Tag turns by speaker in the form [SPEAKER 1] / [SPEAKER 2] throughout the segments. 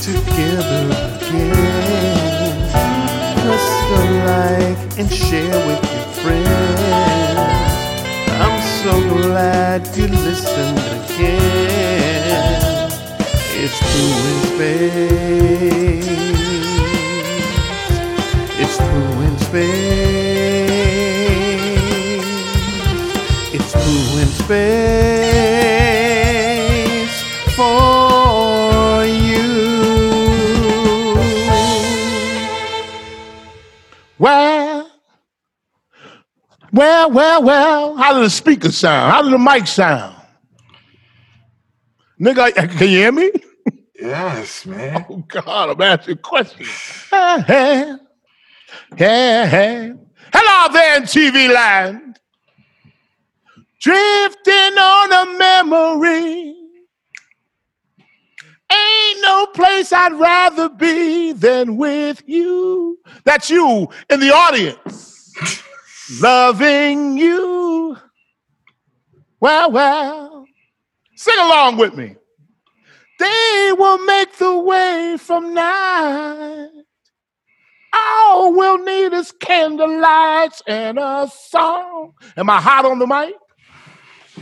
[SPEAKER 1] together again. Press the like and share with your friends. I'm so glad you listened again. It's Pooh in Space. It's Pooh in Space. It's Pooh in Space for you.
[SPEAKER 2] Well, well, well, well. How did the speaker sound? How did the mic sound? Nigga, I- can you hear me?
[SPEAKER 3] Yes, man.
[SPEAKER 2] Oh God, I'm asking questions. Hey, hey, hey, hey. Hello there, in TV land. Drifting on a memory. Ain't no place I'd rather be than with you. That's you in the audience. Loving you. Well, well. Sing along with me. They will make the way from night. All we'll need is candlelight and a song. Am I hot on the mic?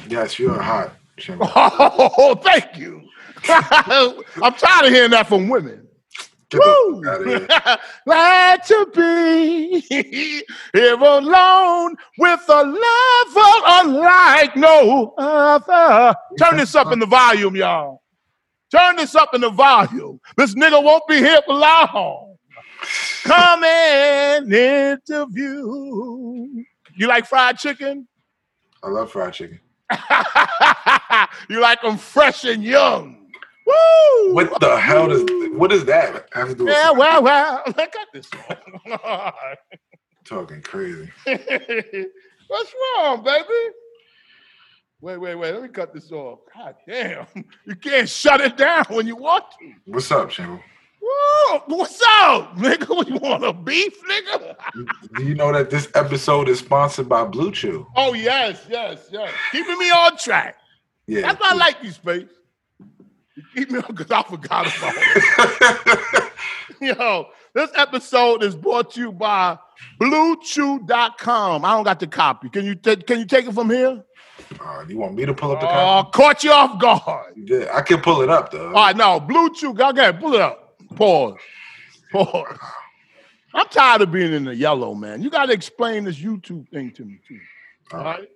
[SPEAKER 3] Yes, you're hot. Jimmy.
[SPEAKER 2] Oh, thank you. I'm tired of hearing that from women.
[SPEAKER 3] Get the
[SPEAKER 2] Woo!
[SPEAKER 3] fuck out of here.
[SPEAKER 2] Glad to be here alone with a lover unlike no other. Turn this up in the volume, y'all. Turn this up in the volume. This nigga won't be here for long. Come and interview. You like fried chicken?
[SPEAKER 3] I love fried chicken.
[SPEAKER 2] you like them fresh and young. Woo!
[SPEAKER 3] What the hell does what is that have to do with
[SPEAKER 2] Yeah, well, well. Look at this one.
[SPEAKER 3] talking crazy?
[SPEAKER 2] What's wrong, baby? Wait, wait, wait. Let me cut this off. God damn. You can't shut it down when you want to.
[SPEAKER 3] What's up, Shambo?
[SPEAKER 2] Woo! What's up, nigga? What you want a beef, nigga?
[SPEAKER 3] Do you know that this episode is sponsored by Blue Chew?
[SPEAKER 2] Oh yes, yes, yes. Keeping me on track.
[SPEAKER 3] Yeah.
[SPEAKER 2] That's why I like you, space. You keep me on because I forgot about it. Yo, this episode is brought to you by BlueChew.com. I don't got the copy. Can you ta- can you take it from here?
[SPEAKER 3] Uh, you want me to pull up the
[SPEAKER 2] Oh,
[SPEAKER 3] copy?
[SPEAKER 2] caught you off guard.
[SPEAKER 3] Yeah, I can pull it up though.
[SPEAKER 2] All right, now Blue Chew. Go ahead, pull it up. Pause. Pause. I'm tired of being in the yellow, man. You got to explain this YouTube thing to me too. All right.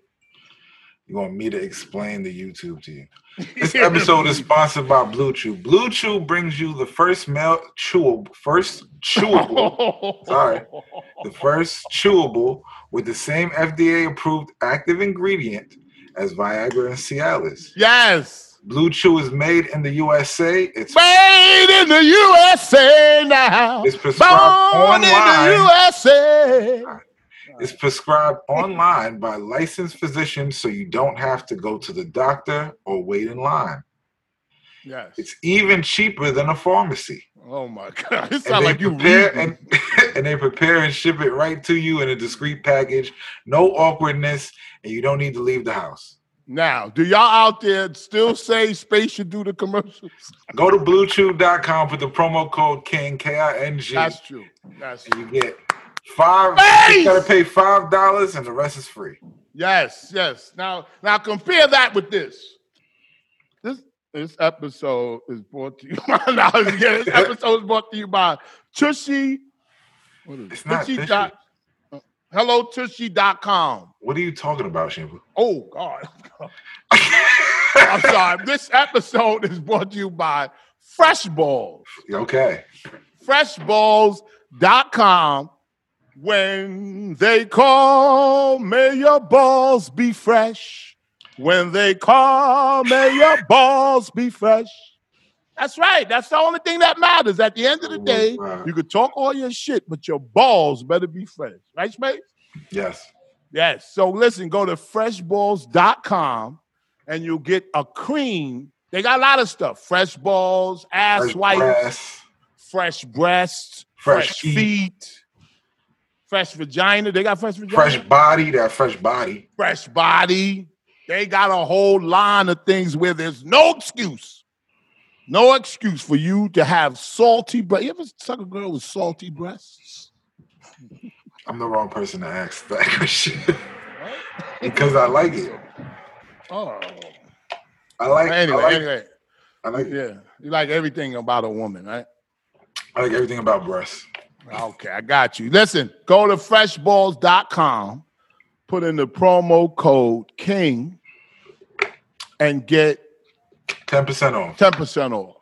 [SPEAKER 3] You want me to explain the YouTube to you? This episode is sponsored by Blue Chew. Blue Chew brings you the first male chewable,
[SPEAKER 2] Oh,
[SPEAKER 3] first chewable, Sorry. the first chewable with the same FDA-approved active ingredient as Viagra and Cialis.
[SPEAKER 2] Yes.
[SPEAKER 3] Blue Chew is made in the USA. It's
[SPEAKER 2] Made in the USA now.
[SPEAKER 3] It's prescribed
[SPEAKER 2] Born in
[SPEAKER 3] online.
[SPEAKER 2] the USA.
[SPEAKER 3] It's prescribed online by licensed physicians so you don't have to go to the doctor or wait in line.
[SPEAKER 2] Yes.
[SPEAKER 3] It's even cheaper than a pharmacy.
[SPEAKER 2] Oh my god! It
[SPEAKER 3] And
[SPEAKER 2] sounds
[SPEAKER 3] they
[SPEAKER 2] like you
[SPEAKER 3] prepare
[SPEAKER 2] reading.
[SPEAKER 3] and, and they prepare and ship it right to you in a discreet package, no awkwardness, and you don't need to leave the house.
[SPEAKER 2] Now, do y'all out there still say space should do the commercials?
[SPEAKER 3] Go to bluechew.com with the promo code KING, K-I-N-G,
[SPEAKER 2] That's true. That's
[SPEAKER 3] and
[SPEAKER 2] true.
[SPEAKER 3] you get five,
[SPEAKER 2] Face!
[SPEAKER 3] you gotta pay five dollars and the rest is free.
[SPEAKER 2] Yes, yes. Now, now compare that with this. This this episode is brought to you. by, now, yeah, this episode is brought to you by Tushy. What is it?
[SPEAKER 3] It's not Tushy.
[SPEAKER 2] Dot, uh, hello Tushy.com.
[SPEAKER 3] What are you talking about, Shampoo?
[SPEAKER 2] Oh God. I'm sorry. This episode is brought to you by Fresh Balls.
[SPEAKER 3] okay.
[SPEAKER 2] freshballs.com. When they call, may your balls be fresh. When they call, may your balls be fresh. That's right. That's the only thing that matters. At the end of the day, you could talk all your shit, but your balls better be fresh. Right, mate?
[SPEAKER 3] Yes.
[SPEAKER 2] Yes. So listen, go to freshballs.com and you'll get a cream. They got a lot of stuff. Fresh balls, ass
[SPEAKER 3] Fresh
[SPEAKER 2] wipes
[SPEAKER 3] grass.
[SPEAKER 2] fresh breasts, fresh,
[SPEAKER 3] Fresh
[SPEAKER 2] feet.
[SPEAKER 3] feet.
[SPEAKER 2] fresh vagina. They got fresh vagina,
[SPEAKER 3] fresh body, that fresh body.
[SPEAKER 2] fresh body. They got a whole line of things where there's no excuse. No excuse for you to have salty breasts. You ever suck a girl with salty breasts?
[SPEAKER 3] I'm the wrong person to ask that question because I like it.
[SPEAKER 2] Oh.
[SPEAKER 3] I like.
[SPEAKER 2] Anyway,
[SPEAKER 3] I like,
[SPEAKER 2] anyway.
[SPEAKER 3] I like,
[SPEAKER 2] Yeah. You like everything about a woman, right?
[SPEAKER 3] I like everything about breasts.
[SPEAKER 2] Okay, I got you. Listen, go to freshballs.com, put in the promo code KING, and get
[SPEAKER 3] Ten percent off.
[SPEAKER 2] 10% off.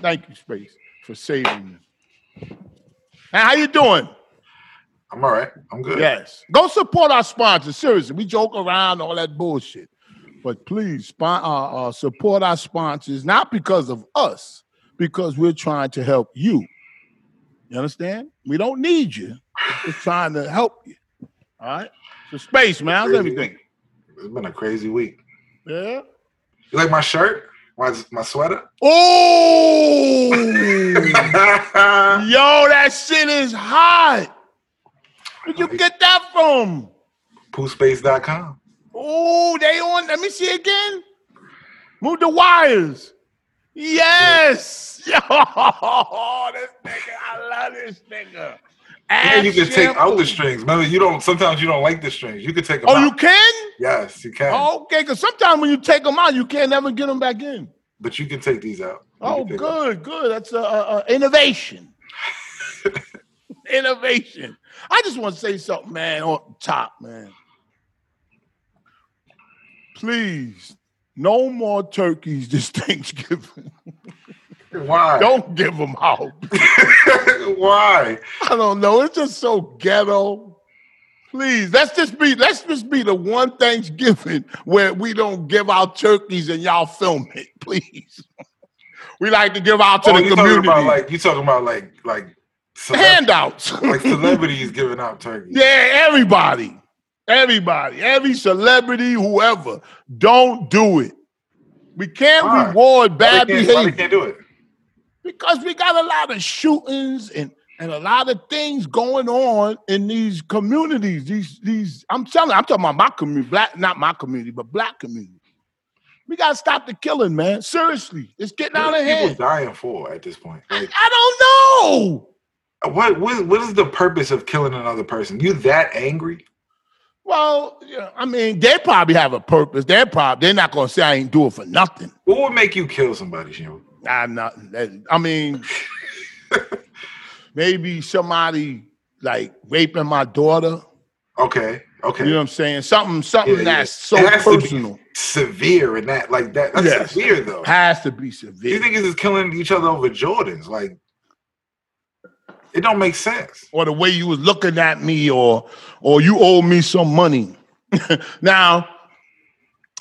[SPEAKER 2] Thank you, Space, for saving me. And how you doing?
[SPEAKER 3] I'm all right. I'm good.
[SPEAKER 2] Yes. Go support our sponsors. Seriously, we joke around all that bullshit. But please spon- uh, uh, support our sponsors, not because of us, because we're trying to help you. You understand? We don't need you. We're just trying to help you. All right? So, space, man. How's
[SPEAKER 3] Crazy
[SPEAKER 2] everything?
[SPEAKER 3] week. It's been a crazy week.
[SPEAKER 2] Yeah.
[SPEAKER 3] You like my shirt? My my sweater?
[SPEAKER 2] Oh!
[SPEAKER 3] I
[SPEAKER 2] Yo, that shit is hot. Where'd you get that from?
[SPEAKER 3] poolspace.com.
[SPEAKER 2] Oh, they on. Let me see again. Move the wires. Yes. Yo, this nigga. I love this nigga.
[SPEAKER 3] And you
[SPEAKER 2] Ass
[SPEAKER 3] can take out
[SPEAKER 2] shampoo.
[SPEAKER 3] the strings. Remember, you don't. Sometimes you don't like the strings. You can take them
[SPEAKER 2] Oh,
[SPEAKER 3] out.
[SPEAKER 2] you can?
[SPEAKER 3] Yes, you can.
[SPEAKER 2] Oh, okay, because sometimes when you take them out, you can't ever get them back in.
[SPEAKER 3] But you can take these out. You
[SPEAKER 2] Oh,
[SPEAKER 3] can take them.
[SPEAKER 2] good, good. That's a, a, a innovation. innovation. I just want to say something, man, on top, man. Please, no more turkeys this Thanksgiving.
[SPEAKER 3] Why?
[SPEAKER 2] Don't give them out.
[SPEAKER 3] Why?
[SPEAKER 2] I don't know. It's just so ghetto. Please, let's just be let's just be the one Thanksgiving where we don't give out turkeys and y'all film it, please. we like to give out to
[SPEAKER 3] oh,
[SPEAKER 2] the
[SPEAKER 3] you
[SPEAKER 2] community.
[SPEAKER 3] talking about like you talking about like like celeb-
[SPEAKER 2] handouts.
[SPEAKER 3] like celebrities giving out turkeys.
[SPEAKER 2] yeah, everybody, everybody, every celebrity, whoever, don't do it. We can't
[SPEAKER 3] Why?
[SPEAKER 2] reward
[SPEAKER 3] Why
[SPEAKER 2] bad
[SPEAKER 3] they can't, why they
[SPEAKER 2] behavior
[SPEAKER 3] can't do it.
[SPEAKER 2] because we got a lot of shootings and and a lot of things going on in these communities. These these I'm telling I'm talking about my community, black not my community, but black community. We gotta stop the killing, man. Seriously, it's getting out of
[SPEAKER 3] People
[SPEAKER 2] hand.
[SPEAKER 3] dying for at this point. Like,
[SPEAKER 2] I don't know.
[SPEAKER 3] what, what what is the purpose of killing another person? You that angry?
[SPEAKER 2] Well, yeah, I mean, they probably have a purpose. They're probably they're not gonna say I ain't do it for nothing.
[SPEAKER 3] What would make you kill somebody, Shimo?
[SPEAKER 2] I'm not. that- I mean, maybe somebody like raping my daughter.
[SPEAKER 3] Okay,
[SPEAKER 2] You
[SPEAKER 3] okay.
[SPEAKER 2] know what I'm saying? Something,
[SPEAKER 3] Yeah,
[SPEAKER 2] something
[SPEAKER 3] yeah.
[SPEAKER 2] that's
[SPEAKER 3] It
[SPEAKER 2] so
[SPEAKER 3] has to be
[SPEAKER 2] personal
[SPEAKER 3] severe and that like that. That's
[SPEAKER 2] Yes.
[SPEAKER 3] severe though.
[SPEAKER 2] has to be
[SPEAKER 3] These
[SPEAKER 2] severe.
[SPEAKER 3] niggas is killing each other over Jordans. Like it don't make sense.
[SPEAKER 2] or the way you was looking at me, or or you owe me some money. now,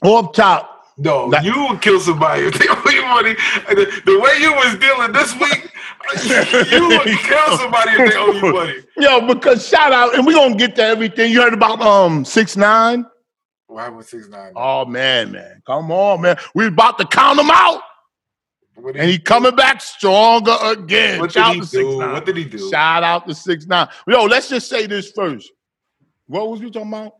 [SPEAKER 2] up top,
[SPEAKER 3] No,
[SPEAKER 2] That-
[SPEAKER 3] you would kill somebody if they owe you money. The, the way you was dealing this week, you would kill somebody if they owe you money.
[SPEAKER 2] yo, because shout out, and we gonna get to everything. You heard about um six nine.
[SPEAKER 3] Why would six nine?
[SPEAKER 2] Oh man, man, come on, man. We about to count him out,
[SPEAKER 3] What did
[SPEAKER 2] and he coming back stronger again.
[SPEAKER 3] What did
[SPEAKER 2] Shout
[SPEAKER 3] he
[SPEAKER 2] out to
[SPEAKER 3] do?
[SPEAKER 2] 6ix9ine.
[SPEAKER 3] What did he do?
[SPEAKER 2] Shout out to six nine. Yo, let's just say this first. What was we talking about?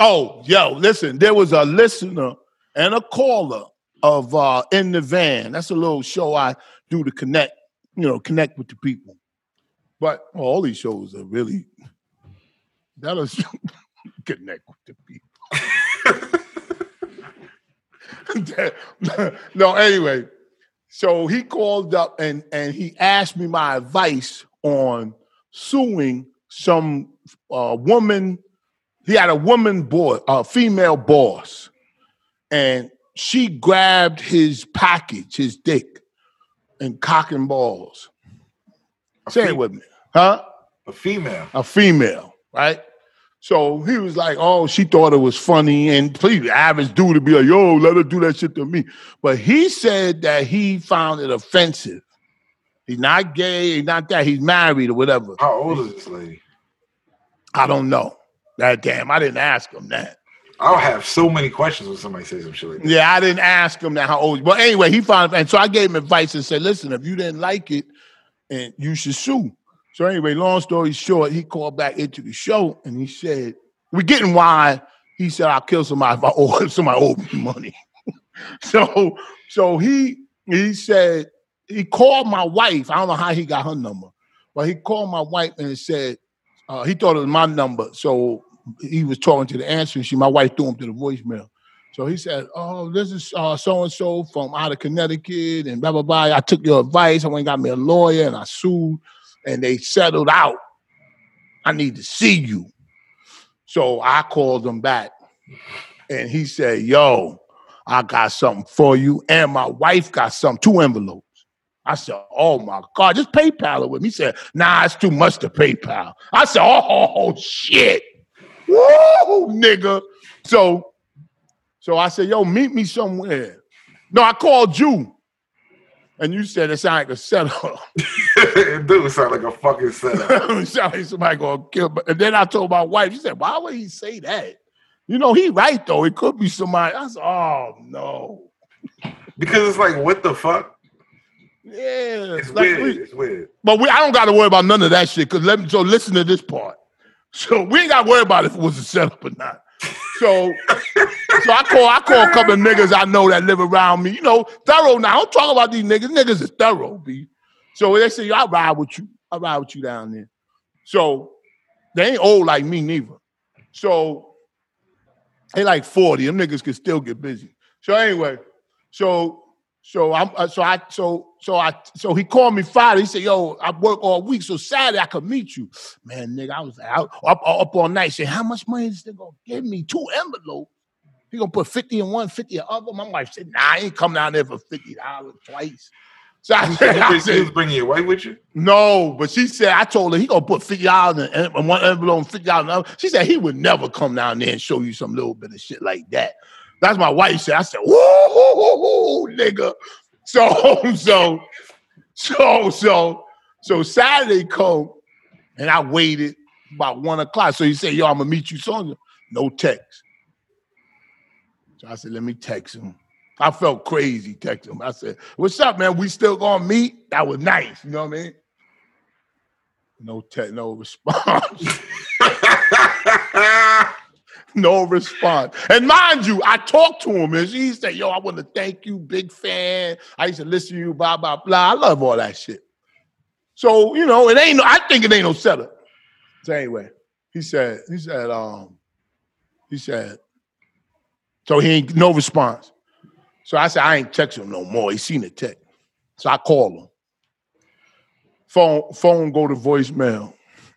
[SPEAKER 2] Oh, yo, listen. There was a listener and a caller of uh in the van. That's a little show I do to connect, you know, connect with the people. But well, all these shows are really that is connect with the people. no, anyway, so he called up and and he asked me my advice on suing some uh, woman. He had a woman boy, a female boss, and she grabbed his package, his dick, and cock and balls.
[SPEAKER 3] A
[SPEAKER 2] Say
[SPEAKER 3] fe-
[SPEAKER 2] it with me, huh?
[SPEAKER 3] a female.
[SPEAKER 2] a female, right? So he was like, oh, she thought it was funny. And please, the average dude would be like, yo, let her do that shit to me. But he said that he found it offensive. He's not gay, he's not that, he's married or whatever.
[SPEAKER 3] How old is this lady?
[SPEAKER 2] I don't know. That damn, I didn't ask him that.
[SPEAKER 3] I'll have so many questions when somebody says some shit like that.
[SPEAKER 2] Yeah, I didn't ask him that how old. But anyway, he found and so I gave him advice and said, listen, if you didn't like it, and you should sue. So anyway, long story short, he called back into the show and he said, We're getting why he said I'll kill somebody if I owe if somebody owe me money. so so he he said he called my wife. I don't know how he got her number, but he called my wife and said uh, he thought it was my number. So he was talking to the answering machine. My wife threw him to the voicemail. So he said, "Oh, this is so and so from out of Connecticut, and blah blah blah. I took your advice. I went and got me a lawyer, and I sued, and they settled out. I need to see you." So I called him back, and he said, "Yo, I got something for you, and my wife got something. Two envelopes." I said, "Oh my God, just PayPal it with me." He said, "Nah, it's too much to PayPal." I said, "Oh shit, woo, nigga." So, so I said, "Yo, meet me somewhere." No, I called you, and you said it sounded like a setup.
[SPEAKER 3] it do sound like a fucking setup.
[SPEAKER 2] it sounded like somebody gonna kill. me. And then I told my wife. She said, "Why would he say that?" You know, he right though. It could be somebody. I said, "Oh no."
[SPEAKER 3] Because it's like, what the fuck?
[SPEAKER 2] Yeah,
[SPEAKER 3] It's
[SPEAKER 2] like
[SPEAKER 3] weird.
[SPEAKER 2] we-
[SPEAKER 3] it's weird.
[SPEAKER 2] But we, I don't got to worry about none of that shit. Cause let me, so listen to this part. So we ain't got to worry about if it was a setup or not. So, so I call, I call a couple of niggas I know that live around me. You know, thorough. Now I don't talk about these niggas. Niggas is thorough, b. So they say, I ride with you. I ride with you down there. So they ain't old like me neither. So they like forty. Them niggas can still get busy. So anyway, so so I'm uh, so I so so I so he called me Friday. He said, "Yo, I work all week, so Saturday I could meet you." Man, nigga, I was out up, uh, up all night. Said, "How much money is they gonna give me? Two envelopes? He gonna put fifty in one, fifty in other?" My wife said, "Nah, I ain't come down there for fifty dollars twice." So I
[SPEAKER 3] You
[SPEAKER 2] said,
[SPEAKER 3] said
[SPEAKER 2] I
[SPEAKER 3] you
[SPEAKER 2] said,
[SPEAKER 3] was bringing your wife with you?
[SPEAKER 2] no, but she said I told her he gonna put fifty dollars in in one envelope, and fifty dollars. in another. She said he would never come down there and show you some little bit of shit like that. That's my wife said. I said, woo, woo, woo, woo, nigga. So, so, so, so, so Saturday come, and I waited about one o'clock. So he said, yo, I'm gonna meet you soon. No text. So I said, let me text him. I felt crazy texting him. I said, what's up, man? We still gonna meet? That was nice. You know what I mean? No tech, no response. no response. And mind you, I talked to him and he said, Yo, I want to thank you, big fan. I used to listen to you, blah, blah, blah. I love all that shit. So, you know, it ain't no, I think it ain't no setup. So anyway, he said, he said, um, he said, so he ain't no response. So I said, I ain't texting him no more. He seen the text. So I call him. Phone, phone go to voicemail.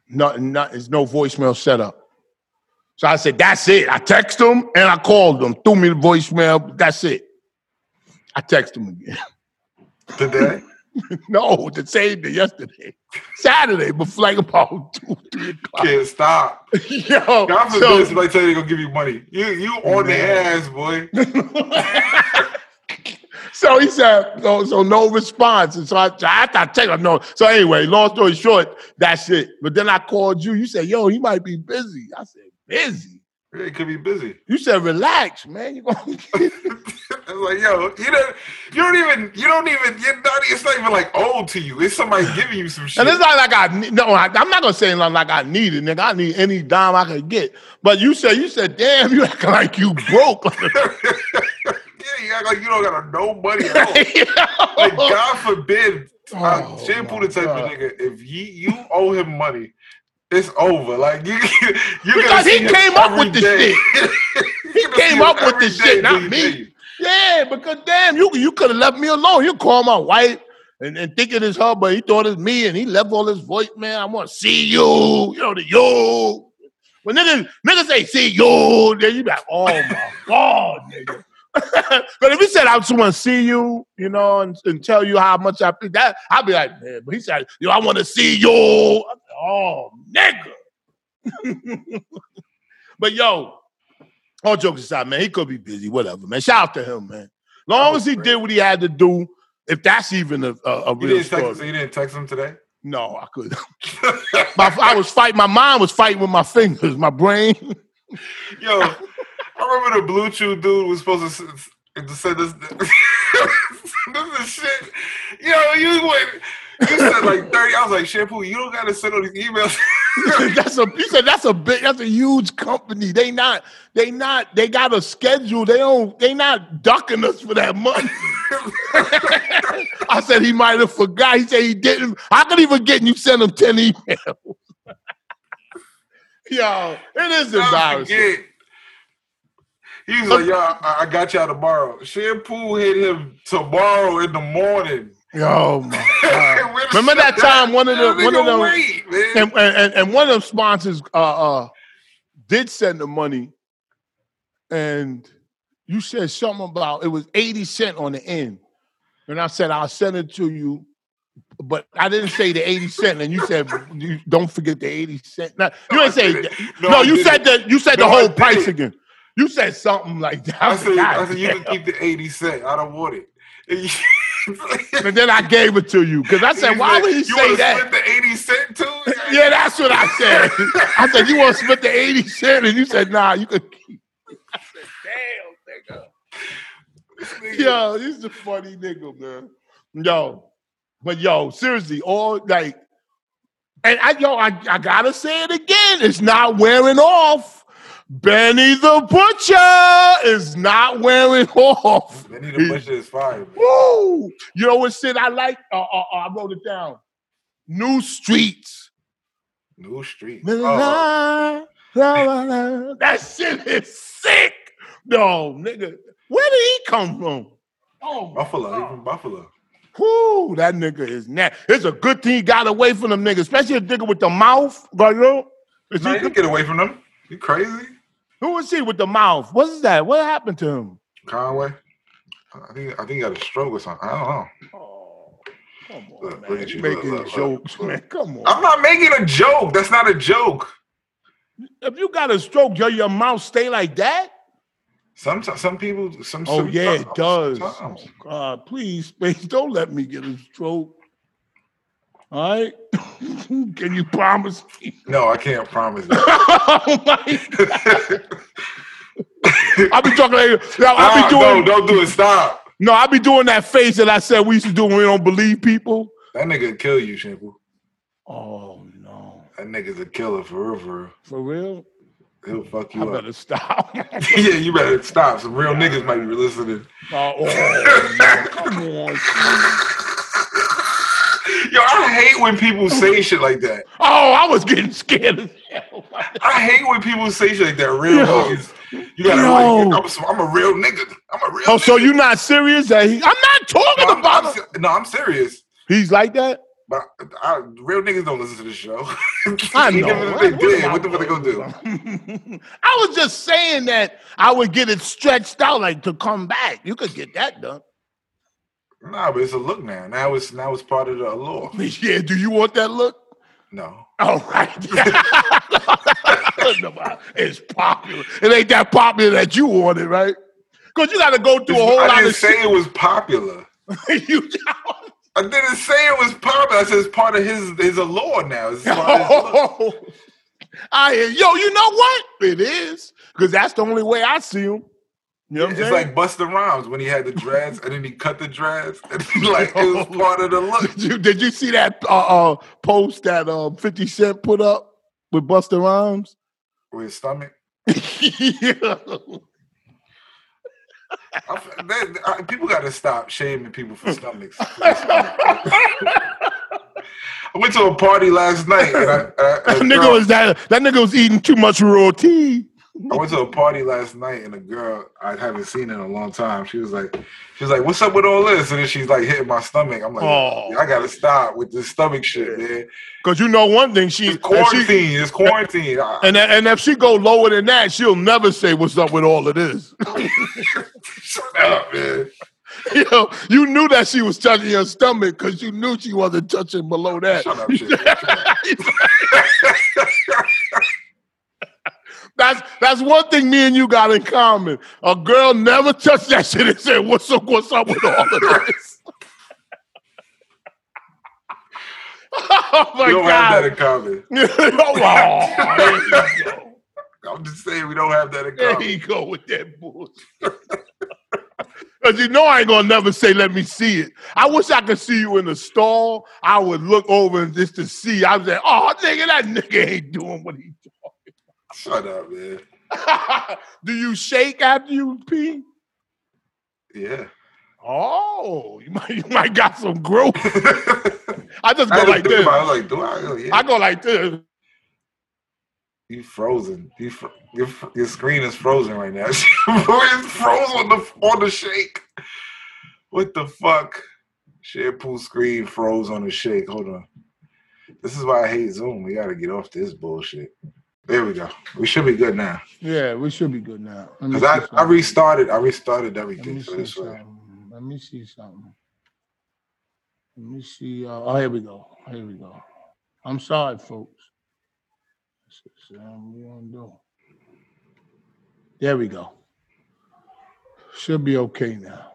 [SPEAKER 2] Nothing, not, there's no voicemail set up. So I said, that's it. I text him and I called him. Threw me the voicemail. That's it. I text him again.
[SPEAKER 3] Today?
[SPEAKER 2] no, the same day yesterday. Saturday, but like about two, three o'clock.
[SPEAKER 3] Can't stop.
[SPEAKER 2] Yo,
[SPEAKER 3] God forbid
[SPEAKER 2] so-
[SPEAKER 3] somebody tell you they gonna give you money. You you on the ass, boy.
[SPEAKER 2] so he said, so, so no response. And so I, I, I text him, no. So anyway, long story short, that's it. But then I called you. You said, yo, he might be busy. I said, busy?
[SPEAKER 3] It could be busy.
[SPEAKER 2] You said, relax, man. You gonna
[SPEAKER 3] I'm like, yo, you don't, you don't even, you don't even, you're not, it's not even like old to you. It's somebody giving you some shit.
[SPEAKER 2] And it's not like I need, no, I, I'm not gonna say nothing like I need it, nigga. I need any dime I can get. But you said you said, damn, you acting like you broke.
[SPEAKER 3] yeah, you act like you don't got no money at all. like, God forbid, uh,
[SPEAKER 2] Oh,
[SPEAKER 3] shampoo
[SPEAKER 2] my
[SPEAKER 3] the type
[SPEAKER 2] God.
[SPEAKER 3] of nigga. If you you owe him money, it's over. Like you, you
[SPEAKER 2] Because he came up with this He came up with this shit, not me. yeah, because damn, you you could have left me alone. You call my wife and, and think it is her, but he thought it's me and he left all his voice, man. I wanna see you, you know, the you. When niggas, niggas say see you, then you be like, oh my god, nigga. but if he said I just want to see you, you know, and, and tell you how much I think that, I'd be like, man. But he said, yo, I want to see you. I said, oh, nigga. but yo, all jokes aside, man, he could be busy, whatever, man. Shout out to him, man. Long as he did what he had to do, if that's even a, a, a
[SPEAKER 3] You
[SPEAKER 2] real
[SPEAKER 3] didn't, text,
[SPEAKER 2] story.
[SPEAKER 3] you didn't text him today.
[SPEAKER 2] No, I couldn't. My, I was fighting. My mind was fighting with my fingers, my brain.
[SPEAKER 3] Yo, I remember the Blue Chew dude was supposed to s- s- to send us th- this is shit. Yo, you went. You said like thirty. I was like, shampoo. You don't gotta send all these emails.
[SPEAKER 2] that's a he said that's a big that's a huge company. They not they not they got a schedule. They don't they not ducking us for that money. I said he might have forgot. He said he didn't. I could even get you sent him 10 emails. Yo, it is
[SPEAKER 3] Don't
[SPEAKER 2] embarrassing.
[SPEAKER 3] forget. He was like, "Y'all, I I got y'all tomorrow." Shampoo hit him tomorrow in the morning.
[SPEAKER 2] Yo, my God.
[SPEAKER 3] Where the
[SPEAKER 2] Remember
[SPEAKER 3] fuck
[SPEAKER 2] that time one of the-
[SPEAKER 3] nigga
[SPEAKER 2] one of them-
[SPEAKER 3] Wait, man.
[SPEAKER 2] and, and and- and one of them sponsors uh, uh did send the money, and you said something about it was eighty cent on the end, and I said I'll send it to you, but I didn't say the eighty cent, and you said you don't forget the eighty cent. Now, you
[SPEAKER 3] No, I
[SPEAKER 2] ain't say
[SPEAKER 3] didn't.
[SPEAKER 2] that.
[SPEAKER 3] No,
[SPEAKER 2] no,
[SPEAKER 3] I
[SPEAKER 2] you said that you said
[SPEAKER 3] No,
[SPEAKER 2] the
[SPEAKER 3] I
[SPEAKER 2] whole price
[SPEAKER 3] didn't.
[SPEAKER 2] again. You said something like that.
[SPEAKER 3] I said, I
[SPEAKER 2] God
[SPEAKER 3] said, you
[SPEAKER 2] damn.
[SPEAKER 3] can keep the 80 cent. I don't want it.
[SPEAKER 2] and then I gave it to you because I said, why would he
[SPEAKER 3] you
[SPEAKER 2] say
[SPEAKER 3] wanna
[SPEAKER 2] that?
[SPEAKER 3] Split the 80 cent too?
[SPEAKER 2] Yeah, that's what I said. I said, you want to split the 80 cent? And you said, nah, you could keep.
[SPEAKER 3] Nigga,
[SPEAKER 2] Yo, he's a funny nigga, man. Yo, but yo, seriously, all like, and I, yo, I, I gotta say it again. It's not wearing off. Benny the Butcher is not wearing off.
[SPEAKER 3] Benny the Butcher is fire. man.
[SPEAKER 2] Woo! You know what shit I like? Uh, uh, uh, I wrote it down. New streets.
[SPEAKER 3] New Street. Oh,
[SPEAKER 2] La, la, la, la. That shit is sick. No, nigga. Where did he come from? Oh, my-
[SPEAKER 3] Buffalo. He from Buffalo.
[SPEAKER 2] whoo, that nigga is nasty. It's a good thing he got away from them niggas, especially a nigga with the mouth. Like, yo, is
[SPEAKER 3] No,
[SPEAKER 2] he-
[SPEAKER 3] you can get away from them. You crazy?
[SPEAKER 2] who is he with the mouth? What is that? What happened to him?
[SPEAKER 3] Conway. I think I think he got a stroke or something. I don't know.
[SPEAKER 2] Oh, come on,
[SPEAKER 3] Look,
[SPEAKER 2] man.
[SPEAKER 3] look at you,
[SPEAKER 2] You
[SPEAKER 3] look,
[SPEAKER 2] making
[SPEAKER 3] look, look,
[SPEAKER 2] jokes,
[SPEAKER 3] look.
[SPEAKER 2] man. Come on.
[SPEAKER 3] I'm not making a joke. That's not a joke.
[SPEAKER 2] if you got a stroke, yo, your mouth stay like that?
[SPEAKER 3] Some some people some
[SPEAKER 2] Oh
[SPEAKER 3] some-
[SPEAKER 2] yeah, it does. Oh,
[SPEAKER 3] sometimes.
[SPEAKER 2] God, please, space, don't let me get a stroke. All right, can you promise me?
[SPEAKER 3] No, I can't promise that.
[SPEAKER 2] oh my! I'll be talking. Like, yo, I'll
[SPEAKER 3] Ah,
[SPEAKER 2] be doing.
[SPEAKER 3] no, don't do it. Stop.
[SPEAKER 2] No, I'll be doing that face that I said we used to do when we don't believe people.
[SPEAKER 3] That nigga kill you, Shampoo.
[SPEAKER 2] Oh no,
[SPEAKER 3] That nigga's a killer for real, for
[SPEAKER 2] for
[SPEAKER 3] real.
[SPEAKER 2] real?
[SPEAKER 3] He'll fuck
[SPEAKER 2] I
[SPEAKER 3] you up.
[SPEAKER 2] better stop.
[SPEAKER 3] yeah, you better stop. Some real niggas might be listening.
[SPEAKER 2] oh, no, come on.
[SPEAKER 3] Yo, I hate when people say shit like that.
[SPEAKER 2] Oh, I was getting scared as hell.
[SPEAKER 3] I hate when people say shit like that. Real
[SPEAKER 2] Yo.
[SPEAKER 3] niggas. You gotta
[SPEAKER 2] Yo.
[SPEAKER 3] like, I'm, a- I'm a real nigga. I'm a real.
[SPEAKER 2] Oh, so you're not serious? That he, I'm not
[SPEAKER 3] nigga.
[SPEAKER 2] talking
[SPEAKER 3] I'm- I'm
[SPEAKER 2] about. him.
[SPEAKER 3] se- no, I'm serious.
[SPEAKER 2] He's like that.
[SPEAKER 3] But I, real niggas don't listen to this show.
[SPEAKER 2] I know.
[SPEAKER 3] Even if they did, what the fuck they gonna do?
[SPEAKER 2] I was just saying that I would get it stretched out, like to come back. You could get that done.
[SPEAKER 3] Nah, but it's a look now. Now it's now it's part of the law.
[SPEAKER 2] Yeah. Do you want that look?
[SPEAKER 3] No.
[SPEAKER 2] All right. it's popular. It ain't that popular that you want it, right? Because you got to go through a whole
[SPEAKER 3] I
[SPEAKER 2] lot
[SPEAKER 3] didn't
[SPEAKER 2] of
[SPEAKER 3] say
[SPEAKER 2] shit.
[SPEAKER 3] it was popular.
[SPEAKER 2] you,
[SPEAKER 3] I didn't say it was popular. I said it's part of his his allure now. It's part of his
[SPEAKER 2] Oh,
[SPEAKER 3] look.
[SPEAKER 2] I yo, you know what? It is because that's the only way I see him. You know what I'm
[SPEAKER 3] It's
[SPEAKER 2] saying?
[SPEAKER 3] like Buster Rhymes when he had the dreads and then he cut the dreads and like it was part of the look.
[SPEAKER 2] did, you, did you see that uh, uh, post that um, 50 Cent put up with Buster Rhymes?
[SPEAKER 3] With his stomach.
[SPEAKER 2] yeah.
[SPEAKER 3] I, that, I, people got to stop shaming people for stomachs. I went to a party last night. And I, I- a
[SPEAKER 2] That nigga
[SPEAKER 3] girl-
[SPEAKER 2] was that that nigga was eating too much raw tea.
[SPEAKER 3] I went to a party last night and a girl I haven't seen in a long time. She was like, she was like, "What's up with all this?" And then she's like hitting my stomach. I'm like,
[SPEAKER 2] Oh.
[SPEAKER 3] "I gotta stop with this stomach shit, man.
[SPEAKER 2] Cause you know one thing, she
[SPEAKER 3] It's
[SPEAKER 2] and, she,
[SPEAKER 3] quarantine. It's quarantine." Ah, I-
[SPEAKER 2] and, that- and if she go lower than that, she'll never say what's up with all of this.
[SPEAKER 3] Shut up, man.
[SPEAKER 2] you, know, you knew that she was touching your stomach because you knew she wasn't touching below that.
[SPEAKER 3] Shut up, shit. Shut up.
[SPEAKER 2] That's that's one thing me and you got in common. A girl never touched that shit and said, "What's up? What's up with all of this?" oh my
[SPEAKER 3] we don't have that
[SPEAKER 2] god!
[SPEAKER 3] in common.
[SPEAKER 2] Oh, wow. there you go.
[SPEAKER 3] I'm just saying we don't have that in
[SPEAKER 2] There
[SPEAKER 3] common.
[SPEAKER 2] you go with that bullshit. Cause you know I ain't gonna never say, "Let me see it." I wish I could see you in the stall. I would look over and just to see. I was like, "Oh, nigga, that nigga ain't doing what he." do."
[SPEAKER 3] Shut up, man.
[SPEAKER 2] do you shake after you pee?
[SPEAKER 3] Yeah.
[SPEAKER 2] Oh, you might you might got some growth. I just go
[SPEAKER 3] I had
[SPEAKER 2] like
[SPEAKER 3] to think
[SPEAKER 2] this.
[SPEAKER 3] about it. I was like, do I? Oh, yeah.
[SPEAKER 2] I go like this.
[SPEAKER 3] You frozen. You fr- your, fr- your screen is frozen right now. Your Boy, it's frozen on the on the shake. What the fuck? Shampoo screen froze on the shake. Hold on. This is why I hate Zoom. We gotta get off this bullshit. There we go. We should be good now.
[SPEAKER 2] Yeah, we should be good now. Let me
[SPEAKER 3] Cause
[SPEAKER 2] see
[SPEAKER 3] I, I
[SPEAKER 2] something.
[SPEAKER 3] restarted. I restarted
[SPEAKER 2] Let me
[SPEAKER 3] everything. So
[SPEAKER 2] see
[SPEAKER 3] this way.
[SPEAKER 2] something. Let me see something. Let me see. Uh, oh, here we go. Here we go. I'm sorry, folks. This is, um, we don't do. There we go. Should be okay now.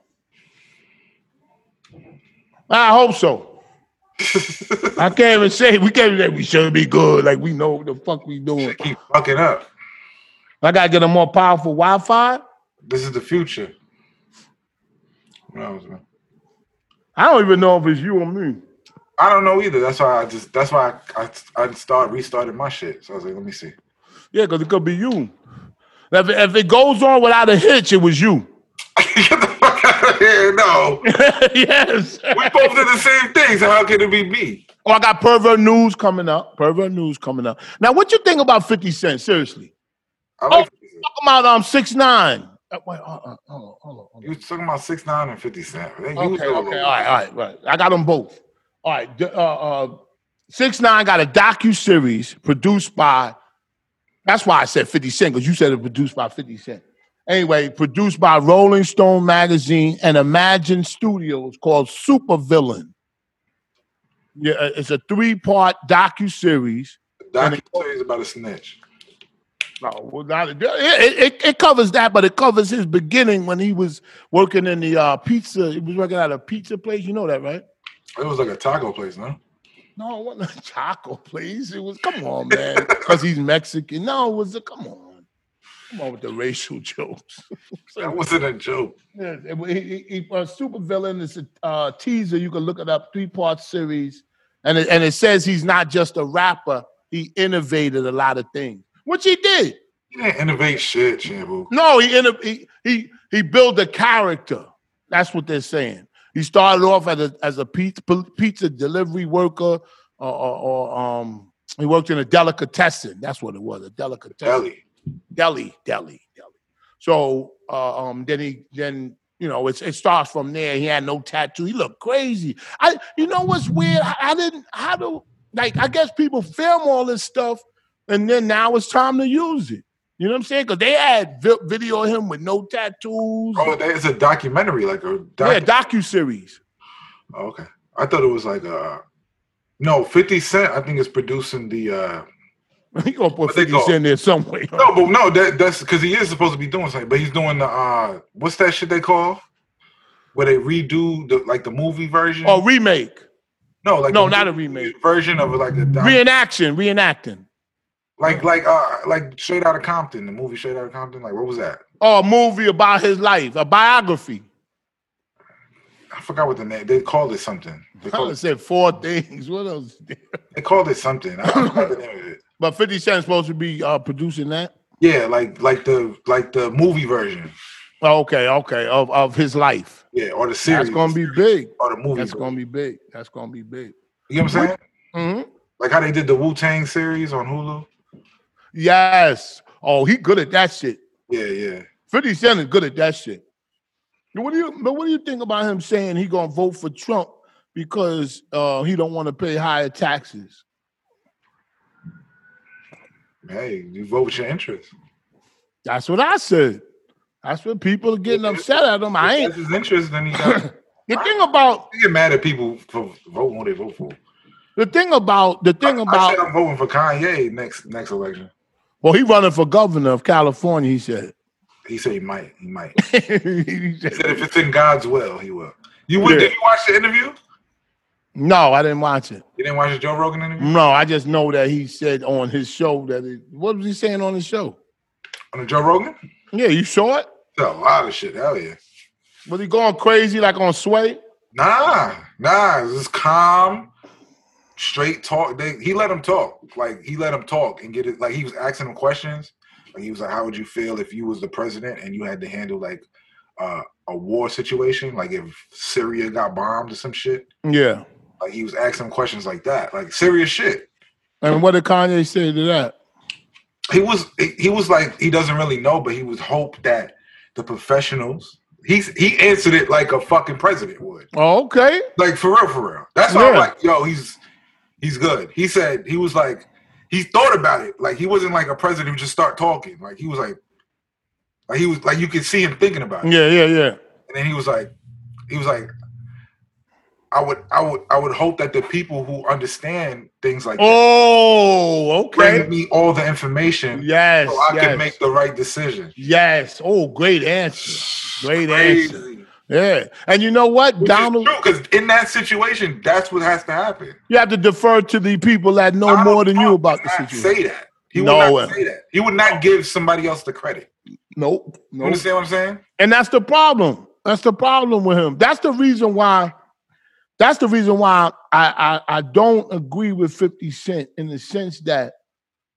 [SPEAKER 2] I hope so. I can't even say we can't even say we should be good. Like we know what the fuck we doing.
[SPEAKER 3] Keep fucking up.
[SPEAKER 2] I gotta get a more powerful Wi-Fi.
[SPEAKER 3] This is the future. No, man.
[SPEAKER 2] I don't even know if it's you or me.
[SPEAKER 3] I don't know either. That's why I just. That's why I I, I start restarted my shit. So I was like, let me see.
[SPEAKER 2] Yeah, because it could be you. If it, if it goes on without a hitch, it was you.
[SPEAKER 3] Get the fuck out of here! No,
[SPEAKER 2] yes.
[SPEAKER 3] we both did the same thing. So how can it be me?
[SPEAKER 2] Oh, I got pervert news coming up. Pervert news coming up. Now, what you think about Fifty Cent? Seriously,
[SPEAKER 3] I like
[SPEAKER 2] talk about um six nine. Uh, Wait, hold on, hold on, hold on, hold
[SPEAKER 3] you was talking about six nine and fifty cent. They
[SPEAKER 2] on.
[SPEAKER 3] used
[SPEAKER 2] Okay, okay,
[SPEAKER 3] all
[SPEAKER 2] all
[SPEAKER 3] over.
[SPEAKER 2] right, all right, right. I got them both. All right, the- uh, uh, six nine got a docu series produced by. That's why I said Fifty Cent because you said it produced by Fifty Cent. Anyway, produced by Rolling Stone magazine and Imagine Studios called Super Villain. Yeah, uh, it's a three-part docu series
[SPEAKER 3] Documentary is about a snitch.
[SPEAKER 2] No, well, not it, it, it- it covers that, but it covers his beginning when he was working in the uh, pizza. He was working at a pizza place. You know that, right?
[SPEAKER 3] It was like a taco place, no?
[SPEAKER 2] No, it wasn't a taco place. It was come on, man, because he's Mexican. No, it was a come on, come on with the racial jokes.
[SPEAKER 3] That wasn't a joke.
[SPEAKER 2] Yes, it, wa- he, he, he- uh, Supervillain is a uh, teaser. You can look it up. Three part series, and it, and it says he's not just a rapper. He innovated a lot of things, which he did.
[SPEAKER 3] You didn't innovate shit, Shampoo.
[SPEAKER 2] No, he ended up, he, he he built a character. That's what they're saying. He started off as a as a pizza, pizza delivery worker, or, or, or um, he worked in a delicatessen. That's what it was, a delicatessen
[SPEAKER 3] Deli.
[SPEAKER 2] deli, deli, deli. So uh, um, then he then you know it's, it starts from there. He had no tattoo. He looked crazy. I you know what's weird? I, I didn't how do like I guess people film all this stuff and then now it's time to use it. You know what I'm saying? Because they had vi- video of him with no tattoos.
[SPEAKER 3] Oh, that is a documentary, like a doc-
[SPEAKER 2] yeah, docu series.
[SPEAKER 3] Oh, okay. I thought it was like a no. Fifty Cent, I think, is producing the. uh
[SPEAKER 2] you gonna put
[SPEAKER 3] What they
[SPEAKER 2] 50
[SPEAKER 3] call-
[SPEAKER 2] Cent there some way?
[SPEAKER 3] No, but no, that that's because he is supposed to be doing something, but he's doing the uh what's that shit they call where they redo the like the movie version?
[SPEAKER 2] Or Oh, remake,
[SPEAKER 3] no, like
[SPEAKER 2] no,
[SPEAKER 3] the
[SPEAKER 2] not a
[SPEAKER 3] movie
[SPEAKER 2] remake.
[SPEAKER 3] version of like the doc-
[SPEAKER 2] reenaction, reenacting.
[SPEAKER 3] like like uh like Straight Outta Compton, the movie Straight Outta Compton. Like what was that?
[SPEAKER 2] Or Oh, a movie about his life, a biography.
[SPEAKER 3] I forgot what the name. They called it something. They
[SPEAKER 2] I
[SPEAKER 3] called
[SPEAKER 2] done
[SPEAKER 3] it,
[SPEAKER 2] said four things. What else?
[SPEAKER 3] they called it something. I forgot the name of it.
[SPEAKER 2] But 50 Cent's supposed to be uh, producing that.
[SPEAKER 3] Yeah, like like the like the movie version.
[SPEAKER 2] Oh, okay, okay, of, of his life.
[SPEAKER 3] Yeah, or the
[SPEAKER 2] That's
[SPEAKER 3] series
[SPEAKER 2] gonna be big.
[SPEAKER 3] or the movie.
[SPEAKER 2] That's
[SPEAKER 3] version.
[SPEAKER 2] gonna be big. That's gonna be big.
[SPEAKER 3] you know what I'm saying?
[SPEAKER 2] hmm
[SPEAKER 3] Like how they did the Wu Tang series on Hulu.
[SPEAKER 2] Yes. Oh, he good at that shit.
[SPEAKER 3] Yeah, yeah.
[SPEAKER 2] 50 Cent is good at that shit. Now, What do you but what do you think about him saying he gonna vote for Trump because uh, he don't want to pay higher taxes?
[SPEAKER 3] Hey, you vote with your interest.
[SPEAKER 2] That's what I said. That's what people are getting upset at him. I
[SPEAKER 3] If
[SPEAKER 2] ain't
[SPEAKER 3] that's his interest, then he got
[SPEAKER 2] the thing about
[SPEAKER 3] you get mad at people for voting what they vote for.
[SPEAKER 2] the thing about the thing
[SPEAKER 3] I
[SPEAKER 2] about
[SPEAKER 3] said I'm voting for Kanye next next election.
[SPEAKER 2] well he running for governor of California, he said.
[SPEAKER 3] He said he might. He might.
[SPEAKER 2] He
[SPEAKER 3] He
[SPEAKER 2] said-
[SPEAKER 3] said if it's in God's will, he will. You would,
[SPEAKER 2] Yeah.
[SPEAKER 3] did you watch the interview?
[SPEAKER 2] no, I didn't watch it.
[SPEAKER 3] You didn't watch the Joe Rogan interview
[SPEAKER 2] No, I just know that he said on his show that it, what was he saying on his show? Mm.
[SPEAKER 3] on the Joe Rogan?
[SPEAKER 2] Yeah, you saw it.
[SPEAKER 3] That's a lot of shit. Hell yeah.
[SPEAKER 2] Was he going crazy like on Sway?
[SPEAKER 3] Nah, nah. It's just calm, straight talk. They, he let him talk. Like he let him talk and get it. Like he was asking him questions. Like he was like, "How would you feel if you was the president and you had to handle like a, a war situation, like if Syria got bombed or some shit.
[SPEAKER 2] Yeah.
[SPEAKER 3] Like he was asking questions like that, like serious shit.
[SPEAKER 2] And what did Kanye say to that?
[SPEAKER 3] He was he he was like he doesn't really know, but he was hope that the professionals. He's he answered it like a fucking president would.
[SPEAKER 2] Oh, okay.
[SPEAKER 3] Like for real, for real. That's why I'm
[SPEAKER 2] Yeah.
[SPEAKER 3] like, yo, he's he's good. He said he was like he thought about it. Like he wasn't like a president who just start talking. Like he was like like he was like you could see him thinking about it.
[SPEAKER 2] Yeah, yeah, yeah.
[SPEAKER 3] And then he was like he was like I would I would I would hope that the people who understand things like that
[SPEAKER 2] Oh,
[SPEAKER 3] bring
[SPEAKER 2] okay.
[SPEAKER 3] me all the information
[SPEAKER 2] Yes.
[SPEAKER 3] so Oh, I
[SPEAKER 2] yes.
[SPEAKER 3] can make the right decision.
[SPEAKER 2] Yes. Oh, great answer. Great answer.
[SPEAKER 3] Crazy.
[SPEAKER 2] Yeah. And you know what, Donald?
[SPEAKER 3] Because in that situation, that's what has to happen.
[SPEAKER 2] You have to defer to the people that know
[SPEAKER 3] Donald
[SPEAKER 2] more than you
[SPEAKER 3] Trump
[SPEAKER 2] about
[SPEAKER 3] would
[SPEAKER 2] the
[SPEAKER 3] not
[SPEAKER 2] situation.
[SPEAKER 3] Say that. He
[SPEAKER 2] No
[SPEAKER 3] would
[SPEAKER 2] way.
[SPEAKER 3] not say that. He would not give somebody else the credit.
[SPEAKER 2] Nope.
[SPEAKER 3] You
[SPEAKER 2] Nope.
[SPEAKER 3] understand what I'm saying?
[SPEAKER 2] And that's the problem. That's the problem with him. That's the reason why. That's the reason why I, I, I don't agree with 50 Cent in the sense that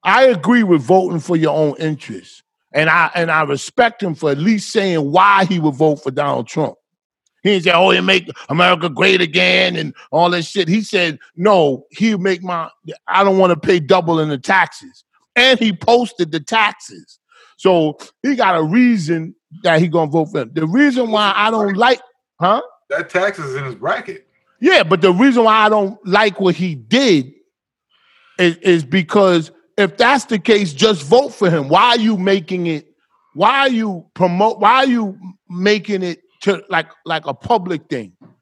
[SPEAKER 2] I agree with voting for your own interests. And I and I respect him for at least saying why he would vote for Donald Trump. He didn't say, oh, he'll make America great again and all that shit. He said, no, he'll make my I don't want to pay double in the taxes. And he posted the taxes. So he got a reason that he gonna vote for him. The reason why I don't like, huh?
[SPEAKER 3] That tax is in his bracket.
[SPEAKER 2] Yeah, but the reason why I don't like what he did is, is because if that's the case, just vote for him. Why are you making it? Why are you promote? Why are you making it to like like a public thing? You know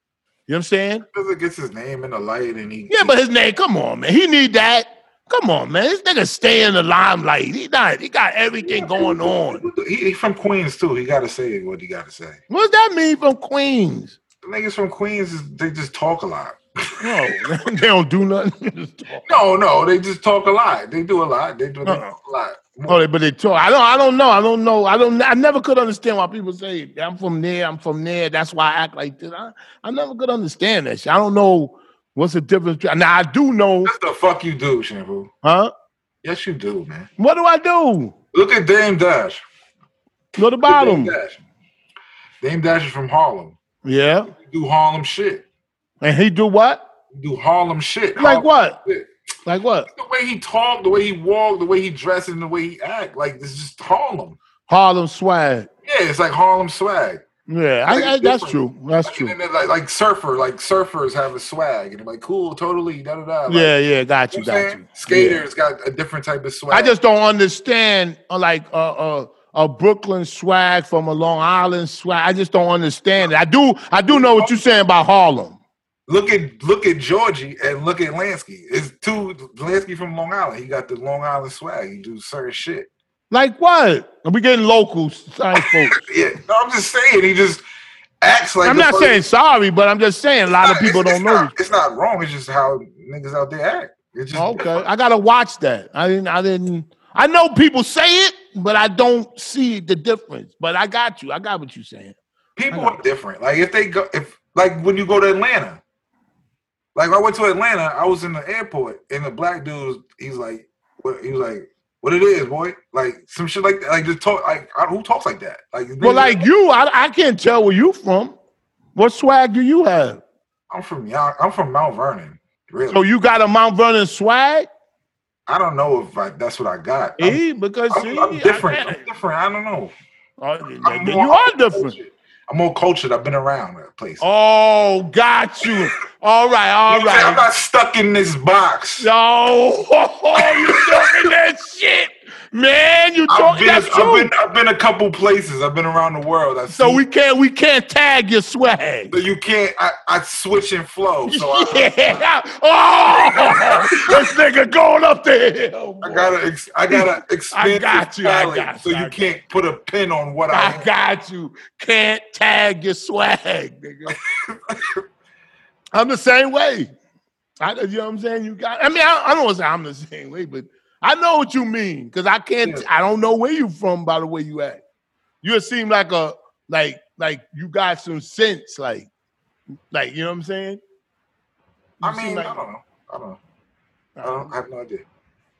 [SPEAKER 2] what I'm saying?
[SPEAKER 3] Because it gets his name in the light and he
[SPEAKER 2] Yeah, but his name, come on, man. He need that. Come on, man. This nigga stay in the limelight. He not, he got everything going on.
[SPEAKER 3] he, he from Queens too. He gotta say what he gotta say.
[SPEAKER 2] What does that mean from Queens?
[SPEAKER 3] The niggas from Queens is- they just talk a lot.
[SPEAKER 2] No, they don't do nothing.
[SPEAKER 3] No, no, they just talk a lot. They do a lot. They do they
[SPEAKER 2] Uh-uh.
[SPEAKER 3] talk a lot.
[SPEAKER 2] Oh, they- but they talk. I don't. I don't know. I don't know. I don't. I never could understand why people say I'm from there. I'm from there. That's why I act like this. I, I never could understand that. Shit. I don't know what's the difference. between- Now I do know,
[SPEAKER 3] That's the fuck you do, Shampoo.
[SPEAKER 2] huh?
[SPEAKER 3] Yes, you do, man.
[SPEAKER 2] What do I do?
[SPEAKER 3] Look at Dame Dash.
[SPEAKER 2] Know the
[SPEAKER 3] Look at
[SPEAKER 2] bottom.
[SPEAKER 3] Dame Dash. Dame Dash is from Harlem.
[SPEAKER 2] Yeah,
[SPEAKER 3] You do Harlem shit.
[SPEAKER 2] and he do what?
[SPEAKER 3] You do Harlem shit.
[SPEAKER 2] Like
[SPEAKER 3] Harlem
[SPEAKER 2] what?
[SPEAKER 3] shit.
[SPEAKER 2] Like what?
[SPEAKER 3] the way he talked, the way he walked, the way he dressed, and the way he act. Like this is just Harlem.
[SPEAKER 2] Harlem swag.
[SPEAKER 3] Yeah, it's like Harlem swag.
[SPEAKER 2] Yeah, I, I, that's true. That's
[SPEAKER 3] Like, and
[SPEAKER 2] true.
[SPEAKER 3] then, like, like surfer, like surfers have a swag, and I'm like, cool, totally, da da da. Like,
[SPEAKER 2] Yeah, yeah. Got
[SPEAKER 3] you
[SPEAKER 2] you.
[SPEAKER 3] know what I'm
[SPEAKER 2] Got
[SPEAKER 3] saying?
[SPEAKER 2] you. Yeah.
[SPEAKER 3] Skaters got a different type of swag.
[SPEAKER 2] I just don't understand uh, like a uh, uh, a Brooklyn swag from a Long Island swag. I just don't understand it. I do I do know what you're saying about Harlem.
[SPEAKER 3] look at look at Georgie and look at Lansky. It's two Lansky from Long Island. He got the Long Island swag. He do certain shit.
[SPEAKER 2] Like what? Are we getting local side folks?
[SPEAKER 3] Yeah, no, I'm just saying he just acts like.
[SPEAKER 2] I'm
[SPEAKER 3] the
[SPEAKER 2] not
[SPEAKER 3] first-
[SPEAKER 2] saying sorry, but I'm just saying a lot of
[SPEAKER 3] Nah,
[SPEAKER 2] people
[SPEAKER 3] it's-
[SPEAKER 2] don't
[SPEAKER 3] it's
[SPEAKER 2] know.
[SPEAKER 3] Not, it's not wrong. It's just how niggas out there act. It's just
[SPEAKER 2] Okay, I gotta watch that. I didn't. I didn't. I know people say it, but I don't see the difference. But I got you. I got what you're saying.
[SPEAKER 3] people
[SPEAKER 2] I know.
[SPEAKER 3] are different. Like if they go, if like when you go to Atlanta, like I went to Atlanta, I was in the airport, and the black dude, was- he's like, what, he was like, what it is, boy, like some shit like that, like just talk, like I, who talks like that, like
[SPEAKER 2] Well,
[SPEAKER 3] niggas-
[SPEAKER 2] like you, I, I can't tell where you from. What swag do you have?
[SPEAKER 3] I'm from Yon- I'm from Mount Vernon, really.
[SPEAKER 2] So you got a Mount Vernon swag?
[SPEAKER 3] I don't know if I, that's what I got. I'm-
[SPEAKER 2] See, because
[SPEAKER 3] I'm,
[SPEAKER 2] see,
[SPEAKER 3] I'm
[SPEAKER 2] I
[SPEAKER 3] different.
[SPEAKER 2] can't-
[SPEAKER 3] I'm different. I don't know.
[SPEAKER 2] Oh, then-
[SPEAKER 3] I'm
[SPEAKER 2] then
[SPEAKER 3] more-
[SPEAKER 2] you are
[SPEAKER 3] I'm more
[SPEAKER 2] different.
[SPEAKER 3] cultured. I'm more cultured. I've been around that place.
[SPEAKER 2] Oh, got you. All right, all
[SPEAKER 3] You know what I'm saying? I'm
[SPEAKER 2] right.
[SPEAKER 3] not stuck in this box.
[SPEAKER 2] No, you talking that shit, man? You
[SPEAKER 3] I've
[SPEAKER 2] talking
[SPEAKER 3] been,
[SPEAKER 2] that's
[SPEAKER 3] I've
[SPEAKER 2] true.
[SPEAKER 3] been I've been a couple places. I've been around the world. I've
[SPEAKER 2] so
[SPEAKER 3] seen-
[SPEAKER 2] we can't we can't tag your swag.
[SPEAKER 3] so you can't. I, I switch and flow. So I,
[SPEAKER 2] Yeah. Oh, this nigga going up the hill.
[SPEAKER 3] I
[SPEAKER 2] boy.
[SPEAKER 3] gotta ex, I gotta expand
[SPEAKER 2] I got you, I
[SPEAKER 3] palette.
[SPEAKER 2] got
[SPEAKER 3] so
[SPEAKER 2] you,
[SPEAKER 3] you
[SPEAKER 2] I got
[SPEAKER 3] can't put a pin on what I,
[SPEAKER 2] I
[SPEAKER 3] am.
[SPEAKER 2] got you. Can't tag your swag, nigga. I'm the same way. I, you know what I'm saying? You got. I mean, I, I don't want to say I'm the same way, but I know what you mean because I can't.
[SPEAKER 3] Yeah.
[SPEAKER 2] I don't know where you from by the way you act. You seem like a like like you got some sense, like like you know what I'm saying. You
[SPEAKER 3] I
[SPEAKER 2] seem
[SPEAKER 3] mean,
[SPEAKER 2] like-
[SPEAKER 3] I don't know. I don't know. I, don't, I have no idea.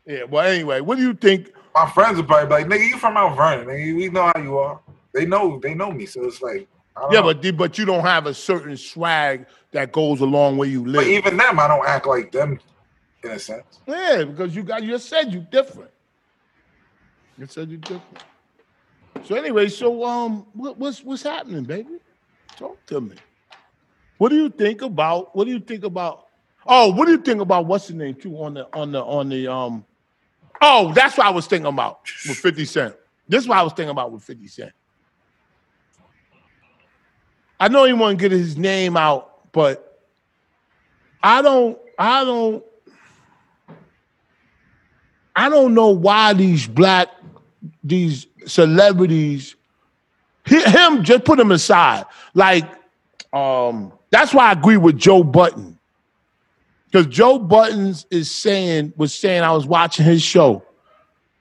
[SPEAKER 2] yeah. Well, anyway, what do you think?
[SPEAKER 3] My friends are probably like, "Nigga, you from Mount Vernon? Nigga, we know how you are." They know they know me, so it's like I don't
[SPEAKER 2] Yeah,
[SPEAKER 3] know.
[SPEAKER 2] but the- but you don't have a certain swag that goes along where you live.
[SPEAKER 3] But even them, I don't act like them in a sense.
[SPEAKER 2] yeah, because you got you said you different. You said you different. So anyway, so um, what, what's what's happening, baby? Talk to me. What do you think about? What do you think about? Oh, what do you think about what's the name too on the on the on the um? Oh, that's what I was thinking about with Fifty Cent. This is what I was thinking about with Fifty Cent. I know he want to get his name out, but I don't. I don't. I don't know why these black these celebrities hi- him just put him aside like um that's why i agree with joe button because joe buttons is saying was saying i was watching his show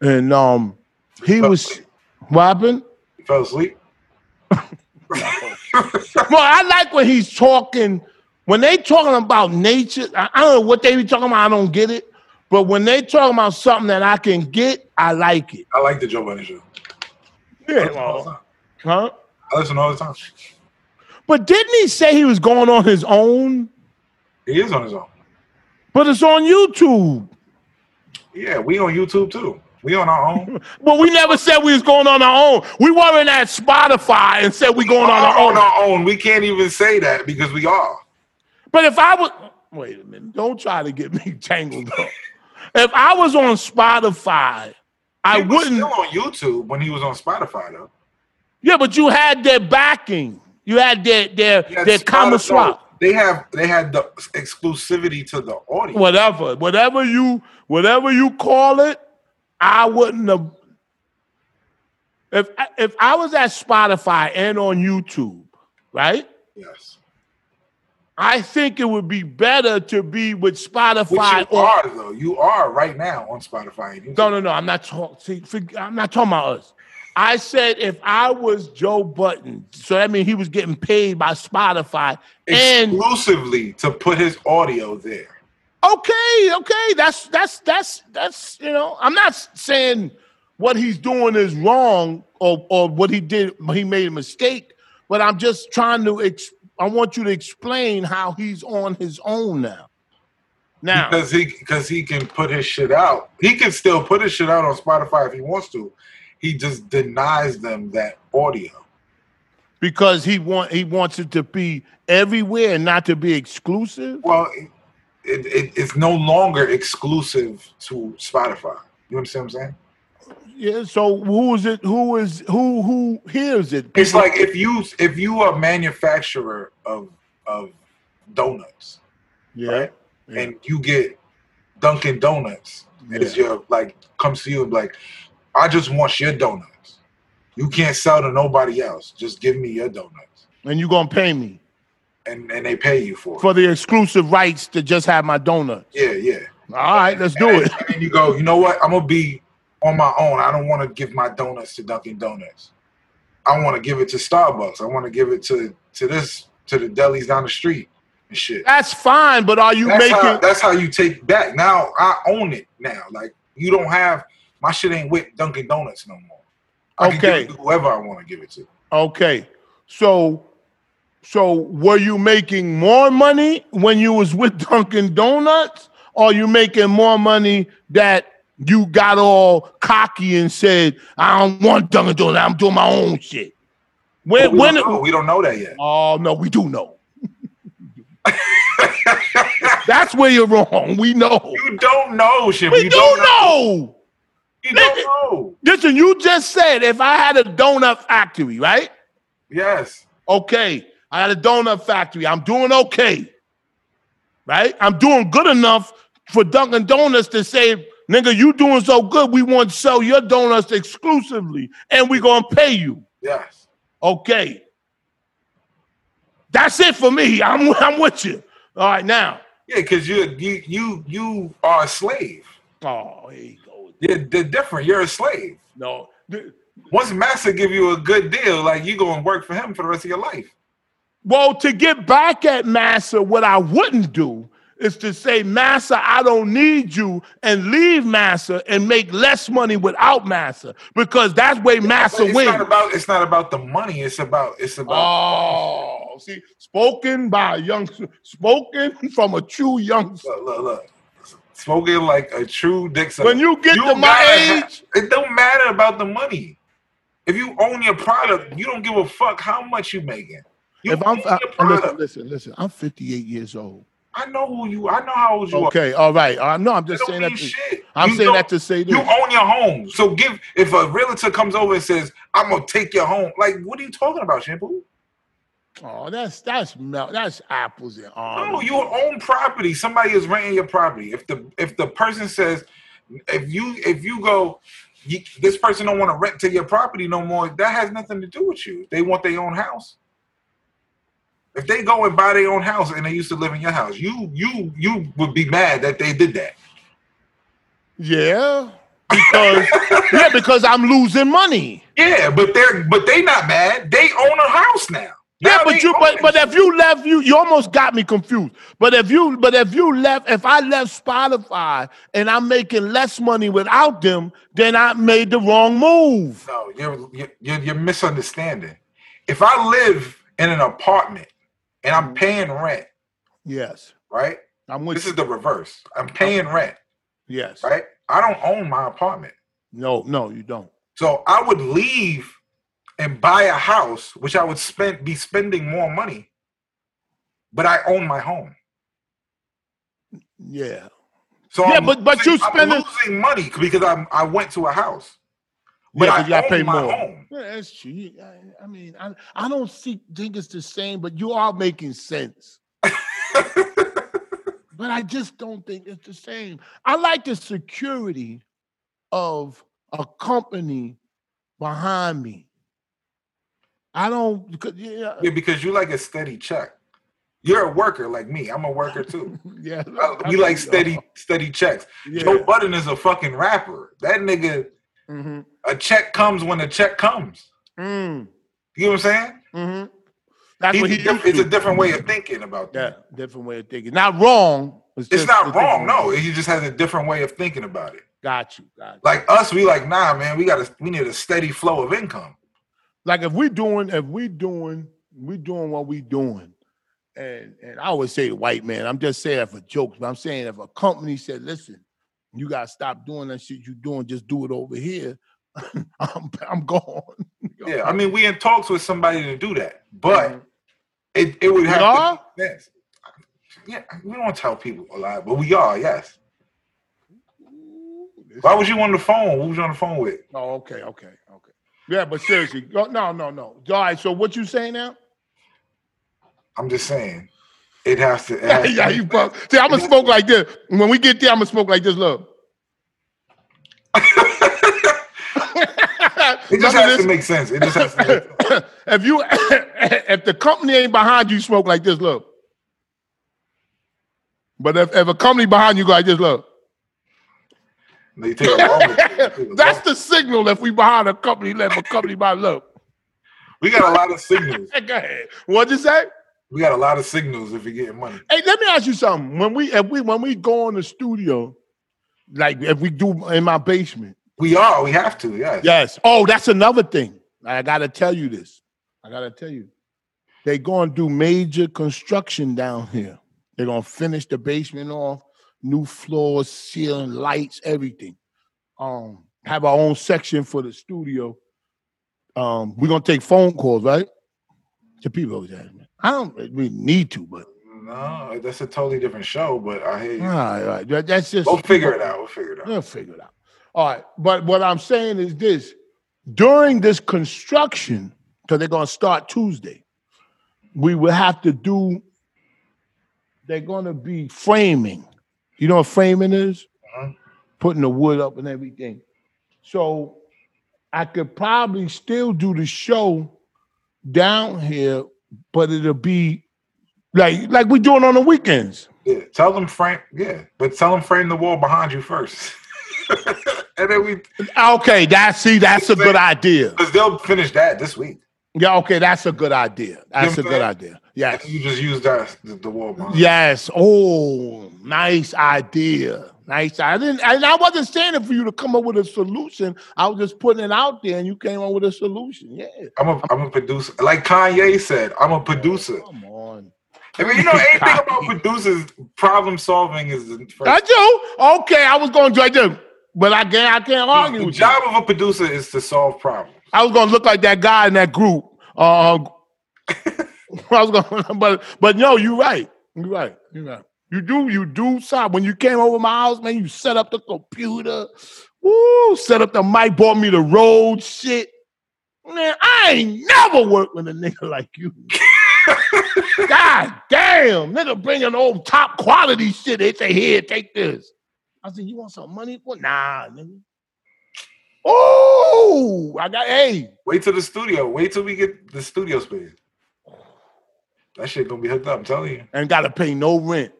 [SPEAKER 2] and um he was what happened
[SPEAKER 3] You fell asleep.
[SPEAKER 2] well i like when he's talking when they talking about nature i, I don't know what they be talking about i don't get it but when they talking about something that i can get i like it
[SPEAKER 3] I like the Joe Budden show. I
[SPEAKER 2] yeah
[SPEAKER 3] listen all the time.
[SPEAKER 2] huh
[SPEAKER 3] I listen all the time.
[SPEAKER 2] But didn't he say he was going on his own?
[SPEAKER 3] He is on his own.
[SPEAKER 2] But it's on YouTube.
[SPEAKER 3] Yeah, we on YouTube too. We on our own.
[SPEAKER 2] But we never said we was going on our own. We weren't at Spotify and said we going on our
[SPEAKER 3] on
[SPEAKER 2] own.
[SPEAKER 3] our own. We can't even say that because we are.
[SPEAKER 2] But if I was, wait a minute, don't try to get me tangled up. If I was on Spotify, I
[SPEAKER 3] He was
[SPEAKER 2] wouldn't.
[SPEAKER 3] still on YouTube when he was on Spotify though.
[SPEAKER 2] Yeah, but you had their backing. You had their their
[SPEAKER 3] He had
[SPEAKER 2] their comma
[SPEAKER 3] Spotify-
[SPEAKER 2] swap.
[SPEAKER 3] They have they had the exclusivity to the audience.
[SPEAKER 2] whatever, whatever you, whatever you call it, I wouldn't have. If I- if I was at Spotify and on YouTube, right?
[SPEAKER 3] Yes.
[SPEAKER 2] I think it would be better to be with
[SPEAKER 3] Which
[SPEAKER 2] Spotify.
[SPEAKER 3] you
[SPEAKER 2] or-
[SPEAKER 3] are though. You are right now on Spotify and YouTube.
[SPEAKER 2] no, no, no. I'm not talking. I'm not talking about us. I said if I was Joe Button, so that means he was getting paid by Spotify and
[SPEAKER 3] exclusively to put his audio there.
[SPEAKER 2] okay, okay, that's that's that's that's you know, I'm not saying what he's doing is wrong or or what he did he made a mistake, but I'm just trying to ex- I want you to explain how he's on his own now. Now,
[SPEAKER 3] Because he because he can put his shit out. He can still put his shit out on Spotify if he wants to. He just denies them that audio.
[SPEAKER 2] because he want he wants it to be everywhere and not to be exclusive.
[SPEAKER 3] Well, it, it, it's no longer exclusive to Spotify. You understand what I'm saying?
[SPEAKER 2] Yeah, so who is it who is who who hears it?
[SPEAKER 3] It's like if you if you are a manufacturer of of donuts
[SPEAKER 2] yeah.
[SPEAKER 3] right?
[SPEAKER 2] Yeah.
[SPEAKER 3] and you get Dunkin' Donuts
[SPEAKER 2] Yeah.
[SPEAKER 3] is your like comes to you and like, I just want your donuts. You can't sell to nobody else. Just give me your donuts,
[SPEAKER 2] And you going to pay me
[SPEAKER 3] and and they pay you for it.
[SPEAKER 2] for the exclusive rights to just have my donut.
[SPEAKER 3] yeah, yeah.
[SPEAKER 2] All right, let's do
[SPEAKER 3] and,
[SPEAKER 2] it.
[SPEAKER 3] And then you go. You know what? I'm gonna be on my own. I don't want to give my donuts to Dunkin' Donuts. I want to give it to Starbucks. I want to give it to to this to the delis down the street and shit.
[SPEAKER 2] That's fine, but are you
[SPEAKER 3] that's
[SPEAKER 2] making?
[SPEAKER 3] how, that's how you take back. Now I own it now. Like you don't have my shit ain't with Dunkin' Donuts no more. I can give
[SPEAKER 2] Okay.
[SPEAKER 3] it to whoever I want to give it to.
[SPEAKER 2] okay, so, so were you making more money when you was with Dunkin' Donuts, or you making more money that you got all cocky and said, "I don't want Dunkin' Donuts. I'm doing my own shit." When?
[SPEAKER 3] But we,
[SPEAKER 2] When?
[SPEAKER 3] don't know, we don't know that yet.
[SPEAKER 2] oh no, we do know. That's where you're wrong. We know.
[SPEAKER 3] you don't know shit.
[SPEAKER 2] We
[SPEAKER 3] you
[SPEAKER 2] do
[SPEAKER 3] don't
[SPEAKER 2] know.
[SPEAKER 3] You don't know.
[SPEAKER 2] Listen, you just said if I had a donut factory, right?
[SPEAKER 3] Yes.
[SPEAKER 2] okay. I had a donut factory. I'm doing okay. Right? I'm doing good enough for Dunkin' Donuts to say, nigga, you doing so good, we want to sell your donuts exclusively and we gonna pay you.
[SPEAKER 3] Yes.
[SPEAKER 2] Okay. That's it for me. I'm I'm with you. All right now.
[SPEAKER 3] Yeah, because you you you you are a slave.
[SPEAKER 2] Oh, here you go.
[SPEAKER 3] They're, they're different. You're a slave.
[SPEAKER 2] No. th-
[SPEAKER 3] Once master give you a good deal, like you going to work for him for the rest of your life.
[SPEAKER 2] Well, to get back at Massa, what I wouldn't do is to say, Massa, I don't need you, and leave Massa and make less money without Massa because that's way Massa
[SPEAKER 3] it's
[SPEAKER 2] wins.
[SPEAKER 3] not about it's not about the money. It's about it's about
[SPEAKER 2] oh, see, spoken by a young, spoken from a true youngster.
[SPEAKER 3] look, look, look. Smoking like a true Dixon.
[SPEAKER 2] When you get to my
[SPEAKER 3] gotta ha-
[SPEAKER 2] age-
[SPEAKER 3] it don't matter about the money. If you own your product, you don't give a fuck how much you making. You
[SPEAKER 2] If I'm
[SPEAKER 3] own
[SPEAKER 2] I-
[SPEAKER 3] your
[SPEAKER 2] listen,
[SPEAKER 3] product.
[SPEAKER 2] listen, listen, I'm 58 years old.
[SPEAKER 3] I know who you. I know how old you are.
[SPEAKER 2] Okay, all right. I know. I'm
[SPEAKER 3] It
[SPEAKER 2] just
[SPEAKER 3] don't
[SPEAKER 2] saying
[SPEAKER 3] mean
[SPEAKER 2] that. to-
[SPEAKER 3] shit.
[SPEAKER 2] I'm
[SPEAKER 3] You
[SPEAKER 2] saying
[SPEAKER 3] don't-
[SPEAKER 2] that to say this.
[SPEAKER 3] You own your home. So give if a realtor comes over and says, "I'm gonna take your home," like what are you talking about, Shampoo?
[SPEAKER 2] Oh, that's that's mel- that's apples and
[SPEAKER 3] No,
[SPEAKER 2] oranges.
[SPEAKER 3] you own property. Somebody is renting your property. If the if the person says, if you if you go, you, this person don't want to rent to your property no more. That has nothing to do with you. They want their own house. If they go and buy their own house and they used to live in your house, you you you would be mad that they did that.
[SPEAKER 2] Yeah, because yeah, because I'm losing money.
[SPEAKER 3] Yeah, but they're but they not mad. They own a house now.
[SPEAKER 2] Yeah,
[SPEAKER 3] Now
[SPEAKER 2] but
[SPEAKER 3] they
[SPEAKER 2] you
[SPEAKER 3] own
[SPEAKER 2] but
[SPEAKER 3] it.
[SPEAKER 2] but if you left you you almost got me confused. But if you but if you left if I left Spotify and I'm making less money without them, then I made the wrong move.
[SPEAKER 3] No, you're, you're- you're you're misunderstanding. If I live in an apartment and I'm paying rent,
[SPEAKER 2] Yes,
[SPEAKER 3] right?
[SPEAKER 2] I'm with
[SPEAKER 3] This
[SPEAKER 2] you.
[SPEAKER 3] is the reverse. I'm paying rent,
[SPEAKER 2] Yes,
[SPEAKER 3] right? I don't own my apartment,
[SPEAKER 2] no, no, you don't.
[SPEAKER 3] so I would leave and buy a house, which I would spend be spending more money. But I own my home,
[SPEAKER 2] Yeah,
[SPEAKER 3] so
[SPEAKER 2] Yeah,
[SPEAKER 3] I'm
[SPEAKER 2] but- but
[SPEAKER 3] losing-
[SPEAKER 2] you spending-
[SPEAKER 3] I'm losing money because I I went to a house, but
[SPEAKER 2] yeah,
[SPEAKER 3] I
[SPEAKER 2] 'cause you gotta
[SPEAKER 3] own
[SPEAKER 2] pay
[SPEAKER 3] my
[SPEAKER 2] more.
[SPEAKER 3] home.
[SPEAKER 2] Yeah, that's true. You- I, I mean, I, I don't see, think it's the same, but you are making sense. but I just don't think it's the same. I like the security of a company behind me. I don't, because, yeah,
[SPEAKER 3] Yeah, because you like a steady check. You're a worker like me. I'm a worker too.
[SPEAKER 2] yeah.
[SPEAKER 3] Uh,
[SPEAKER 2] I
[SPEAKER 3] we like
[SPEAKER 2] think, uh,
[SPEAKER 3] steady steady checks.
[SPEAKER 2] Yeah.
[SPEAKER 3] Joe Budden is a fucking rapper. That nigga,
[SPEAKER 2] Mhm.
[SPEAKER 3] a check comes when the check comes.
[SPEAKER 2] Mm,
[SPEAKER 3] You know what I'm saying?
[SPEAKER 2] mhm. That's
[SPEAKER 3] He-
[SPEAKER 2] what he
[SPEAKER 3] he-
[SPEAKER 2] used
[SPEAKER 3] it's a
[SPEAKER 2] to.
[SPEAKER 3] different way of thinking about
[SPEAKER 2] Yeah,
[SPEAKER 3] that.
[SPEAKER 2] different way of thinking. Not wrong.
[SPEAKER 3] It's
[SPEAKER 2] just a
[SPEAKER 3] not
[SPEAKER 2] different
[SPEAKER 3] wrong,
[SPEAKER 2] way.
[SPEAKER 3] no. He just has a different way of thinking about it.
[SPEAKER 2] Got you. Got you.
[SPEAKER 3] Like us, we like, nah, man, we got to we need a steady flow of income.
[SPEAKER 2] like if we doing if we doing we doing what we doing and and i always say the white man i'm just saying that for jokes but i'm saying if a company said listen you gotta stop doing that shit you doing just do it over here i'm i'm gone
[SPEAKER 3] Yeah, I mean, we in talks with somebody to do that,
[SPEAKER 2] Mm-hmm.
[SPEAKER 3] but it, it would
[SPEAKER 2] We
[SPEAKER 3] have
[SPEAKER 2] are?
[SPEAKER 3] to make sense. Yeah, we don't tell people a lot, but we are. Yes. Why was you on the phone? Who was you on the phone with?
[SPEAKER 2] oh okay okay okay yeah but seriously go- no no no all right so what you saying now
[SPEAKER 3] I'm just saying, it has to. It
[SPEAKER 2] yeah
[SPEAKER 3] has
[SPEAKER 2] yeah you fuck. see i'm gonna smoke like this when we get there i'm gonna smoke like this look
[SPEAKER 3] It
[SPEAKER 2] None of
[SPEAKER 3] just has
[SPEAKER 2] this-
[SPEAKER 3] to make sense. It just has to. Make sense.
[SPEAKER 2] if you if the company ain't behind you, smoke like this. Look. But if, if a company behind you go like this, look.
[SPEAKER 3] They take a long- they take a
[SPEAKER 2] That's
[SPEAKER 3] long-
[SPEAKER 2] the signal if we behind a company, let a company behind look.
[SPEAKER 3] we got a lot of signals.
[SPEAKER 2] Hey, Go ahead. What'd you say?
[SPEAKER 3] We got a lot of signals if you're getting money.
[SPEAKER 2] Hey, let me ask you something. When we if we when we go in the studio, like if we do in my basement.
[SPEAKER 3] We are. We have to. Yes.
[SPEAKER 2] Yes. Oh, that's another thing. I gotta tell you this. I gotta tell you. They gonna do major construction down here. They're gonna finish the basement off, new floors, ceiling, lights, everything. Um, have our own section for the studio. Um, we're gonna take phone calls, right? To people always ask me. I don't we need to, but
[SPEAKER 3] No, that's a totally different show. But I hear you.
[SPEAKER 2] all right, all right. That- That's just
[SPEAKER 3] We'll figure it out. We'll figure it out.
[SPEAKER 2] We'll figure it out. All right. But what I'm saying is this during this construction, because they're going to start Tuesday, we will have to do, they're going to be framing. You know what framing is?
[SPEAKER 3] Uh-huh.
[SPEAKER 2] Putting the wood up and everything. So I could probably still do the show down here, but it'll be like like we're doing on the weekends.
[SPEAKER 3] Yeah. Tell them frame. Yeah, but tell them frame the wall behind you first, and then we
[SPEAKER 2] Ah, Okay, that see, that's a good idea.
[SPEAKER 3] because they'll finish that this week.
[SPEAKER 2] Yeah, okay, that's a good idea. That's a
[SPEAKER 3] what I'm
[SPEAKER 2] good
[SPEAKER 3] saying?
[SPEAKER 2] idea. Yes.
[SPEAKER 3] You just use that as the, the wall behind.
[SPEAKER 2] Yes. Oh, nice idea. Nice. I didn't and I wasn't saying it for you to come up with a solution. I was just putting it out there and you came up with a solution. Yeah.
[SPEAKER 3] I'm a I'm a producer. Like Kanye said, I'm a producer.
[SPEAKER 2] Come on.
[SPEAKER 3] I mean, you know, anything about producers, problem solving is the first.
[SPEAKER 2] I do. Okay, I was gonna do I do. But I can't I can't argue
[SPEAKER 3] the
[SPEAKER 2] with you.
[SPEAKER 3] job of a producer is to solve problems.
[SPEAKER 2] I was gonna look like that guy in that group. Uh, I was gonna, but but no, you're right. You're right. You're right. You do you do something. When you came over my house, man, you set up the computer. Woo! Set up the mic. Bought me the road shit. Man, I ain't never worked with a nigga like you. God damn, nigga, bringing old top quality shit. They say here, take this. I said, you want some money? Well, nah, nigga. Oh, I got hey.
[SPEAKER 3] Wait till the studio. Wait till we get the studio space. That shit gonna be hooked up. I'm telling you.
[SPEAKER 2] and gotta pay no rent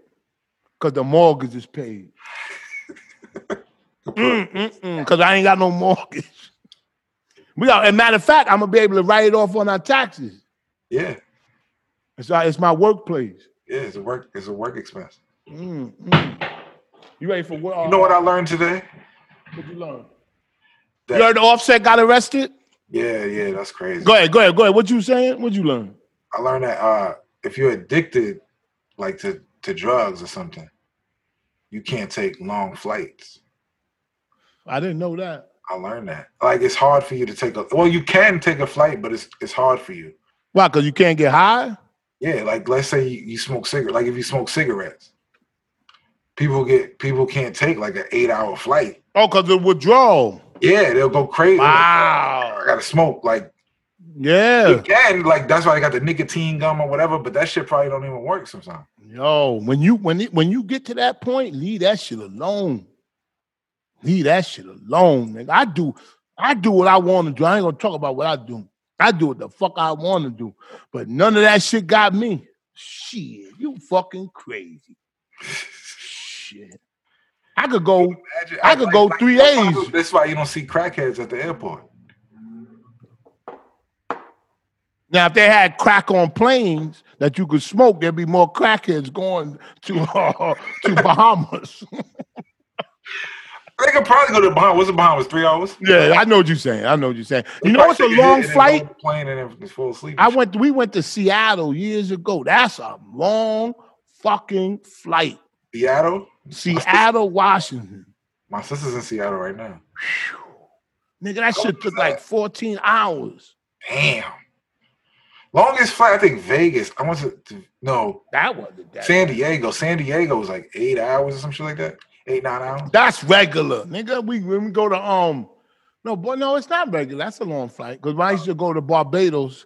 [SPEAKER 2] because the mortgage is paid. Mm, Because I ain't got no mortgage. We got, and matter of fact, I'm gonna be able to write it off on our taxes.
[SPEAKER 3] Yeah,
[SPEAKER 2] It's, our- it's my workplace.
[SPEAKER 3] yeah. It's a work. It's a work expense.
[SPEAKER 2] Mm, mm. You ready for what?
[SPEAKER 3] You know what I learned today?
[SPEAKER 2] what you learned?
[SPEAKER 3] That-
[SPEAKER 2] you heard Offset got arrested.
[SPEAKER 3] Yeah, yeah. That's crazy.
[SPEAKER 2] Go ahead, go ahead, go ahead. What you saying? What you learn?
[SPEAKER 3] I learned that uh, if you're addicted, like to to drugs or something, you can't take long flights.
[SPEAKER 2] I didn't know that.
[SPEAKER 3] I learned that. Like it's hard for you to take a. Well, you can take a flight, but it's it's hard for you.
[SPEAKER 2] Why? Because you can't get high.
[SPEAKER 3] Yeah, like let's say you, you smoke cigarette. Like if you smoke cigarettes, people get people can't take like an eight hour flight.
[SPEAKER 2] Oh, because the withdrawal.
[SPEAKER 3] Yeah, they'll go crazy. like, "Oh,
[SPEAKER 2] Wow.
[SPEAKER 3] I gotta smoke. Like
[SPEAKER 2] Yeah.
[SPEAKER 3] again, like that's why they got the nicotine gum or whatever. But that shit probably don't even work sometimes.
[SPEAKER 2] Yo, when you when it, when you get to that point, leave that shit alone. Leave that shit alone, nigga. I do, I do what I want to do. I ain't gonna talk about what I do. I do what the fuck I want to do, but none of that shit got me. Shit, you fucking crazy. Shit, I could go.
[SPEAKER 3] Imagine-
[SPEAKER 2] I could go three
[SPEAKER 3] that's why-
[SPEAKER 2] days.
[SPEAKER 3] That's why you don't see crackheads at the airport.
[SPEAKER 2] Now, if they had crack on planes that you could smoke, there'd be more crackheads going to uh, to Bahamas.
[SPEAKER 3] They could probably go to Bahamas. What's the Bahamas? Three hours.
[SPEAKER 2] yeah, I know what you're saying. I know what you're saying. You
[SPEAKER 3] They
[SPEAKER 2] know it's
[SPEAKER 3] probably
[SPEAKER 2] a
[SPEAKER 3] take hit
[SPEAKER 2] long
[SPEAKER 3] and then go
[SPEAKER 2] flight.
[SPEAKER 3] on the Plane and then just fall asleep.
[SPEAKER 2] I went. We went to Seattle years ago. That's a long fucking flight.
[SPEAKER 3] Seattle.
[SPEAKER 2] Seattle, Washington.
[SPEAKER 3] My sister's in Seattle right now.
[SPEAKER 2] Nigga, that shit took like 14 hours.
[SPEAKER 3] Damn. Longest flight, I think Vegas. I went to, to- no
[SPEAKER 2] That wasn't that.
[SPEAKER 3] San Diego. San Diego was like eight hours or some shit like that. Eight nine hours.
[SPEAKER 2] That's regular, nigga. We when we go to um, no, boy, no, it's not regular. That's a long flight. Cause when I used to go to Barbados,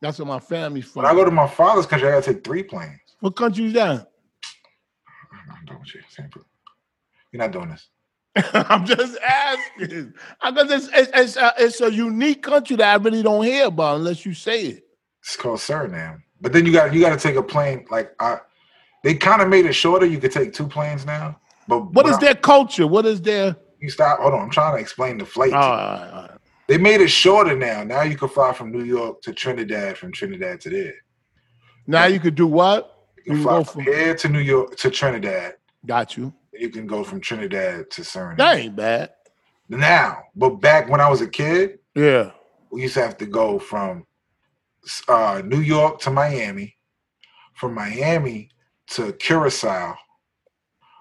[SPEAKER 2] that's where my family's from.
[SPEAKER 3] When I go to my father's country, I gotta take three planes.
[SPEAKER 2] what country is that?
[SPEAKER 3] I'm not doing shit. San Diego. You're not doing this.
[SPEAKER 2] I'm just asking. Because it's it's it's a, it's a unique country that I really don't hear about unless you say it.
[SPEAKER 3] It's called Suriname. But then you got you got to take a plane. Like I, they kind of made it shorter. You could take two planes now. But
[SPEAKER 2] What
[SPEAKER 3] when
[SPEAKER 2] is
[SPEAKER 3] I-
[SPEAKER 2] their culture? What is their?
[SPEAKER 3] You stop. Hold on. I'm trying to explain the
[SPEAKER 2] Oh,
[SPEAKER 3] flight. to
[SPEAKER 2] all
[SPEAKER 3] you.
[SPEAKER 2] right, all right.
[SPEAKER 3] They made it shorter now. Now you can fly from New York to Trinidad, from Trinidad to there.
[SPEAKER 2] Now you could do what?
[SPEAKER 3] You
[SPEAKER 2] You
[SPEAKER 3] can fly
[SPEAKER 2] go
[SPEAKER 3] from
[SPEAKER 2] from-
[SPEAKER 3] here to New York to Trinidad.
[SPEAKER 2] Got you.
[SPEAKER 3] You can go from Trinidad to Suriname.
[SPEAKER 2] That ain't bad.
[SPEAKER 3] Now, but back when I was a kid,
[SPEAKER 2] Yeah.
[SPEAKER 3] we used to have to go from uh, New York to Miami, from Miami to Curacao,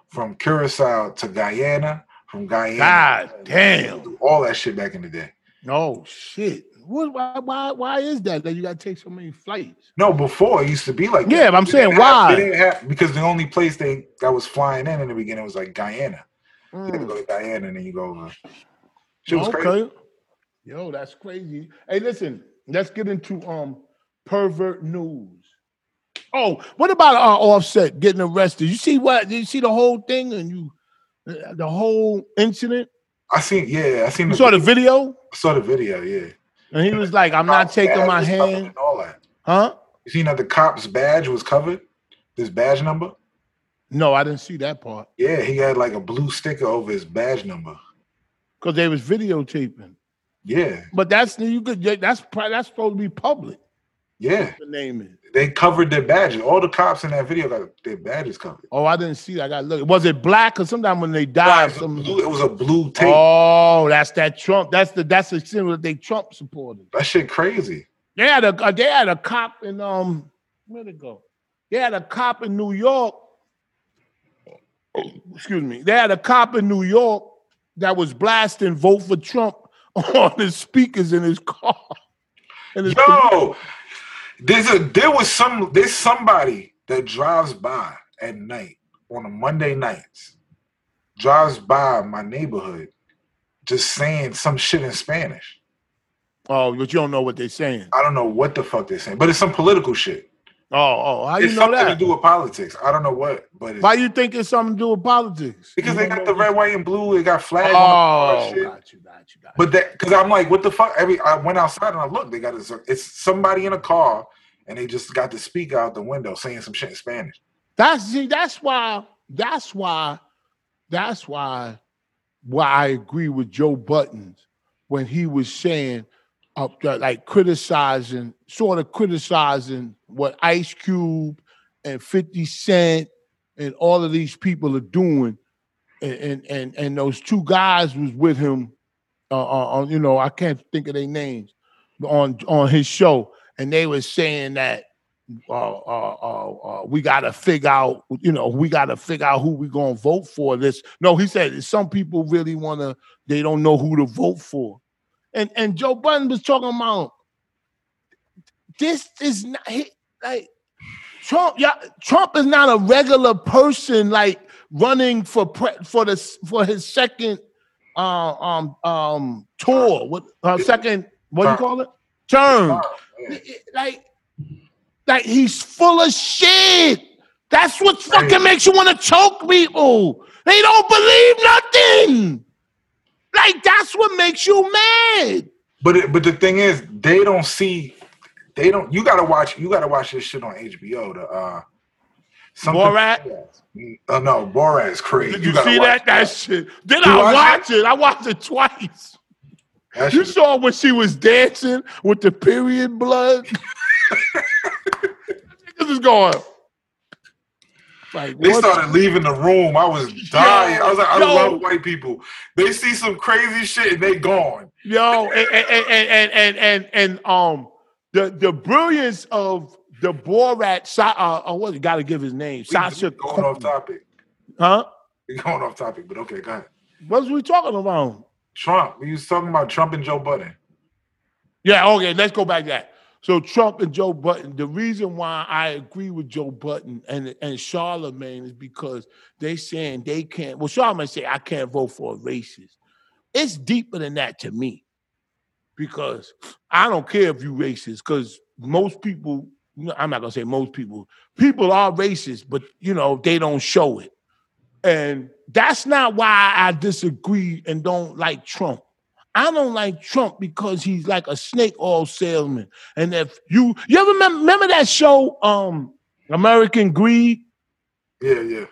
[SPEAKER 3] from Curacao to Guyana, from Guyana.
[SPEAKER 2] God damn.
[SPEAKER 3] All that shit back in the day.
[SPEAKER 2] Oh shit. What? Why? Why? Why is that? That you got to take so many flights?
[SPEAKER 3] No, before it used to be like that.
[SPEAKER 2] Yeah, but I'm
[SPEAKER 3] They
[SPEAKER 2] saying
[SPEAKER 3] didn't have-
[SPEAKER 2] why?
[SPEAKER 3] they didn't have- because the only place they that was flying in in the beginning was like Guyana. You had to
[SPEAKER 2] Mm,
[SPEAKER 3] go to Guyana and then you go over. Shit was crazy.
[SPEAKER 2] okay. Yo, that's crazy. Hey, listen. Let's get into um pervert news. Oh, what about our offset getting arrested? You see what? You see the whole thing and you, uh, the whole incident.
[SPEAKER 3] I seen, yeah, I seen
[SPEAKER 2] You
[SPEAKER 3] the,
[SPEAKER 2] saw the video,
[SPEAKER 3] saw the video, yeah.
[SPEAKER 2] and he was like, "I'm not taking
[SPEAKER 3] Badges
[SPEAKER 2] my
[SPEAKER 3] covered
[SPEAKER 2] hand."
[SPEAKER 3] and All that.
[SPEAKER 2] Huh?
[SPEAKER 3] You seen that the cop's badge was covered? This badge number?
[SPEAKER 2] No, I didn't see that part.
[SPEAKER 3] Yeah, he had like a blue sticker over his badge number.
[SPEAKER 2] because they was videotaping.
[SPEAKER 3] Yeah,
[SPEAKER 2] But that's you could that's pri- that's supposed to be public.
[SPEAKER 3] yeah.
[SPEAKER 2] The name is.
[SPEAKER 3] They covered their badges. All the cops in that video got their badges covered.
[SPEAKER 2] Oh, I didn't see that. I got to look. Was it black? Because sometimes when they die,
[SPEAKER 3] It was a
[SPEAKER 2] some.
[SPEAKER 3] blue, it was a blue tape.
[SPEAKER 2] Oh, that's that Trump. That's the that's the symbol that they Trump supported.
[SPEAKER 3] That shit crazy.
[SPEAKER 2] They had a uh, they had a cop in um where'd it go? They had a cop in New York. Oh, Excuse me. They had a cop in New York that was blasting "Vote for Trump" on his speakers in his car. And his
[SPEAKER 3] Yo, there's a there was some there's somebody that drives by at night on a Monday nights, drives by my neighborhood, just saying some shit in Spanish.
[SPEAKER 2] oh, but you don't know what they're saying.
[SPEAKER 3] I don't know what the fuck they're saying, but it's some political shit.
[SPEAKER 2] Oh, oh, how
[SPEAKER 3] It's
[SPEAKER 2] you know
[SPEAKER 3] something to
[SPEAKER 2] that?
[SPEAKER 3] do with politics. I don't know what, but it's,
[SPEAKER 2] Why you think it's something to do with politics?
[SPEAKER 3] because
[SPEAKER 2] You
[SPEAKER 3] they
[SPEAKER 2] don't
[SPEAKER 3] got
[SPEAKER 2] know
[SPEAKER 3] the red, white, and blue. It got flags. on the car
[SPEAKER 2] Oh,
[SPEAKER 3] and
[SPEAKER 2] got
[SPEAKER 3] shit.
[SPEAKER 2] you, got you, got you.
[SPEAKER 3] But that because I'm like, what the fuck? Every I went outside and I looked. They got this, it's somebody in a car, and they just got the speaker out the window saying some shit in Spanish.
[SPEAKER 2] That's see, that's why, that's why, that's why, why I agree with Joe Buttons when he was saying, up there, like criticizing, sort of criticizing what Ice Cube and 50 Cent and all of these people are doing. And and and, and those two guys was with him uh, uh, on, you know, I can't think of their names on on his show, and they were saying that uh, uh, uh, uh, we got to figure out, you know, we got to figure out who we going to vote for. This, no, he said some people really want to, they don't know who to vote for, and and Joe Budden was talking about this is not he, like Trump. Yeah, Trump is not a regular person like running for pre, for the for his second uh, um um tour. What uh, second? What do you call it? Term
[SPEAKER 3] Oh, man.
[SPEAKER 2] like like he's full of shit. That's what
[SPEAKER 3] Right.
[SPEAKER 2] fucking makes you want to choke people. They don't believe nothing. Like that's what makes you mad.
[SPEAKER 3] But it, but the thing is, they don't see. They don't. You gotta watch. You gotta watch this shit on HBO. The uh, something-
[SPEAKER 2] Borat?
[SPEAKER 3] Uh, no, Borat is crazy.
[SPEAKER 2] Did you,
[SPEAKER 3] gotta
[SPEAKER 2] see that?
[SPEAKER 3] watch
[SPEAKER 2] That shit. Then
[SPEAKER 3] You
[SPEAKER 2] I
[SPEAKER 3] watched
[SPEAKER 2] watched it. I watched it twice.
[SPEAKER 3] That
[SPEAKER 2] You
[SPEAKER 3] shit-
[SPEAKER 2] saw when she was dancing with the period blood. Niggas is going. Like
[SPEAKER 3] They
[SPEAKER 2] what?
[SPEAKER 3] started leaving the room. I was dying. I was like, I
[SPEAKER 2] Yo.
[SPEAKER 3] love white people. They see some crazy shit and they gone.
[SPEAKER 2] Yo, and and and and and, and, and um the the brilliance of the Borat Sa- uh, uh what got to give his name
[SPEAKER 3] We- we
[SPEAKER 2] Sasha
[SPEAKER 3] going
[SPEAKER 2] Cohen,
[SPEAKER 3] off topic.
[SPEAKER 2] huh?
[SPEAKER 3] We going off topic, but okay, go ahead.
[SPEAKER 2] What was we talking about?
[SPEAKER 3] Trump. We was talking about Trump and Joe Budden.
[SPEAKER 2] Yeah, okay, let's go back to that. So Trump and Joe Button, the reason why I agree with Joe Button and, and Charlemagne is because they saying they can't, well, Charlemagne say I can't vote for a racist. It's deeper than that to me. Because I don't care if you racist, because most people, no, I'm not gonna say most people, people are racist, but you know, they don't show it. And that's not why I disagree and don't like Trump. I don't like Trump because he's like a snake oil salesman. And if you you ever remember, remember that show, um, American Greed,
[SPEAKER 3] Yeah, yeah.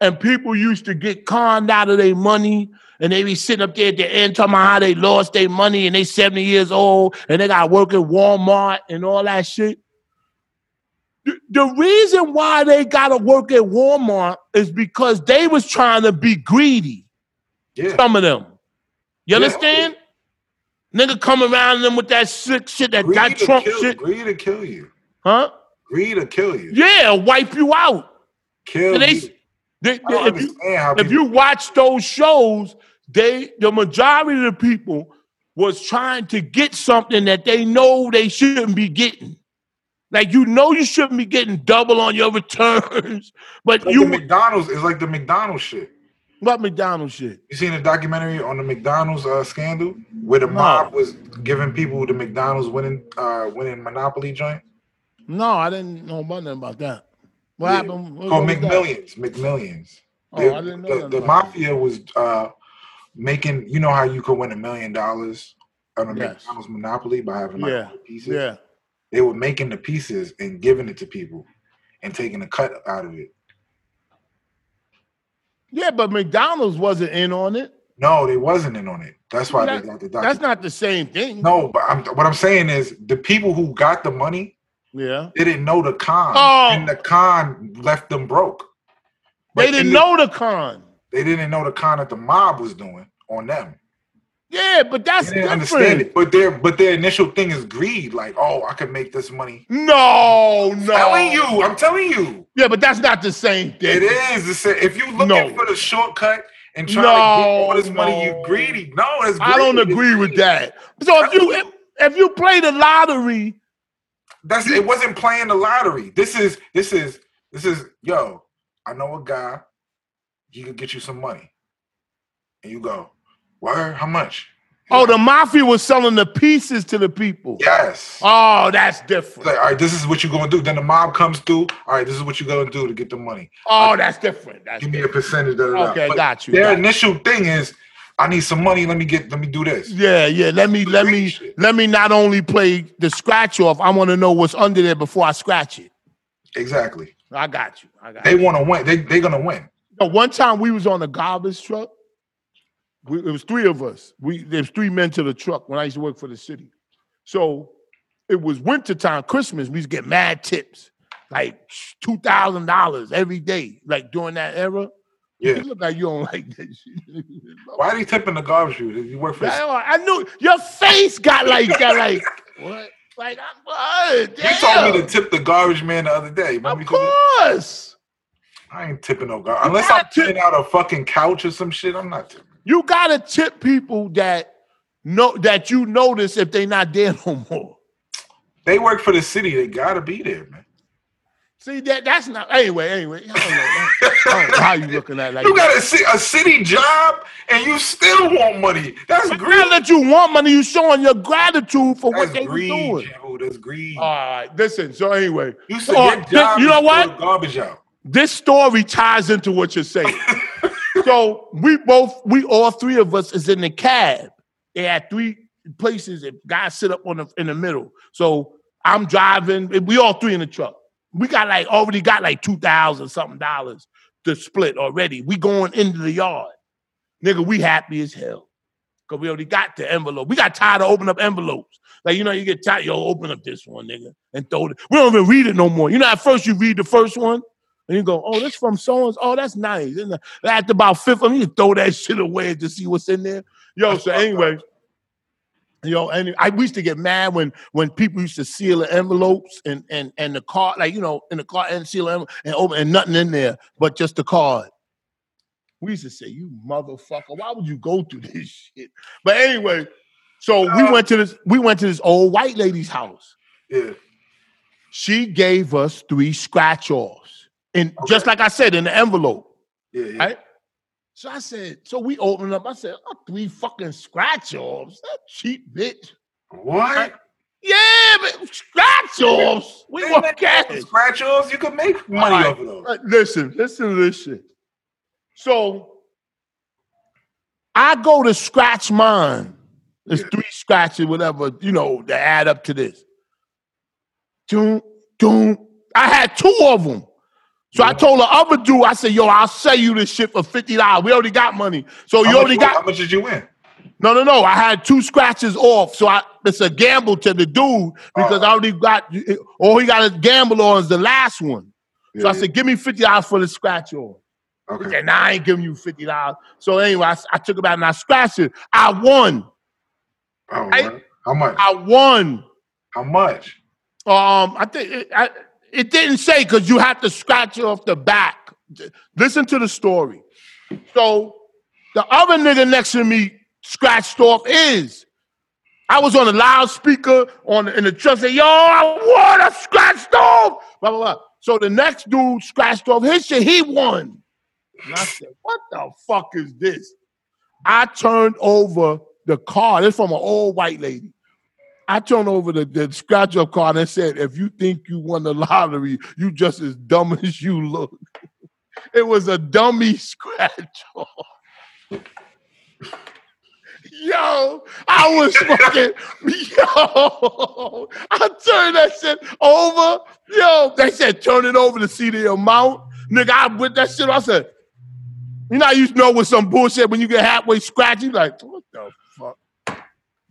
[SPEAKER 2] and people used to get conned out of their money, and they be sitting up there at the end talking about how they lost their money and they 70 years old and they got to work at Walmart and all that shit. The- The reason why they gotta work at Walmart is because they was trying to be greedy
[SPEAKER 3] Yeah.
[SPEAKER 2] some of them. You
[SPEAKER 3] Yeah.
[SPEAKER 2] understand? Nigga come around them with that sick shit, that, that
[SPEAKER 3] Greed to
[SPEAKER 2] Trump
[SPEAKER 3] kill,
[SPEAKER 2] shit,
[SPEAKER 3] Greed to kill you.
[SPEAKER 2] huh?
[SPEAKER 3] Greed to kill you.
[SPEAKER 2] Yeah, wipe you out.
[SPEAKER 3] Kill
[SPEAKER 2] And they-
[SPEAKER 3] you.
[SPEAKER 2] They-
[SPEAKER 3] I don't
[SPEAKER 2] if, you,
[SPEAKER 3] understand how
[SPEAKER 2] if
[SPEAKER 3] people.
[SPEAKER 2] you watch those shows, they the majority of the people was trying to get something that they know they shouldn't be getting. Like you know you shouldn't be getting double on your returns, but
[SPEAKER 3] like the
[SPEAKER 2] you
[SPEAKER 3] McDonald's is like the McDonald's shit.
[SPEAKER 2] what McDonald's shit.
[SPEAKER 3] You seen the documentary on the McDonald's uh, scandal where the mob was giving people the McDonald's winning uh, winning Monopoly joint
[SPEAKER 2] No, I didn't know nothing about that. What
[SPEAKER 3] Yeah.
[SPEAKER 2] happened? What-
[SPEAKER 3] called
[SPEAKER 2] what was that?
[SPEAKER 3] McMillions. McMillions.
[SPEAKER 2] Oh,
[SPEAKER 3] They-
[SPEAKER 2] I didn't know
[SPEAKER 3] the,
[SPEAKER 2] nothing
[SPEAKER 3] the
[SPEAKER 2] about that.
[SPEAKER 3] mafia was uh, making. You know how you could win a million dollars on a
[SPEAKER 2] Yes.
[SPEAKER 3] McDonald's Monopoly by having like
[SPEAKER 2] Yeah,
[SPEAKER 3] four pieces.
[SPEAKER 2] Yeah.
[SPEAKER 3] They were making the pieces and giving it to people and taking a cut out of it.
[SPEAKER 2] Yeah, but McDonald's wasn't in on it.
[SPEAKER 3] No, they wasn't in on it. That's why
[SPEAKER 2] That-
[SPEAKER 3] they got the
[SPEAKER 2] That's
[SPEAKER 3] documentary.
[SPEAKER 2] not the same thing.
[SPEAKER 3] No, but I'm, what I'm saying is the people who got the money
[SPEAKER 2] Yeah.
[SPEAKER 3] didn't know the con,
[SPEAKER 2] Oh.
[SPEAKER 3] and the con left them broke.
[SPEAKER 2] They
[SPEAKER 3] But
[SPEAKER 2] didn't
[SPEAKER 3] in the-
[SPEAKER 2] know the con.
[SPEAKER 3] They didn't know the con that the mob was doing on them.
[SPEAKER 2] Yeah, but that's
[SPEAKER 3] They didn't understand
[SPEAKER 2] different.
[SPEAKER 3] it, but their but their initial thing is greed. Like, oh, I can make this money.
[SPEAKER 2] No, no.
[SPEAKER 3] Telling you, I'm telling you,
[SPEAKER 2] Yeah, but that's not the same
[SPEAKER 3] it
[SPEAKER 2] thing.
[SPEAKER 3] is. It's a, if you looking
[SPEAKER 2] No.
[SPEAKER 3] for the shortcut and trying to get all
[SPEAKER 2] No,
[SPEAKER 3] this money,
[SPEAKER 2] no.
[SPEAKER 3] you greedy. No, it's greed.
[SPEAKER 2] I don't
[SPEAKER 3] It's
[SPEAKER 2] agree with
[SPEAKER 3] greed.
[SPEAKER 2] that. So if you if, if you play the lottery,
[SPEAKER 3] That's it. Wasn't playing the lottery. This is this is this is yo. I know a guy. He could get you some money, and you go, where? How much?
[SPEAKER 2] oh, the mafia was selling the pieces to the people.
[SPEAKER 3] yes.
[SPEAKER 2] Oh, that's
[SPEAKER 3] It's
[SPEAKER 2] different.
[SPEAKER 3] like, all right, this is what you're gonna do. Then the mob comes through. All right, this is what you're gonna do to get the money.
[SPEAKER 2] Oh, that's different. That's
[SPEAKER 3] uh, Give me a
[SPEAKER 2] different.
[SPEAKER 3] percentage. Da, da, da.
[SPEAKER 2] Okay,
[SPEAKER 3] But
[SPEAKER 2] got you,
[SPEAKER 3] Their
[SPEAKER 2] got you.
[SPEAKER 3] initial thing is, I need some money. Let me get. Let me do this.
[SPEAKER 2] Yeah, yeah. Let me let me let me not only play the scratch off. I want to know what's under there before I scratch it.
[SPEAKER 3] Exactly.
[SPEAKER 2] I got you. I got
[SPEAKER 3] They
[SPEAKER 2] you.
[SPEAKER 3] want to win. They they're gonna win.
[SPEAKER 2] Yo, one time we was on a garbage truck. We, it was three of us. We there was three men to the truck when I used to work for the city. So it was wintertime, Christmas. We used to get mad tips, like two thousand dollars every day, like during that era.
[SPEAKER 3] Yeah.
[SPEAKER 2] You look like you don't like that shit.
[SPEAKER 3] Why are they tipping the garbage? people? You work for.
[SPEAKER 2] Like, oh, I knew your face got like that, like what? Like I'm what?
[SPEAKER 3] You told me
[SPEAKER 2] Damn.
[SPEAKER 3] to tip the garbage man the other day. Remember?
[SPEAKER 2] Of
[SPEAKER 3] you told me-
[SPEAKER 2] course.
[SPEAKER 3] I ain't tipping no garbage unless I'm
[SPEAKER 2] gotta tip-
[SPEAKER 3] tipping out a fucking couch or some shit. I'm not tipping.
[SPEAKER 2] You gotta tip people that know that you notice if they not there no more.
[SPEAKER 3] They work for the city. They gotta be there, man.
[SPEAKER 2] See that that's not anyway. Anyway, I don't know, I don't know how you looking at it like
[SPEAKER 3] You
[SPEAKER 2] that.
[SPEAKER 3] got a, ci- a city job and you still want money. That's
[SPEAKER 2] But
[SPEAKER 3] greed.
[SPEAKER 2] now that you want money, you showing your gratitude for
[SPEAKER 3] That's
[SPEAKER 2] what they were
[SPEAKER 3] greed,
[SPEAKER 2] doing.
[SPEAKER 3] Jabu. That's greed.
[SPEAKER 2] All right, listen. So anyway,
[SPEAKER 3] you said
[SPEAKER 2] oh,
[SPEAKER 3] your
[SPEAKER 2] th-
[SPEAKER 3] job
[SPEAKER 2] you
[SPEAKER 3] is
[SPEAKER 2] know
[SPEAKER 3] throw
[SPEAKER 2] what?
[SPEAKER 3] the garbage out.
[SPEAKER 2] this story ties into what you're saying. so we both, we all three of us is in the cab. They had three places that guys sit up on the, in the middle. So I'm driving, and we all three in the truck. We got like already got like two thousand something dollars to split already. We going into the yard. Nigga, we happy as hell. Cause we already got the envelope. We got tired of opening up envelopes. Like, you know, you get tired, yo, open up this one, nigga, and throw it. We don't even read it no more. You know, at first you read the first one, and you go, oh, that's from so and oh, that's nice. And uh, after about fifth, I mean, you throw that shit away to see what's in there. Yo, so anyway, yo, and I we used to get mad when when people used to seal the envelopes and and and the card, like you know, in the card and seal the envelope and open and nothing in there but just the card. We used to say, you motherfucker, why would you go through this shit? But anyway, so we went to this we went to this old white lady's house.
[SPEAKER 3] Yeah.
[SPEAKER 2] She gave us three scratch offs. And just like I said, in the envelope.
[SPEAKER 3] Yeah, yeah.
[SPEAKER 2] Right? So I said, so we opened up. I said, oh, three fucking scratch offs. That cheap bitch.
[SPEAKER 3] What?
[SPEAKER 2] Yeah, but scratch offs. We
[SPEAKER 3] Ain't
[SPEAKER 2] want
[SPEAKER 3] that
[SPEAKER 2] cash.
[SPEAKER 3] Scratch offs, you can make money
[SPEAKER 2] All right.
[SPEAKER 3] off of those.
[SPEAKER 2] Uh, Listen, listen to this shit. So I go to scratch mine. It's
[SPEAKER 3] Yeah.
[SPEAKER 2] three scratches, whatever, you know, that add up to this. Doom, doom. I had two of them. So I
[SPEAKER 3] Yeah.
[SPEAKER 2] told the other dude, I said, yo, I'll sell you this shit for $50. We already got money. So
[SPEAKER 3] How
[SPEAKER 2] you
[SPEAKER 3] much
[SPEAKER 2] already
[SPEAKER 3] you-
[SPEAKER 2] got
[SPEAKER 3] How much did you win?
[SPEAKER 2] no, no, no. I had two scratches off, so I it's a gamble to the dude
[SPEAKER 3] Uh-huh.
[SPEAKER 2] because I already got all he got to gamble on is the last one. so
[SPEAKER 3] Yeah,
[SPEAKER 2] I said, "Give me fifty dollars for the scratch off." He
[SPEAKER 3] Okay.
[SPEAKER 2] said, "Nah, I ain't giving you fifty dollars." So anyway, I, s- I took it out and I scratched it. I won.
[SPEAKER 3] Oh,
[SPEAKER 2] I-
[SPEAKER 3] man. how much?
[SPEAKER 2] I won.
[SPEAKER 3] How much?
[SPEAKER 2] Um, I think it, I, it didn't say because you have to scratch it off the back. D- Listen to the story. So the other nigga next to me scratched off is. I was on the loudspeaker on in the truck said, "Yo, I won! I scratched off!" Blah blah blah. So the next dude scratched off his shit. He won. And I said, "What the fuck is this?" I turned over the card. It's from an old white lady. I turned over the, the scratch up card and said, if you think you won the lottery, you just as dumb as you look. It was a dummy scratch off. Yo, I was fucking yo. I turned that shit over. Yo, they said turn it over to see the amount. Nigga, I whipped that shit. off. I said, You know, how you know with some bullshit when you get halfway scratched, you like, what the fuck?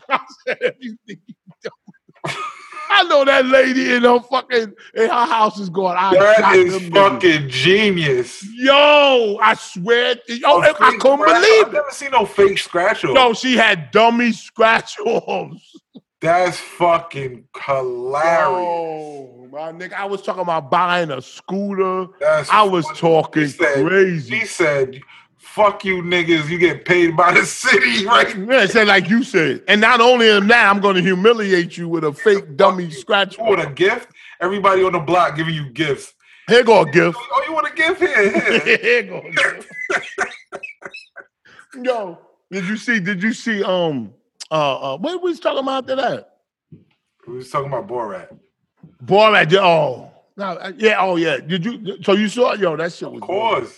[SPEAKER 2] I said, if you think you don't. I know that lady in her fucking in her house is going. I shot
[SPEAKER 3] That is
[SPEAKER 2] them niggas."
[SPEAKER 3] fucking genius.
[SPEAKER 2] Yo, I swear. To, yo, Oh, I couldn't
[SPEAKER 3] I've
[SPEAKER 2] believe it.
[SPEAKER 3] never seen no fake scratch off.
[SPEAKER 2] No, she had dummy scratch offs.
[SPEAKER 3] That's fucking hilarious.
[SPEAKER 2] Oh, my nigga, I was talking about buying a scooter.
[SPEAKER 3] That's
[SPEAKER 2] I was
[SPEAKER 3] funny.
[SPEAKER 2] talking
[SPEAKER 3] She said-
[SPEAKER 2] crazy.
[SPEAKER 3] She said, "Fuck you, niggas. You get paid by the city, right?"
[SPEAKER 2] Yeah, it said like you said, and not only am that, I'm going to humiliate you with a fake dummy scratch.
[SPEAKER 3] You want
[SPEAKER 2] off.
[SPEAKER 3] a gift? Everybody on the block giving you gifts.
[SPEAKER 2] Here go a gift.
[SPEAKER 3] Oh, you want a gift here? here.
[SPEAKER 2] Here go a gift. Yo, did you see? Did you see? Um, uh, uh what was talking about after that?
[SPEAKER 3] we was talking about Borat.
[SPEAKER 2] Boy, that oh no, uh, yeah, oh yeah. Did you? So you saw? it? Yo, that shit was
[SPEAKER 3] Of course.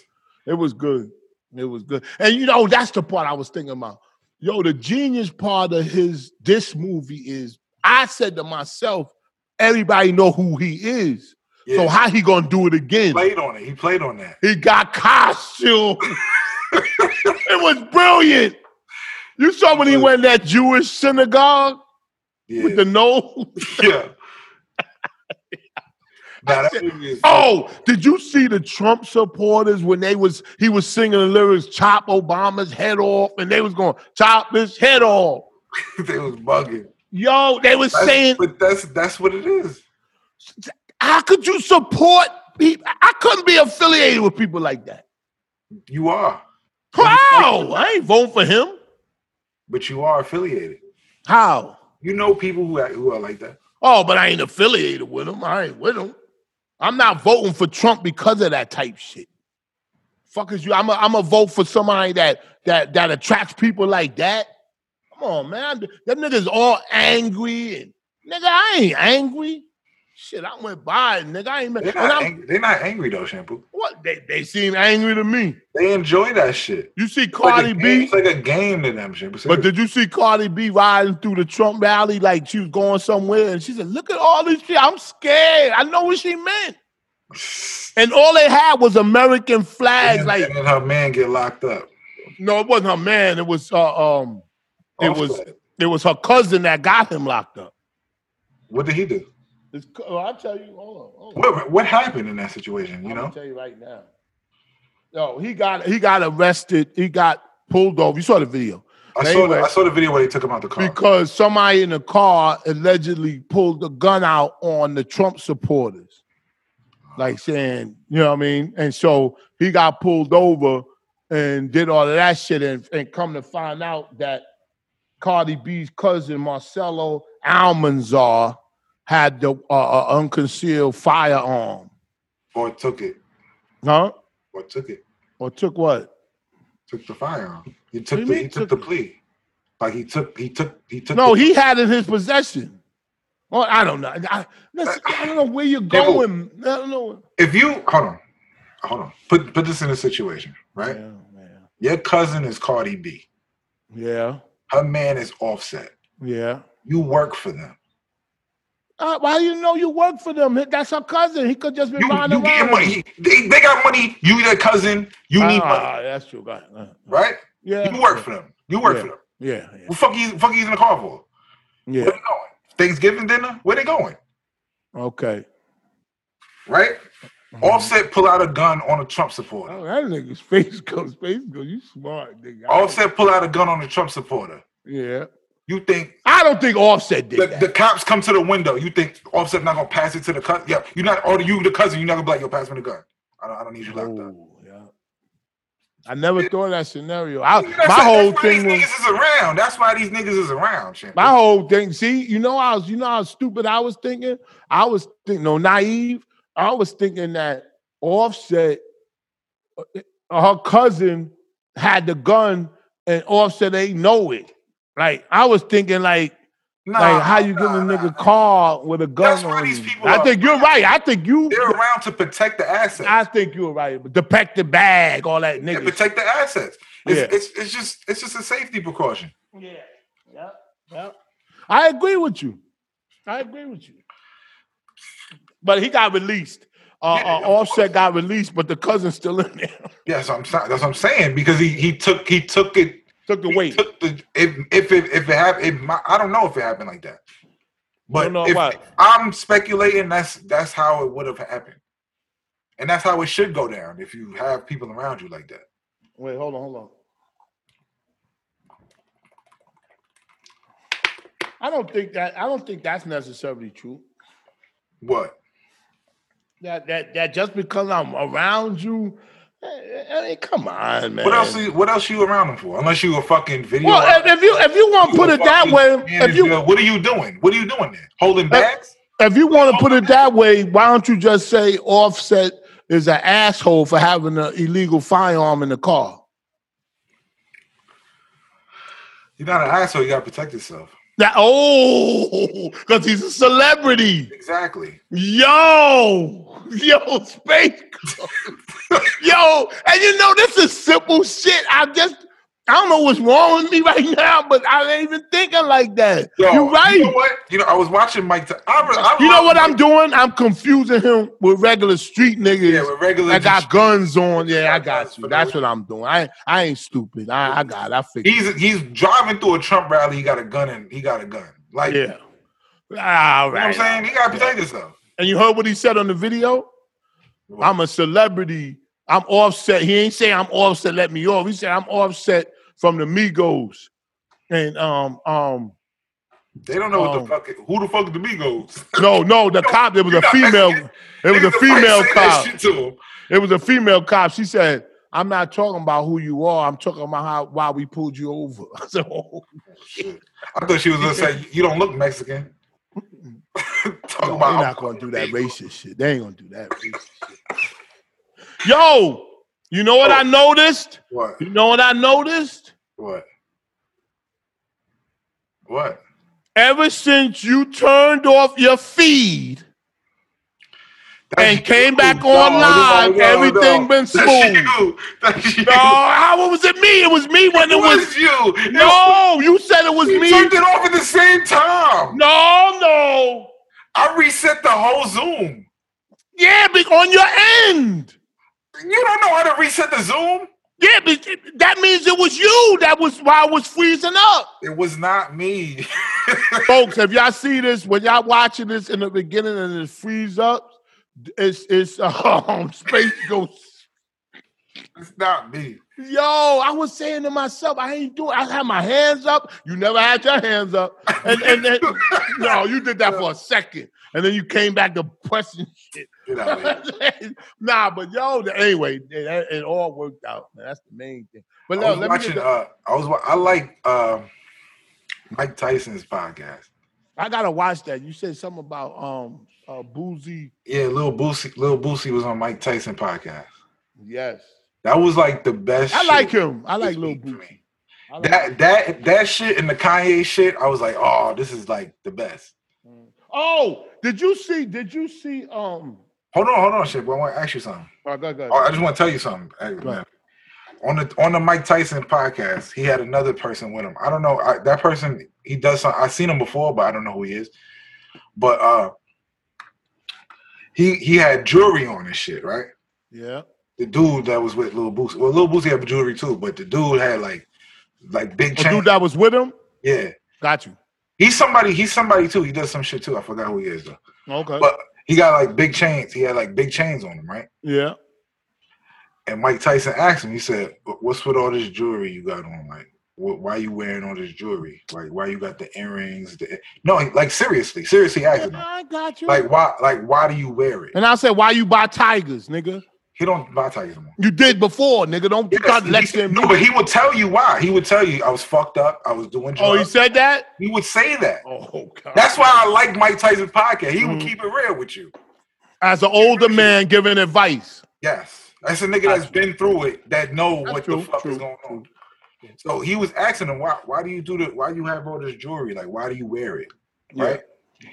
[SPEAKER 2] Good. It was good. It was good. And you know, that's the part I was thinking about. Yo, the genius part of his this movie is I said to myself, everybody know who he is.
[SPEAKER 3] Yeah.
[SPEAKER 2] So how he gonna do it
[SPEAKER 3] he
[SPEAKER 2] again?
[SPEAKER 3] played on it. He played on that.
[SPEAKER 2] He got costume. it was brilliant. You saw when he
[SPEAKER 3] Was-
[SPEAKER 2] went in that Jewish synagogue
[SPEAKER 3] Yeah.
[SPEAKER 2] with the nose.
[SPEAKER 3] yeah. Nah, that movie is
[SPEAKER 2] Oh, did you see the Trump supporters when they was he was singing the lyrics "Chop Obama's head off" and they was going "Chop his head off."
[SPEAKER 3] they was bugging.
[SPEAKER 2] Yo, they was
[SPEAKER 3] That's,
[SPEAKER 2] saying,
[SPEAKER 3] but that's that's what it is.
[SPEAKER 2] "How could you support?" People? I couldn't be affiliated with people like that.
[SPEAKER 3] You are,
[SPEAKER 2] How? I ain't voting for him.
[SPEAKER 3] but you are affiliated.
[SPEAKER 2] How?
[SPEAKER 3] You know people who are, who are like that.
[SPEAKER 2] Oh, but I ain't affiliated with him. I ain't with him. I'm not voting for Trump because of that type shit. Fuck is you. I'm a, I'm a vote for somebody that that that attracts people like that. Come on, man. That nigga's all angry and nigga, I ain't angry. Shit, I went by it, nigga. I ain't mad.
[SPEAKER 3] They're
[SPEAKER 2] And
[SPEAKER 3] not,
[SPEAKER 2] I'm,
[SPEAKER 3] angry, they're not angry though, Shampoo.
[SPEAKER 2] what they, they seem angry to me.
[SPEAKER 3] They enjoy that shit.
[SPEAKER 2] You see
[SPEAKER 3] It's like a
[SPEAKER 2] Cardi
[SPEAKER 3] game-
[SPEAKER 2] B,
[SPEAKER 3] It's like a game to them, Shampoo.
[SPEAKER 2] but did you see Cardi B riding through the Trump rally like she was going somewhere? And she said, Look at all this shit. I'm scared. I know what she meant. And all they had was American flags.
[SPEAKER 3] and,
[SPEAKER 2] Like,
[SPEAKER 3] and then her man get locked up.
[SPEAKER 2] no, it wasn't her man. It was uh, um, it was
[SPEAKER 3] Offset.
[SPEAKER 2] it was her cousin that got him locked up.
[SPEAKER 3] What did he do?
[SPEAKER 2] It's, co- oh, I'll tell you. Hold on, hold on.
[SPEAKER 3] What what happened in that situation? You
[SPEAKER 2] I'm gonna
[SPEAKER 3] know,
[SPEAKER 2] tell you right now. No, he got he got arrested. He got pulled over. You saw the video
[SPEAKER 3] I saw the,
[SPEAKER 2] anyway.
[SPEAKER 3] I saw the video where they took him out the car.
[SPEAKER 2] because somebody in the car allegedly pulled the gun out on the Trump supporters, like saying, you know what I mean? And so he got pulled over and did all of that shit, and, and come to find out that Cardi B's cousin Marcelo Almanzar had the uh, uh, unconcealed firearm,
[SPEAKER 3] or took it.
[SPEAKER 2] huh?
[SPEAKER 3] Or took it.
[SPEAKER 2] Or took what?
[SPEAKER 3] Took the firearm.
[SPEAKER 2] do
[SPEAKER 3] He
[SPEAKER 2] you
[SPEAKER 3] took the,
[SPEAKER 2] mean
[SPEAKER 3] he
[SPEAKER 2] took
[SPEAKER 3] took the
[SPEAKER 2] it?
[SPEAKER 3] plea. Like he took he took he took.
[SPEAKER 2] No,
[SPEAKER 3] the,
[SPEAKER 2] he had in his possession. Well, I don't know. I, listen, I don't know where you're
[SPEAKER 3] Devil.
[SPEAKER 2] going. I don't know.
[SPEAKER 3] if you hold on, hold on. Put put this in a situation, right?
[SPEAKER 2] Yeah, man.
[SPEAKER 3] Your cousin is Cardi B.
[SPEAKER 2] Yeah,
[SPEAKER 3] Her man is Offset.
[SPEAKER 2] yeah.
[SPEAKER 3] You work for them.
[SPEAKER 2] Uh, why do you know you work for them? That's her cousin. He could just be
[SPEAKER 3] You,
[SPEAKER 2] riding
[SPEAKER 3] you get
[SPEAKER 2] around.
[SPEAKER 3] money. He- They, they got money. You their cousin. You need money,
[SPEAKER 2] Ah, that's true. Got it. Uh,
[SPEAKER 3] right?
[SPEAKER 2] Yeah.
[SPEAKER 3] You work for them. You work for them.
[SPEAKER 2] Yeah,
[SPEAKER 3] Who fuck he's fuck he's in the car for?
[SPEAKER 2] yeah,
[SPEAKER 3] Where they going? Thanksgiving dinner? Where they going?
[SPEAKER 2] yeah. Okay.
[SPEAKER 3] Right?
[SPEAKER 2] Mm-hmm.
[SPEAKER 3] Offset pull out a gun on a Trump supporter.
[SPEAKER 2] Oh, that nigga's face goes, face goes. You smart, nigga. I don't-
[SPEAKER 3] Offset pull out a gun on a Trump supporter.
[SPEAKER 2] Yeah.
[SPEAKER 3] You think
[SPEAKER 2] I don't think Offset did
[SPEAKER 3] the,
[SPEAKER 2] that.
[SPEAKER 3] the cops come to the window? You think Offset not gonna pass it to the cousin? Yeah, you're not. Or you the cousin? You're not gonna be like, yo, pass me the gun. I don't, I don't need you locked up.
[SPEAKER 2] Oh, yeah. I never thought of that scenario. I,
[SPEAKER 3] That's
[SPEAKER 2] Oh. my
[SPEAKER 3] why-
[SPEAKER 2] whole
[SPEAKER 3] that's why
[SPEAKER 2] thing was.
[SPEAKER 3] these niggas is around. That's why these niggas is around. Shit.
[SPEAKER 2] My whole thing, see, you know, I was, you know, how stupid I was thinking. I was thinking, no, naive. I was thinking that Offset, uh, her cousin, had the gun, and Offset they know it. Like I was thinking, like,
[SPEAKER 3] Nah,
[SPEAKER 2] like how you
[SPEAKER 3] nah,
[SPEAKER 2] getting a
[SPEAKER 3] nah,
[SPEAKER 2] nigga
[SPEAKER 3] nah.
[SPEAKER 2] car with a gun
[SPEAKER 3] That's why
[SPEAKER 2] on
[SPEAKER 3] these
[SPEAKER 2] you?
[SPEAKER 3] people
[SPEAKER 2] I
[SPEAKER 3] are-
[SPEAKER 2] think you're right. I think you,
[SPEAKER 3] They're around to protect the assets.
[SPEAKER 2] I think you were right. Depict the bag, all that
[SPEAKER 3] They
[SPEAKER 2] nigga.
[SPEAKER 3] protect the assets. It's,
[SPEAKER 2] Yeah.
[SPEAKER 3] it's, it's just it's just a safety precaution.
[SPEAKER 2] Yeah, yeah, yeah. I agree with you. I agree with you. But he got released. Uh,
[SPEAKER 3] Yeah,
[SPEAKER 2] uh,
[SPEAKER 3] of
[SPEAKER 2] Offset got released, but the cousin's still in there.
[SPEAKER 3] Yeah, so I'm si- that's what I'm saying because he he took he took it
[SPEAKER 2] Took the
[SPEAKER 3] he
[SPEAKER 2] weight.
[SPEAKER 3] took the if if it, if it happened if my, I don't know if it happened like that, but
[SPEAKER 2] Don't know
[SPEAKER 3] if-
[SPEAKER 2] what.
[SPEAKER 3] I'm speculating that's that's how it would have happened, and that's how it should go down if you have people around you like that.
[SPEAKER 2] Wait, hold on, hold on. I don't think that I don't think that's necessarily true.
[SPEAKER 3] What?
[SPEAKER 2] That that that just because I'm around you, I I mean, come on, man.
[SPEAKER 3] What else? You, what else you around them for? Unless you a fucking video.
[SPEAKER 2] Well, if, if you if you want to put it that way, if you
[SPEAKER 3] what are you doing? What are you doing there? Holding bags?
[SPEAKER 2] If you want to put it that way, why don't you just say Offset is an asshole for having an illegal firearm in the car?
[SPEAKER 3] You're not an asshole. You gotta protect yourself.
[SPEAKER 2] That oh, because he's a celebrity.
[SPEAKER 3] Exactly.
[SPEAKER 2] Yo, yo, space, yo, and you know this is simple shit. I just I don't know what's wrong with me right now, but I ain't even thinking like that.
[SPEAKER 3] Yo,
[SPEAKER 2] You're right.
[SPEAKER 3] You know what? You know, I was watching Mike. Ty- I, re- I
[SPEAKER 2] You know
[SPEAKER 3] love
[SPEAKER 2] what I'm
[SPEAKER 3] Mike-
[SPEAKER 2] doing? I'm confusing him with regular street niggas.
[SPEAKER 3] Yeah, with regular.
[SPEAKER 2] I got
[SPEAKER 3] just-
[SPEAKER 2] guns on. Yeah, I
[SPEAKER 3] Got guns
[SPEAKER 2] got you.
[SPEAKER 3] for no
[SPEAKER 2] That's what I'm doing. I I ain't stupid. I, I got. It. I figured.
[SPEAKER 3] He's he's driving through a Trump rally. He got a gun and he got a gun. Like, you know
[SPEAKER 2] Yeah. All
[SPEAKER 3] what I'm
[SPEAKER 2] right.
[SPEAKER 3] saying? He gotta protect himself.
[SPEAKER 2] And you heard what he said on the video?
[SPEAKER 3] What?
[SPEAKER 2] I'm a celebrity. I'm offset. He ain't say I'm offset. Let me off. He said I'm offset from the Migos. And um um
[SPEAKER 3] They don't know
[SPEAKER 2] Oh.
[SPEAKER 3] what the fuck. it- Who the fuck the Migos?
[SPEAKER 2] no no the cop it was
[SPEAKER 3] you
[SPEAKER 2] a
[SPEAKER 3] got-
[SPEAKER 2] female it was a
[SPEAKER 3] Niggas might
[SPEAKER 2] female
[SPEAKER 3] say that
[SPEAKER 2] cop
[SPEAKER 3] shit to him.
[SPEAKER 2] it was a female cop she said I'm not talking about who you are I'm talking about how why we pulled you over I said oh
[SPEAKER 3] Shit. I thought she was gonna say you don't look Mexican. Talk
[SPEAKER 2] No,
[SPEAKER 3] about
[SPEAKER 2] they're not gonna do that racist shit. They ain't gonna do that racist shit. Yo, you know what I noticed?
[SPEAKER 3] What?
[SPEAKER 2] You know what I noticed?
[SPEAKER 3] What? What?
[SPEAKER 2] Ever since you turned off your feed and came back on live, everything been
[SPEAKER 3] That's
[SPEAKER 2] smooth.
[SPEAKER 3] you. That's you.
[SPEAKER 2] No, how was it me? It was me when
[SPEAKER 3] it
[SPEAKER 2] it was.
[SPEAKER 3] was you. It was-
[SPEAKER 2] No, you said it was
[SPEAKER 3] we
[SPEAKER 2] me.
[SPEAKER 3] turned it off at the same time.
[SPEAKER 2] No, no.
[SPEAKER 3] I reset the whole Zoom.
[SPEAKER 2] Yeah, be on your end.
[SPEAKER 3] You don't know how to reset the Zoom?
[SPEAKER 2] Yeah, be, that means it was you. That was why I was freezing up.
[SPEAKER 3] It was not me.
[SPEAKER 2] folks, if y'all see this, when y'all watching this in the beginning and it freeze up, it's it's um space goes.
[SPEAKER 3] it's not me.
[SPEAKER 2] Yo, I was saying to myself, I ain't doing. I had my hands up. You never had your hands up, and and then, no, you did that for a second, and then you came back to pressing shit.
[SPEAKER 3] Get out of here.
[SPEAKER 2] nah, but yo, anyway, it, it all worked out, man. That's the main thing. But
[SPEAKER 3] I
[SPEAKER 2] no,
[SPEAKER 3] was
[SPEAKER 2] let me.
[SPEAKER 3] watching.
[SPEAKER 2] Get
[SPEAKER 3] Uh, I was. wa- I like uh, Mike Tyson's podcast.
[SPEAKER 2] I gotta watch that. You said something about um uh, boozy.
[SPEAKER 3] Yeah, Lil Boosie. Lil Boosie was on Mike Tyson podcast.
[SPEAKER 2] Yes,
[SPEAKER 3] That was like the best.
[SPEAKER 2] I
[SPEAKER 3] shit
[SPEAKER 2] like him. I
[SPEAKER 3] this
[SPEAKER 2] like Lil
[SPEAKER 3] week for
[SPEAKER 2] Boozy.
[SPEAKER 3] me.
[SPEAKER 2] I like him.
[SPEAKER 3] That that that shit and the Kanye shit. I was like, oh, this is like the best.
[SPEAKER 2] Oh, did you see? Did you see? Um,
[SPEAKER 3] Hold on, hold on, shit. But I want to ask you something.
[SPEAKER 2] oh, go, go.
[SPEAKER 3] Oh, I just want to tell you something. Hey,
[SPEAKER 2] Go
[SPEAKER 3] man. On the on the Mike Tyson podcast, he had another person with him. I don't know I, that person. He does some. I've seen him before, but I don't know who he is. But uh, he he had jewelry on his shit, right?
[SPEAKER 2] yeah,
[SPEAKER 3] The dude that was with Lil Boosie. Well, Lil Boosie had jewelry too, but the dude had like like big
[SPEAKER 2] a
[SPEAKER 3] chain.
[SPEAKER 2] dude that was with him.
[SPEAKER 3] yeah,
[SPEAKER 2] Got you.
[SPEAKER 3] he's somebody. He's somebody too. He does some shit too. I forgot who he is though.
[SPEAKER 2] Okay.
[SPEAKER 3] But he got like big chains. He had like big chains on him, right?
[SPEAKER 2] yeah.
[SPEAKER 3] And Mike Tyson asked him, he said, "Wh- What's with all this jewelry you got on? Like, wh- why you wearing all this jewelry? Like, why you got the earrings? The... e-" No, he- like, seriously, seriously asking him,
[SPEAKER 2] I got you.
[SPEAKER 3] like, why, like, why do you wear it?
[SPEAKER 2] and I said, why you buy tigers, nigga?
[SPEAKER 3] He don't buy Tiger no more.
[SPEAKER 2] You did before, nigga. Don't
[SPEAKER 3] Yes,
[SPEAKER 2] start
[SPEAKER 3] he
[SPEAKER 2] lecturing
[SPEAKER 3] said-
[SPEAKER 2] me.
[SPEAKER 3] no, but he would tell you why. He would tell you, I was fucked up. I was doing
[SPEAKER 2] Oh, he
[SPEAKER 3] drugs.
[SPEAKER 2] said that.
[SPEAKER 3] he would say that.
[SPEAKER 2] Oh God.
[SPEAKER 3] That's why I like Mike Tyson's podcast. He
[SPEAKER 2] Mhm.
[SPEAKER 3] would keep it real with you.
[SPEAKER 2] As an older man giving advice.
[SPEAKER 3] Yes, that's a nigga that's been through it that know
[SPEAKER 2] That's
[SPEAKER 3] what
[SPEAKER 2] true,
[SPEAKER 3] the fuck
[SPEAKER 2] true,
[SPEAKER 3] is going on. So he was asking him why why do you do the why you have all this jewelry like why do you wear it right?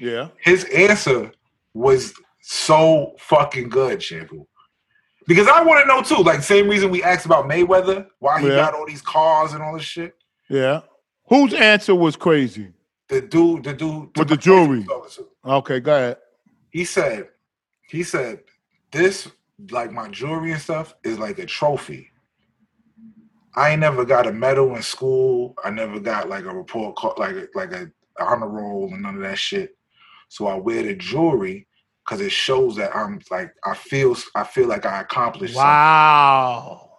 [SPEAKER 2] Yeah.
[SPEAKER 3] His answer was so fucking good, shampoo. Because I want to know too, like same reason we asked about Mayweather, why he
[SPEAKER 2] Yeah.
[SPEAKER 3] got all these cars and all this shit.
[SPEAKER 2] Yeah. Whose answer was crazy?
[SPEAKER 3] The dude, the dude
[SPEAKER 2] With the jewelry.
[SPEAKER 3] officer,
[SPEAKER 2] Okay, go ahead.
[SPEAKER 3] He said, he said, this, like my jewelry and stuff, is like a trophy. I ain't never got a medal in school. I never got like a report card, like a, like a honor roll and none of that shit. So I wear the jewelry because it shows that I'm like I feel I feel like I accomplished.
[SPEAKER 2] Wow.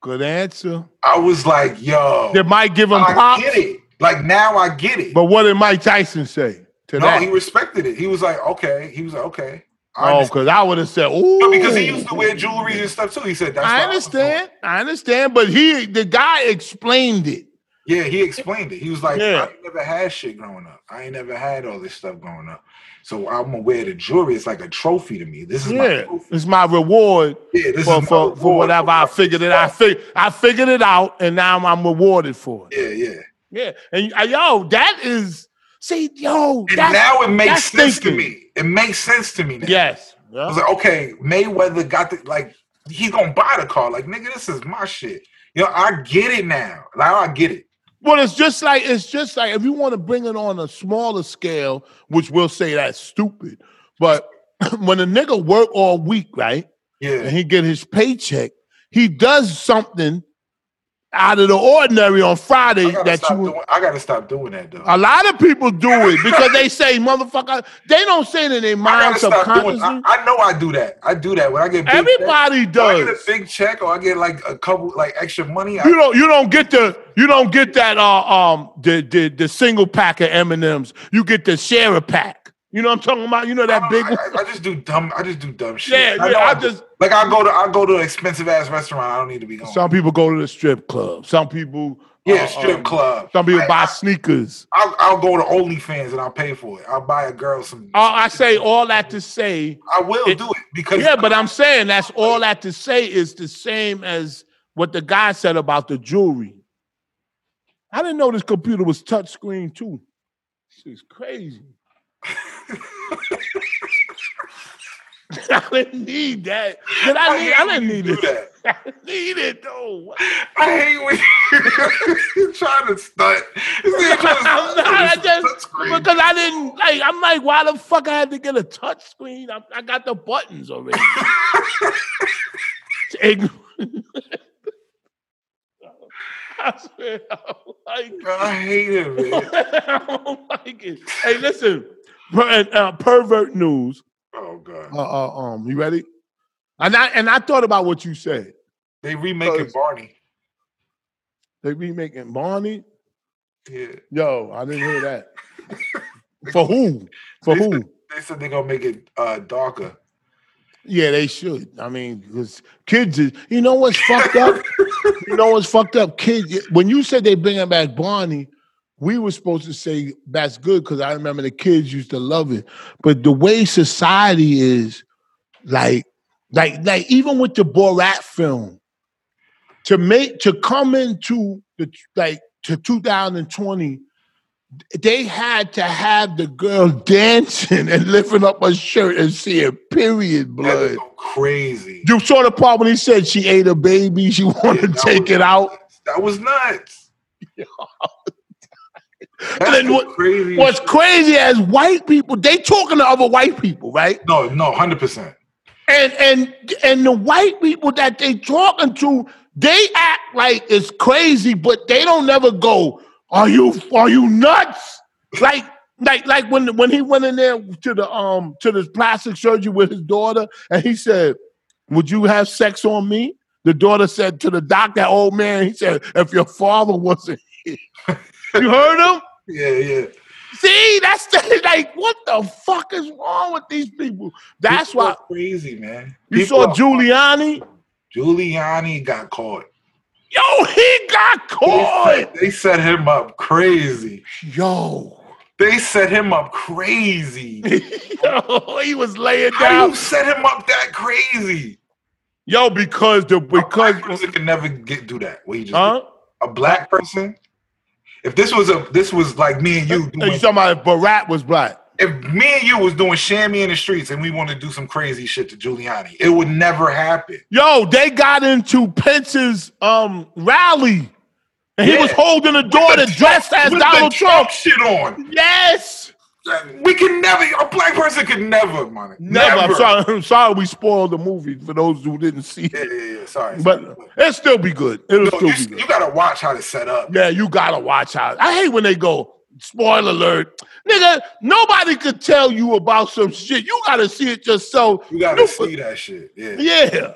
[SPEAKER 2] Good answer.
[SPEAKER 3] something. I was like, yo,
[SPEAKER 2] That might give him
[SPEAKER 3] I
[SPEAKER 2] props.
[SPEAKER 3] get it. Like now I get it.
[SPEAKER 2] But what did Mike Tyson say to
[SPEAKER 3] no,
[SPEAKER 2] that?
[SPEAKER 3] he respected it. He was like, okay. He was like, okay. I
[SPEAKER 2] oh,
[SPEAKER 3] understand.
[SPEAKER 2] because I would have said, "Ooh,"
[SPEAKER 3] No, because he used to wear jewelry and stuff too. He said, that's
[SPEAKER 2] I
[SPEAKER 3] what was doing."
[SPEAKER 2] understand. I understand. But he, the guy, explained it.
[SPEAKER 3] Yeah, he explained it. He was like,
[SPEAKER 2] Yeah.
[SPEAKER 3] I ain't never had shit growing up. I ain't never had all this stuff growing up. So I'm gonna wear the jewelry. It's like a trophy to me. This is my
[SPEAKER 2] Yeah,
[SPEAKER 3] trophy.
[SPEAKER 2] it's my reward
[SPEAKER 3] Yeah, this
[SPEAKER 2] for,
[SPEAKER 3] is my
[SPEAKER 2] for, for
[SPEAKER 3] reward
[SPEAKER 2] whatever I
[SPEAKER 3] what
[SPEAKER 2] figured it. I fig- I figured it out, and now I'm, rewarded for it.
[SPEAKER 3] Yeah, yeah.
[SPEAKER 2] Yeah, and uh, yo, that is see, yo,
[SPEAKER 3] And
[SPEAKER 2] that's,
[SPEAKER 3] now it makes
[SPEAKER 2] that's
[SPEAKER 3] sense
[SPEAKER 2] thinking.
[SPEAKER 3] to me. It makes sense to me now.
[SPEAKER 2] yes,
[SPEAKER 3] I was
[SPEAKER 2] yeah.
[SPEAKER 3] like, okay, Mayweather got the like he gonna buy the car. Like, nigga, this is my shit. Yo, I get it now. Now I get it.
[SPEAKER 2] Well, it's just like it's just like if you want to bring it on a smaller scale, which we'll say that's stupid, but when a nigga work all week, right?
[SPEAKER 3] Yeah.
[SPEAKER 2] and he get his paycheck, he does something out of the ordinary on Friday
[SPEAKER 3] I gotta,
[SPEAKER 2] that
[SPEAKER 3] stop
[SPEAKER 2] you.
[SPEAKER 3] doing, I gotta stop doing that though.
[SPEAKER 2] A lot of people do it because they say, "Motherfucker," they don't say it in their
[SPEAKER 3] I
[SPEAKER 2] mind
[SPEAKER 3] gotta stop doing.
[SPEAKER 2] subconsciously.
[SPEAKER 3] I, I know I do that. I do that when I get big
[SPEAKER 2] Everybody
[SPEAKER 3] check, When I get a
[SPEAKER 2] does.
[SPEAKER 3] big check or I get like a couple like extra money. I,
[SPEAKER 2] You don't. You don't get the. You don't get that. Uh, um, the the the single pack of M and M's. You get the share a pack. You know what I'm talking about? You know
[SPEAKER 3] I
[SPEAKER 2] that
[SPEAKER 3] don't
[SPEAKER 2] big.
[SPEAKER 3] know,
[SPEAKER 2] one?
[SPEAKER 3] I, I, I just do dumb. I just do dumb shit.
[SPEAKER 2] Yeah,
[SPEAKER 3] I,
[SPEAKER 2] yeah,
[SPEAKER 3] know
[SPEAKER 2] I
[SPEAKER 3] I do.
[SPEAKER 2] just-
[SPEAKER 3] like I go to I go to an expensive ass restaurant. I don't need to be going.
[SPEAKER 2] Some people go to the strip club. Some people.
[SPEAKER 3] yeah,
[SPEAKER 2] uh,
[SPEAKER 3] strip
[SPEAKER 2] um,
[SPEAKER 3] club.
[SPEAKER 2] Some people
[SPEAKER 3] I,
[SPEAKER 2] buy sneakers.
[SPEAKER 3] I'll, I'll go to OnlyFans and I'll pay for it. I'll buy a girl some.
[SPEAKER 2] Uh, I say all that to say.
[SPEAKER 3] I will
[SPEAKER 2] it-
[SPEAKER 3] do it because
[SPEAKER 2] Yeah, but I'm saying that's all that to say is the same as what the guy said about the jewelry. I didn't know this computer was touchscreen too. This is crazy. I didn't need that. Did I need? I didn't need
[SPEAKER 3] do
[SPEAKER 2] it.
[SPEAKER 3] that.
[SPEAKER 2] I didn't need it though.
[SPEAKER 3] I hate when you're trying to stunt. This nigga trying to
[SPEAKER 2] I'm not,
[SPEAKER 3] stunt
[SPEAKER 2] I
[SPEAKER 3] on this
[SPEAKER 2] just
[SPEAKER 3] touchscreen.
[SPEAKER 2] because I didn't like. I'm like, why the fuck I had to get a touchscreen? I, I got the buttons already. It's ignorant. I swear, I don't like
[SPEAKER 3] I hate it, man.
[SPEAKER 2] I don't like it. Hey, listen, per, uh, pervert news.
[SPEAKER 3] Oh god,
[SPEAKER 2] Uh, uh, um, you ready? And I and I thought about what you said.
[SPEAKER 3] they remaking
[SPEAKER 2] Cause-
[SPEAKER 3] Barney.
[SPEAKER 2] They remaking Barney.
[SPEAKER 3] Yeah,
[SPEAKER 2] Yo, I didn't hear that. For who? For who?
[SPEAKER 3] they said they're gonna make it uh, darker.
[SPEAKER 2] Yeah, they should. I mean, because kids, is, you know what's fucked up? You know what's fucked up? Kids, when you said they bringing back Barney, we were supposed to say that's good because I remember the kids used to love it. But the way society is, like, like, like, even with the Borat film, to make to come into the like to 2020, they had to have the girl dancing and lifting up her shirt and seeing period
[SPEAKER 3] That
[SPEAKER 2] blood.
[SPEAKER 3] is so crazy.
[SPEAKER 2] You saw the part when he said she ate a baby, she wanted
[SPEAKER 3] Yeah,
[SPEAKER 2] to
[SPEAKER 3] that
[SPEAKER 2] take
[SPEAKER 3] was-
[SPEAKER 2] it out.
[SPEAKER 3] That was nuts. That's
[SPEAKER 2] then
[SPEAKER 3] the
[SPEAKER 2] what-
[SPEAKER 3] crazy.
[SPEAKER 2] What's crazy as white people, they talking to other white people, right?
[SPEAKER 3] no, no, hundred percent.
[SPEAKER 2] And and and the white people that they talking to, they act like it's crazy, but they don't never go, Are you are you nuts? Like like like when when he went in there to the um to the plastic surgery with his daughter and he said, Would you have sex on me? The daughter said to the doc, that old man, he said, if your father wasn't here. you heard him?
[SPEAKER 3] Yeah, yeah.
[SPEAKER 2] See, that's the, like, what the fuck is wrong with these people? That's
[SPEAKER 3] People
[SPEAKER 2] why
[SPEAKER 3] are crazy, man.
[SPEAKER 2] you
[SPEAKER 3] People
[SPEAKER 2] saw
[SPEAKER 3] are-
[SPEAKER 2] Giuliani.
[SPEAKER 3] Giuliani got caught.
[SPEAKER 2] Yo, he got
[SPEAKER 3] They
[SPEAKER 2] caught.
[SPEAKER 3] set, they set him up crazy.
[SPEAKER 2] Yo.
[SPEAKER 3] They set him up crazy.
[SPEAKER 2] Yo, he was laying
[SPEAKER 3] How you
[SPEAKER 2] down.
[SPEAKER 3] set him up that crazy?
[SPEAKER 2] Yo, because the
[SPEAKER 3] a
[SPEAKER 2] because
[SPEAKER 3] black person can never get do that. What you just
[SPEAKER 2] huh?
[SPEAKER 3] did. a black person. If this was a this was like me and you
[SPEAKER 2] You
[SPEAKER 3] doing,
[SPEAKER 2] talking about Barat was black.
[SPEAKER 3] if me and you was doing shammy in the streets and we want to do some crazy shit to Giuliani, it would never happen.
[SPEAKER 2] Yo, they got into Pence's um rally. And he
[SPEAKER 3] Yeah.
[SPEAKER 2] was holding a door
[SPEAKER 3] the
[SPEAKER 2] that dressed as
[SPEAKER 3] With
[SPEAKER 2] Donald
[SPEAKER 3] the
[SPEAKER 2] Trump.
[SPEAKER 3] shit on.
[SPEAKER 2] Yes.
[SPEAKER 3] We can never. A black person could never money.
[SPEAKER 2] Never. I'm sorry. I'm sorry. We spoiled the movie for those who didn't see
[SPEAKER 3] Yeah,
[SPEAKER 2] it.
[SPEAKER 3] yeah, yeah. Sorry.
[SPEAKER 2] But it'll still be good. It'll
[SPEAKER 3] No,
[SPEAKER 2] still
[SPEAKER 3] you,
[SPEAKER 2] be good.
[SPEAKER 3] you gotta watch how to set up.
[SPEAKER 2] Yeah, you gotta watch out. I hate when they go, spoiler alert. Nigga, nobody could tell you about some shit. You gotta see it yourself.
[SPEAKER 3] You gotta
[SPEAKER 2] You-
[SPEAKER 3] see that shit. Yeah.
[SPEAKER 2] Yeah.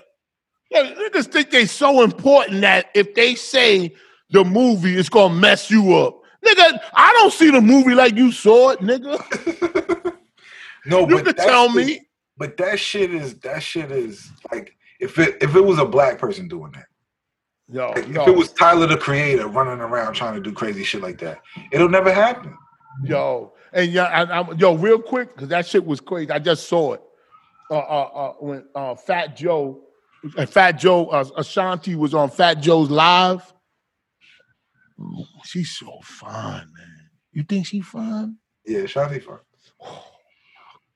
[SPEAKER 2] yeah. Niggas think they so important that if they say the movie it's gonna mess you up. Nigga, I don't see the movie like you saw it, nigga.
[SPEAKER 3] No,
[SPEAKER 2] You
[SPEAKER 3] but
[SPEAKER 2] can
[SPEAKER 3] that
[SPEAKER 2] tell
[SPEAKER 3] shit-
[SPEAKER 2] me.
[SPEAKER 3] But that shit is that shit is like if it if it was a black person doing that,
[SPEAKER 2] Yo,
[SPEAKER 3] like,
[SPEAKER 2] yo,
[SPEAKER 3] if it was Tyler the Creator running around trying to do crazy shit like that, it'll never happen.
[SPEAKER 2] yo, and yo, and I'm, yo, real quick, because that shit was crazy. I just saw it. Uh, uh, uh, when uh, Fat Joe, uh, Fat Joe, uh, Ashanti was on Fat Joe's live. She's so fine, man. You think she fine?
[SPEAKER 3] Yeah, Shanti fun.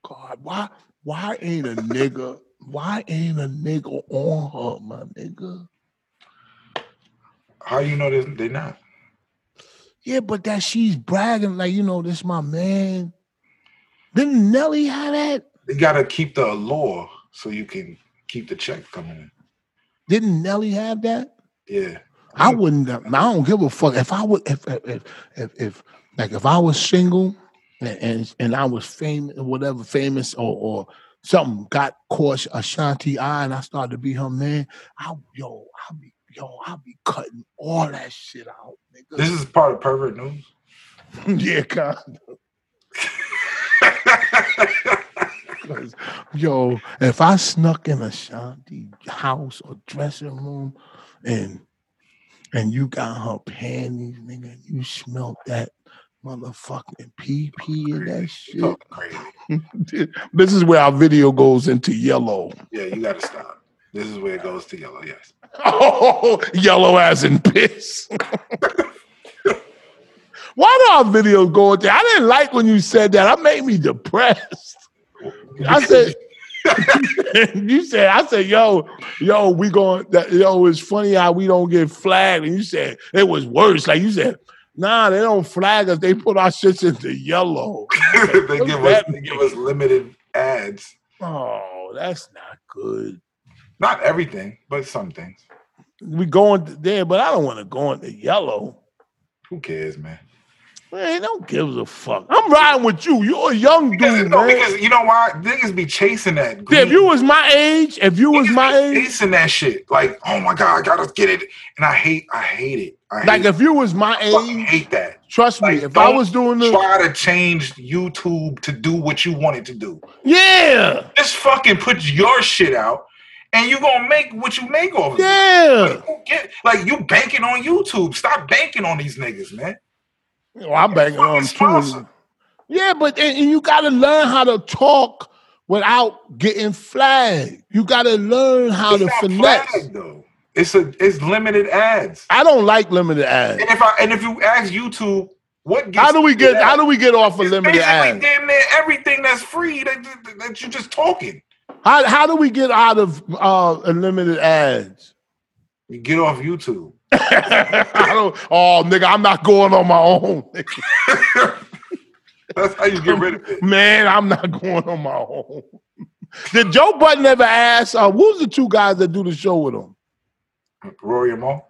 [SPEAKER 2] God, why why ain't a nigga, why ain't a nigga on her, my nigga?
[SPEAKER 3] How you know this? They not.
[SPEAKER 2] Yeah, but that she's bragging, like, you know, this my man. Didn't Nelly have that?
[SPEAKER 3] They gotta keep the allure so you can keep the check coming in.
[SPEAKER 2] Didn't Nelly have that?
[SPEAKER 3] Yeah.
[SPEAKER 2] I wouldn't have- I don't give a fuck. If I would if if if if, if like if I was single and and, and I was famous whatever famous or or something got caught Ashanti eye and I started to be her man, I yo, I'll be yo, I'll be cutting all that shit out, nigga.
[SPEAKER 3] This is part of pervert news.
[SPEAKER 2] yeah, kind Cause, yo, if I snuck in Ashanti house or dressing room and and you got her panties, nigga, and you smelt that motherfucking pee pee and that
[SPEAKER 3] Talking
[SPEAKER 2] shit.
[SPEAKER 3] crazy.
[SPEAKER 2] this is where our video goes into yellow.
[SPEAKER 3] Yeah, you gotta stop. This is where it goes to yellow. Yes.
[SPEAKER 2] Oh, yellow as in piss. Why do our videos go into? I didn't like when you said that. That made me depressed. I said, you said, I said, yo, yo, we going, that, yo, it's funny how we don't get flagged. And you said it was worse. Like you said, nah, they don't flag us. They put our shits into yellow.
[SPEAKER 3] they
[SPEAKER 2] What
[SPEAKER 3] give
[SPEAKER 2] does
[SPEAKER 3] us
[SPEAKER 2] that
[SPEAKER 3] they give us limited ads.
[SPEAKER 2] Oh, that's not good.
[SPEAKER 3] Not everything, but some things.
[SPEAKER 2] We going there, but I don't want to go into yellow.
[SPEAKER 3] Who cares, man?
[SPEAKER 2] Man, don't give a fuck. I'm riding with you. You're a young
[SPEAKER 3] Because,
[SPEAKER 2] dude,
[SPEAKER 3] no,
[SPEAKER 2] man.
[SPEAKER 3] because you know why niggas be chasing that.
[SPEAKER 2] Yeah,
[SPEAKER 3] Green.
[SPEAKER 2] if you was my age, if you was
[SPEAKER 3] Niggas
[SPEAKER 2] my
[SPEAKER 3] be
[SPEAKER 2] age,
[SPEAKER 3] chasing that shit. Like, oh my god, I gotta get it, and I hate, I hate it. I hate,
[SPEAKER 2] like if you was my
[SPEAKER 3] I fucking
[SPEAKER 2] age,
[SPEAKER 3] hate that.
[SPEAKER 2] trust me,
[SPEAKER 3] Like,
[SPEAKER 2] if I
[SPEAKER 3] don't
[SPEAKER 2] was doing the
[SPEAKER 3] Try to change YouTube to do what you want it to do.
[SPEAKER 2] yeah,
[SPEAKER 3] Just fucking put your shit out, and you gonna make what you make off of it.
[SPEAKER 2] yeah.
[SPEAKER 3] You get like you banking on YouTube. Stop banking on these niggas, man.
[SPEAKER 2] Well, I'm banging
[SPEAKER 3] fucking
[SPEAKER 2] on too.
[SPEAKER 3] sponsor.
[SPEAKER 2] Yeah, but and, and you gotta learn how to talk without getting flagged. You gotta learn how
[SPEAKER 3] It's
[SPEAKER 2] to
[SPEAKER 3] not
[SPEAKER 2] finesse.
[SPEAKER 3] flagged, though. It's a it's limited ads.
[SPEAKER 2] I don't like limited ads.
[SPEAKER 3] And if I and if you ask YouTube, what gets
[SPEAKER 2] How do we get?
[SPEAKER 3] that?
[SPEAKER 2] How do we get off of limited
[SPEAKER 3] basically
[SPEAKER 2] ads?
[SPEAKER 3] damn near everything that's free that, that, that you just talking.
[SPEAKER 2] How how do we get out of uh, limited ads?
[SPEAKER 3] You get off YouTube.
[SPEAKER 2] I don't. Oh, nigga, I'm not going on my own, nigga.
[SPEAKER 3] That's how you get rid of it.
[SPEAKER 2] man. I'm not going on my own. Did Joe Button ever ask? Uh, who's the two guys that do the show with him?
[SPEAKER 3] Rory and Mo.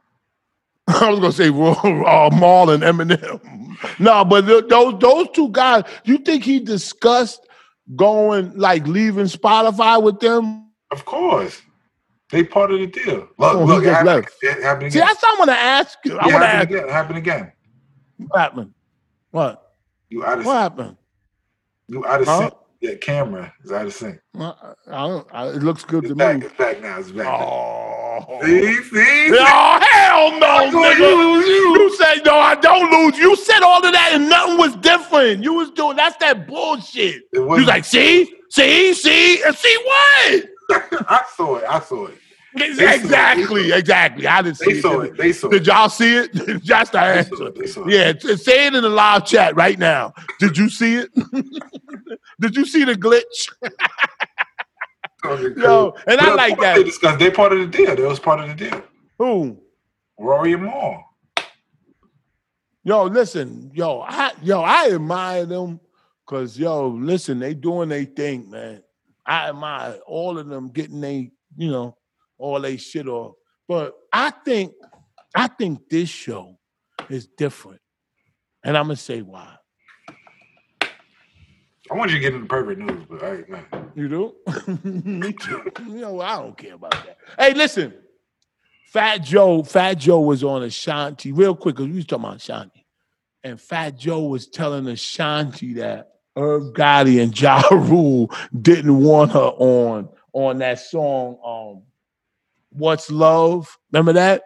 [SPEAKER 2] I was gonna say Ro- uh, Maul and Eminem. No, but th- those those two guys. You think he discussed going like leaving Spotify with them?
[SPEAKER 3] Of course. They part of the deal. Look,
[SPEAKER 2] Oh, he
[SPEAKER 3] look, it
[SPEAKER 2] just
[SPEAKER 3] happened,
[SPEAKER 2] left.
[SPEAKER 3] it happened
[SPEAKER 2] See,
[SPEAKER 3] again.
[SPEAKER 2] that's what I want to ask you. I
[SPEAKER 3] it
[SPEAKER 2] want to
[SPEAKER 3] happened
[SPEAKER 2] ask
[SPEAKER 3] again. It happened again.
[SPEAKER 2] Batman. What?
[SPEAKER 3] You out of
[SPEAKER 2] What happened?
[SPEAKER 3] you out of
[SPEAKER 2] Huh?
[SPEAKER 3] sync. That camera is out of sync.
[SPEAKER 2] Uh, I don't, I, it looks good
[SPEAKER 3] It's
[SPEAKER 2] to
[SPEAKER 3] back,
[SPEAKER 2] me.
[SPEAKER 3] it's back now. It's back. now.
[SPEAKER 2] Oh.
[SPEAKER 3] See, see?
[SPEAKER 2] Oh, hell no,
[SPEAKER 3] That's what
[SPEAKER 2] nigga.
[SPEAKER 3] you-
[SPEAKER 2] You, said, no, I don't lose. You said all of that and nothing was different. You was doing, that's that bullshit.
[SPEAKER 3] It
[SPEAKER 2] You was
[SPEAKER 3] wasn't-
[SPEAKER 2] like, see, see, see, and see what?
[SPEAKER 3] I saw it. I saw it. saw it.
[SPEAKER 2] Exactly, exactly. I didn't see
[SPEAKER 3] They saw it. They saw
[SPEAKER 2] Did
[SPEAKER 3] it.
[SPEAKER 2] y'all see it? That's the
[SPEAKER 3] They saw
[SPEAKER 2] answer.
[SPEAKER 3] it. They saw it.
[SPEAKER 2] Yeah, t- say it in the live chat right now. Did you see it? Did you see the glitch? Yo, and I
[SPEAKER 3] But
[SPEAKER 2] like
[SPEAKER 3] of course They
[SPEAKER 2] that.
[SPEAKER 3] discussed. They part of the deal. They was part of the deal.
[SPEAKER 2] Who?
[SPEAKER 3] Rory and Moore.
[SPEAKER 2] Yo, listen, yo, I yo, I admire them Cause yo, listen, they doing they thing, man. I admire all of them getting they, you know, all they shit off. But I think, I think this show is different, and I'm gonna say why.
[SPEAKER 3] I want you to get into perfect news, but all right, man.
[SPEAKER 2] You do? Me too. You know, I don't care about that. Hey, listen. Fat Joe, Fat Joe was on Ashanti real quick because we was talking about Ashanti. And Fat Joe was telling Ashanti that Irv Gotti and Ja Rule didn't want her on on that song, um, What's Love? Remember that?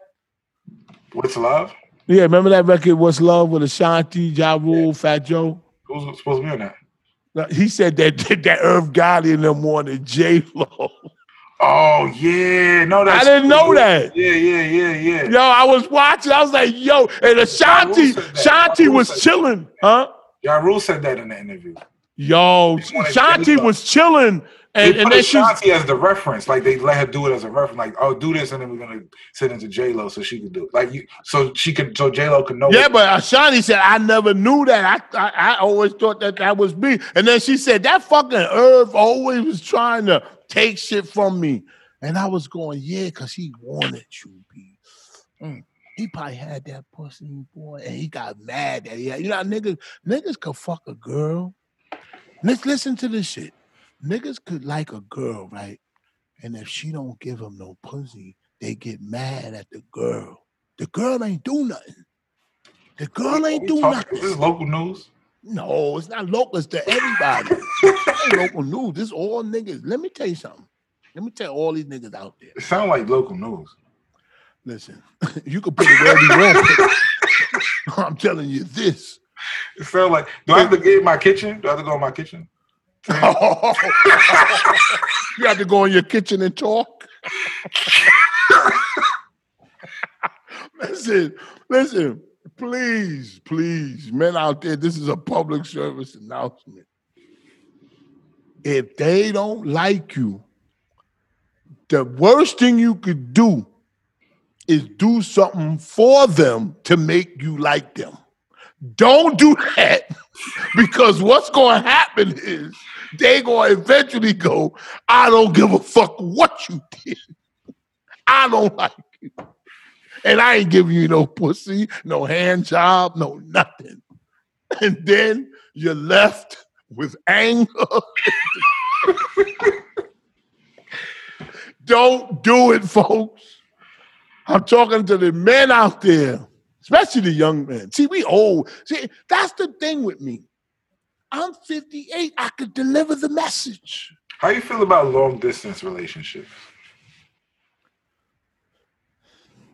[SPEAKER 3] What's love?
[SPEAKER 2] Yeah, remember that record, What's Love with Ashanti, Ja Rule, Fat Joe?
[SPEAKER 3] Who's supposed to be on that?
[SPEAKER 2] Now, He said that that Irv Gotti and them wanted J Lo.
[SPEAKER 3] Oh yeah, no, that's
[SPEAKER 2] I didn't know
[SPEAKER 3] cool.
[SPEAKER 2] that.
[SPEAKER 3] Yeah, yeah, yeah, yeah.
[SPEAKER 2] Yo, I was watching. I was like, yo, and Ashanti,
[SPEAKER 3] said that.
[SPEAKER 2] Ashanti
[SPEAKER 3] Ja Rule
[SPEAKER 2] was
[SPEAKER 3] said
[SPEAKER 2] chilling, huh?
[SPEAKER 3] Ja Rule said that in the interview.
[SPEAKER 2] Yo,
[SPEAKER 3] They wanted
[SPEAKER 2] Ashanti
[SPEAKER 3] J-Lo.
[SPEAKER 2] was chilling,
[SPEAKER 3] They
[SPEAKER 2] and, and
[SPEAKER 3] put
[SPEAKER 2] then she,
[SPEAKER 3] Ashanti as the reference, like they let her do it as a reference, like oh, do this, and then we're gonna send it to J Lo so she could do it, like you, so she could, so J Lo could know.
[SPEAKER 2] yeah,
[SPEAKER 3] what-
[SPEAKER 2] but Ashanti said, I never knew that. I, I I always thought that that was me, and then she said that fucking Irv always was trying to take shit from me, and I was going, yeah, cause he wanted you, B. Mm. He probably had that pussy boy, and he got mad that he had. You know, how niggas, niggas could fuck a girl. Let's listen to this shit. Niggas could like a girl, right? And if she don't give them no pussy, they get mad at the girl. The girl ain't do nothing. The girl ain't
[SPEAKER 3] You
[SPEAKER 2] do
[SPEAKER 3] talking- Is
[SPEAKER 2] nothing.
[SPEAKER 3] this local news?
[SPEAKER 2] No, it's not local. It's to everybody. Ain't local news. This all niggas. Let me tell you something. Let me tell all these niggas out there.
[SPEAKER 3] It sounds like local news.
[SPEAKER 2] Listen, you can put it wherever you want. I'm telling you this.
[SPEAKER 3] It sounds like do I have to get in my kitchen? Do I have to go in my kitchen?
[SPEAKER 2] Oh. you have to go in your kitchen and talk. listen, listen, please, please, men out there, this is a public service announcement. If they don't like you, the worst thing you could do is do something for them to make you like them. Don't do that because what's going to happen is they going to eventually go, I don't give a fuck what you did. I don't like you. And I ain't giving you no pussy, no hand job, no nothing. And then you're left with anger. don't do it, folks. I'm talking to the men out there, especially the young men. See, we old. See, that's the thing with me. I'm 58. I could deliver the message.
[SPEAKER 3] How you feel about long distance relationships?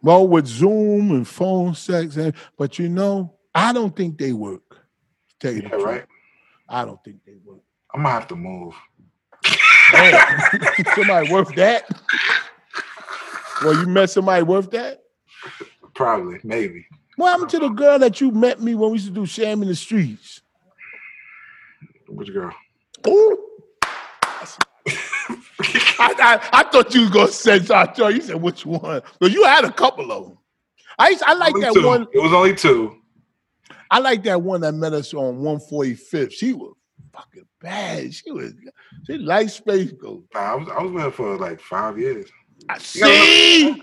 [SPEAKER 2] Well, with Zoom and phone sex, and, but you know, I don't think they work. To Tell you
[SPEAKER 3] Yeah,
[SPEAKER 2] the truth.
[SPEAKER 3] right.
[SPEAKER 2] I don't think they work.
[SPEAKER 3] I'm gonna have to move.
[SPEAKER 2] Damn. somebody worth that? Well, you met somebody worth that?
[SPEAKER 3] Probably, maybe.
[SPEAKER 2] What happened to the girl that you met me when we used to do Sham in the Streets?
[SPEAKER 3] Which girl?
[SPEAKER 2] Ooh. I, I, I thought you was gonna say Sartre. You said which one? But you had a couple of them. I used- I like
[SPEAKER 3] Only
[SPEAKER 2] that
[SPEAKER 3] two.
[SPEAKER 2] one.
[SPEAKER 3] It was only two.
[SPEAKER 2] I like that one that met us on 145th. She was fucking bad. She was she like Space Ghost.
[SPEAKER 3] Nah, I was I was with her for like five years.
[SPEAKER 2] I
[SPEAKER 3] got another-
[SPEAKER 2] see.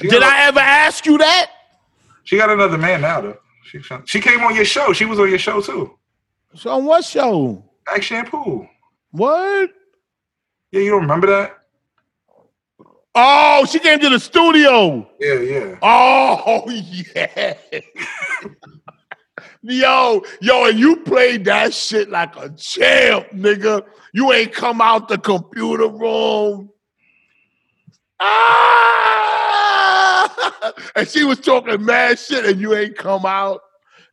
[SPEAKER 3] She
[SPEAKER 2] Did
[SPEAKER 3] got,
[SPEAKER 2] I ever ask you that?
[SPEAKER 3] She got another man now though. She she came on your show. She was on your show too.
[SPEAKER 2] So on what show?
[SPEAKER 3] Like shampoo.
[SPEAKER 2] What?
[SPEAKER 3] Yeah, you don't remember that?
[SPEAKER 2] Oh, she came to the studio.
[SPEAKER 3] Yeah, yeah.
[SPEAKER 2] Oh yeah. yo, yo, and you played that shit like a champ, nigga. You ain't come out the computer room. Ah! And she was talking mad shit, and you ain't come out.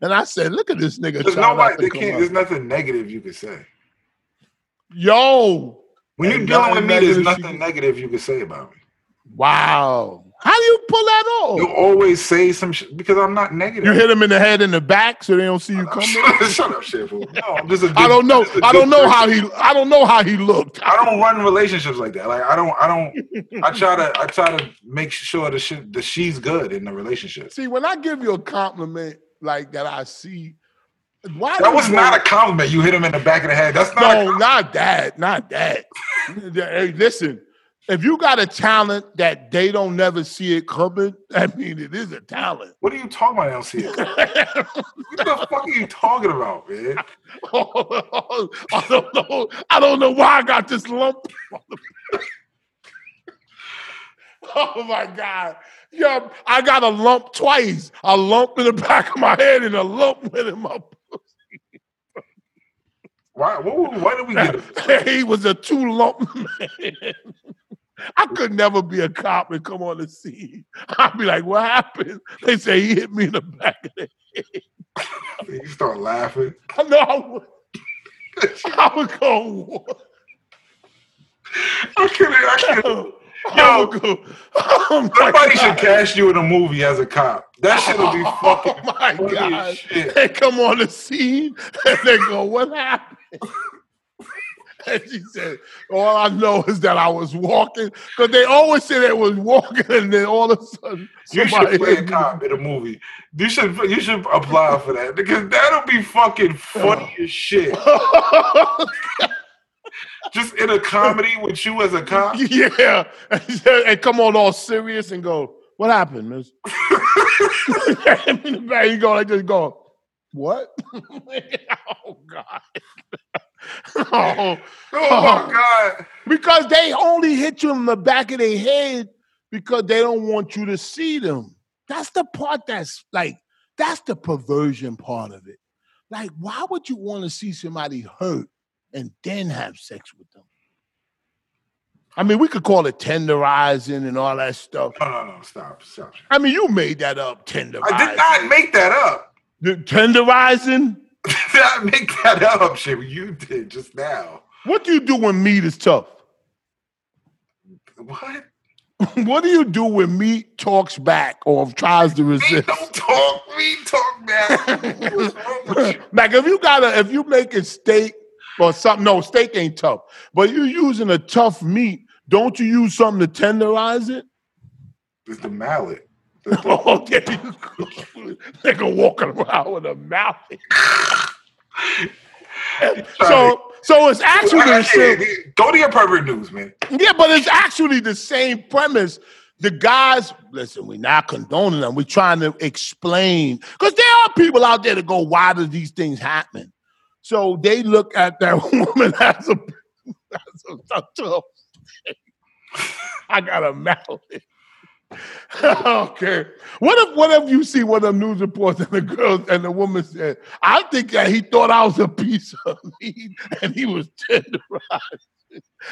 [SPEAKER 2] And I said, "Look at this nigga
[SPEAKER 3] There's
[SPEAKER 2] trying not
[SPEAKER 3] nobody.
[SPEAKER 2] to
[SPEAKER 3] They
[SPEAKER 2] come
[SPEAKER 3] can't,
[SPEAKER 2] out."
[SPEAKER 3] there's nothing negative you could say.
[SPEAKER 2] Yo,
[SPEAKER 3] When
[SPEAKER 2] Ain't
[SPEAKER 3] you're dealing with
[SPEAKER 2] nothing
[SPEAKER 3] me,
[SPEAKER 2] negative
[SPEAKER 3] there's
[SPEAKER 2] she
[SPEAKER 3] nothing
[SPEAKER 2] could-
[SPEAKER 3] negative you could say about me.
[SPEAKER 2] wow, how do you pull that off?
[SPEAKER 3] You always say some shit because I'm not negative.
[SPEAKER 2] Oh. You hit him in the head in the back, so they don't see you coming.
[SPEAKER 3] Shut up, shampoo. No, I'm just a good,
[SPEAKER 2] I don't know.
[SPEAKER 3] just a
[SPEAKER 2] I don't
[SPEAKER 3] good
[SPEAKER 2] know
[SPEAKER 3] person.
[SPEAKER 2] how he. I don't know how he looked.
[SPEAKER 3] I don't run relationships like that. Like I don't. I don't. I try to. I try to make sure that she, that she's good in the relationship.
[SPEAKER 2] See, when I give you a compliment like that, I see Why
[SPEAKER 3] That was
[SPEAKER 2] you-
[SPEAKER 3] not a compliment. You hit him in the back of the head. That's not. a
[SPEAKER 2] No,
[SPEAKER 3] compliment.
[SPEAKER 2] not that. Not that. hey, listen, if you got a talent that they don't never see it coming, I mean, it is a talent.
[SPEAKER 3] What are you talking about, LC? what the fuck are you talking about, man?
[SPEAKER 2] I don't know. I don't know why I got this lump. oh my god! Yeah, I got a lump twice. A lump in the back of my head and a lump went in my.
[SPEAKER 3] Why? What? Why did we get? It?
[SPEAKER 2] he was a two lump man. I could never be a cop and come on the scene. I'd be like, "What happened?" They say he hit me in the back of the
[SPEAKER 3] You start laughing.
[SPEAKER 2] I know I would. I would go. "What?"
[SPEAKER 3] I can't. I can't.
[SPEAKER 2] I would go. Oh my
[SPEAKER 3] Somebody
[SPEAKER 2] God.
[SPEAKER 3] should cast you in a movie as a cop. That shit'll be fucking.
[SPEAKER 2] Oh my
[SPEAKER 3] funny as
[SPEAKER 2] God.
[SPEAKER 3] shit.
[SPEAKER 2] They come on the scene and they go, What happened? And she said, All I know is that I was walking. Because they always say they was walking and then all of a sudden
[SPEAKER 3] You
[SPEAKER 2] somebody
[SPEAKER 3] should play a
[SPEAKER 2] hit me.
[SPEAKER 3] cop in a movie. You should you should apply for that because that'll be fucking funny
[SPEAKER 2] Oh.
[SPEAKER 3] as shit. Just in a comedy with you as a cop.
[SPEAKER 2] yeah. And come on all serious and go, What happened, miss? and in the back, you go, like just go, What? oh, God. oh,
[SPEAKER 3] Oh my god!
[SPEAKER 2] Because they only hit you in the back of their head because they don't want you to see them. That's the part that's like, that's the perversion part of it. Like, why would you want to see somebody hurt and then have sex with them? I mean, we could call it tenderizing and all that stuff.
[SPEAKER 3] No, no, no! Stop, stop!
[SPEAKER 2] I mean, you made that up, tenderizing.
[SPEAKER 3] I did not make that up.
[SPEAKER 2] The Tenderizing?
[SPEAKER 3] did not make that up, shit. You did just now.
[SPEAKER 2] What do you do when meat is tough?
[SPEAKER 3] What?
[SPEAKER 2] what do you do when meat talks back or tries to
[SPEAKER 3] Hey,
[SPEAKER 2] resist?
[SPEAKER 3] don't talk me, talk now. What's wrong with you?
[SPEAKER 2] like if you got to if you making steak or something, no steak ain't tough. But you using a tough meat, don't you use something to tenderize it?
[SPEAKER 3] It's the mallet. The- the-
[SPEAKER 2] Oh, there you go. Nigga walking around with a mouth. so, so it's actually the same.
[SPEAKER 3] Hey, hey, Go to your pervert news, man.
[SPEAKER 2] Yeah, but it's actually the same premise. The guys, listen, we're not condoning them. We're trying to explain because there are people out there that go, "Why do these things happen?" So they look at that woman as a, as a, tough- I got a mouth. okay. What if what if you see one of them news reports and the girl and the woman said, I think that he thought I was a piece of meat and he was tenderized.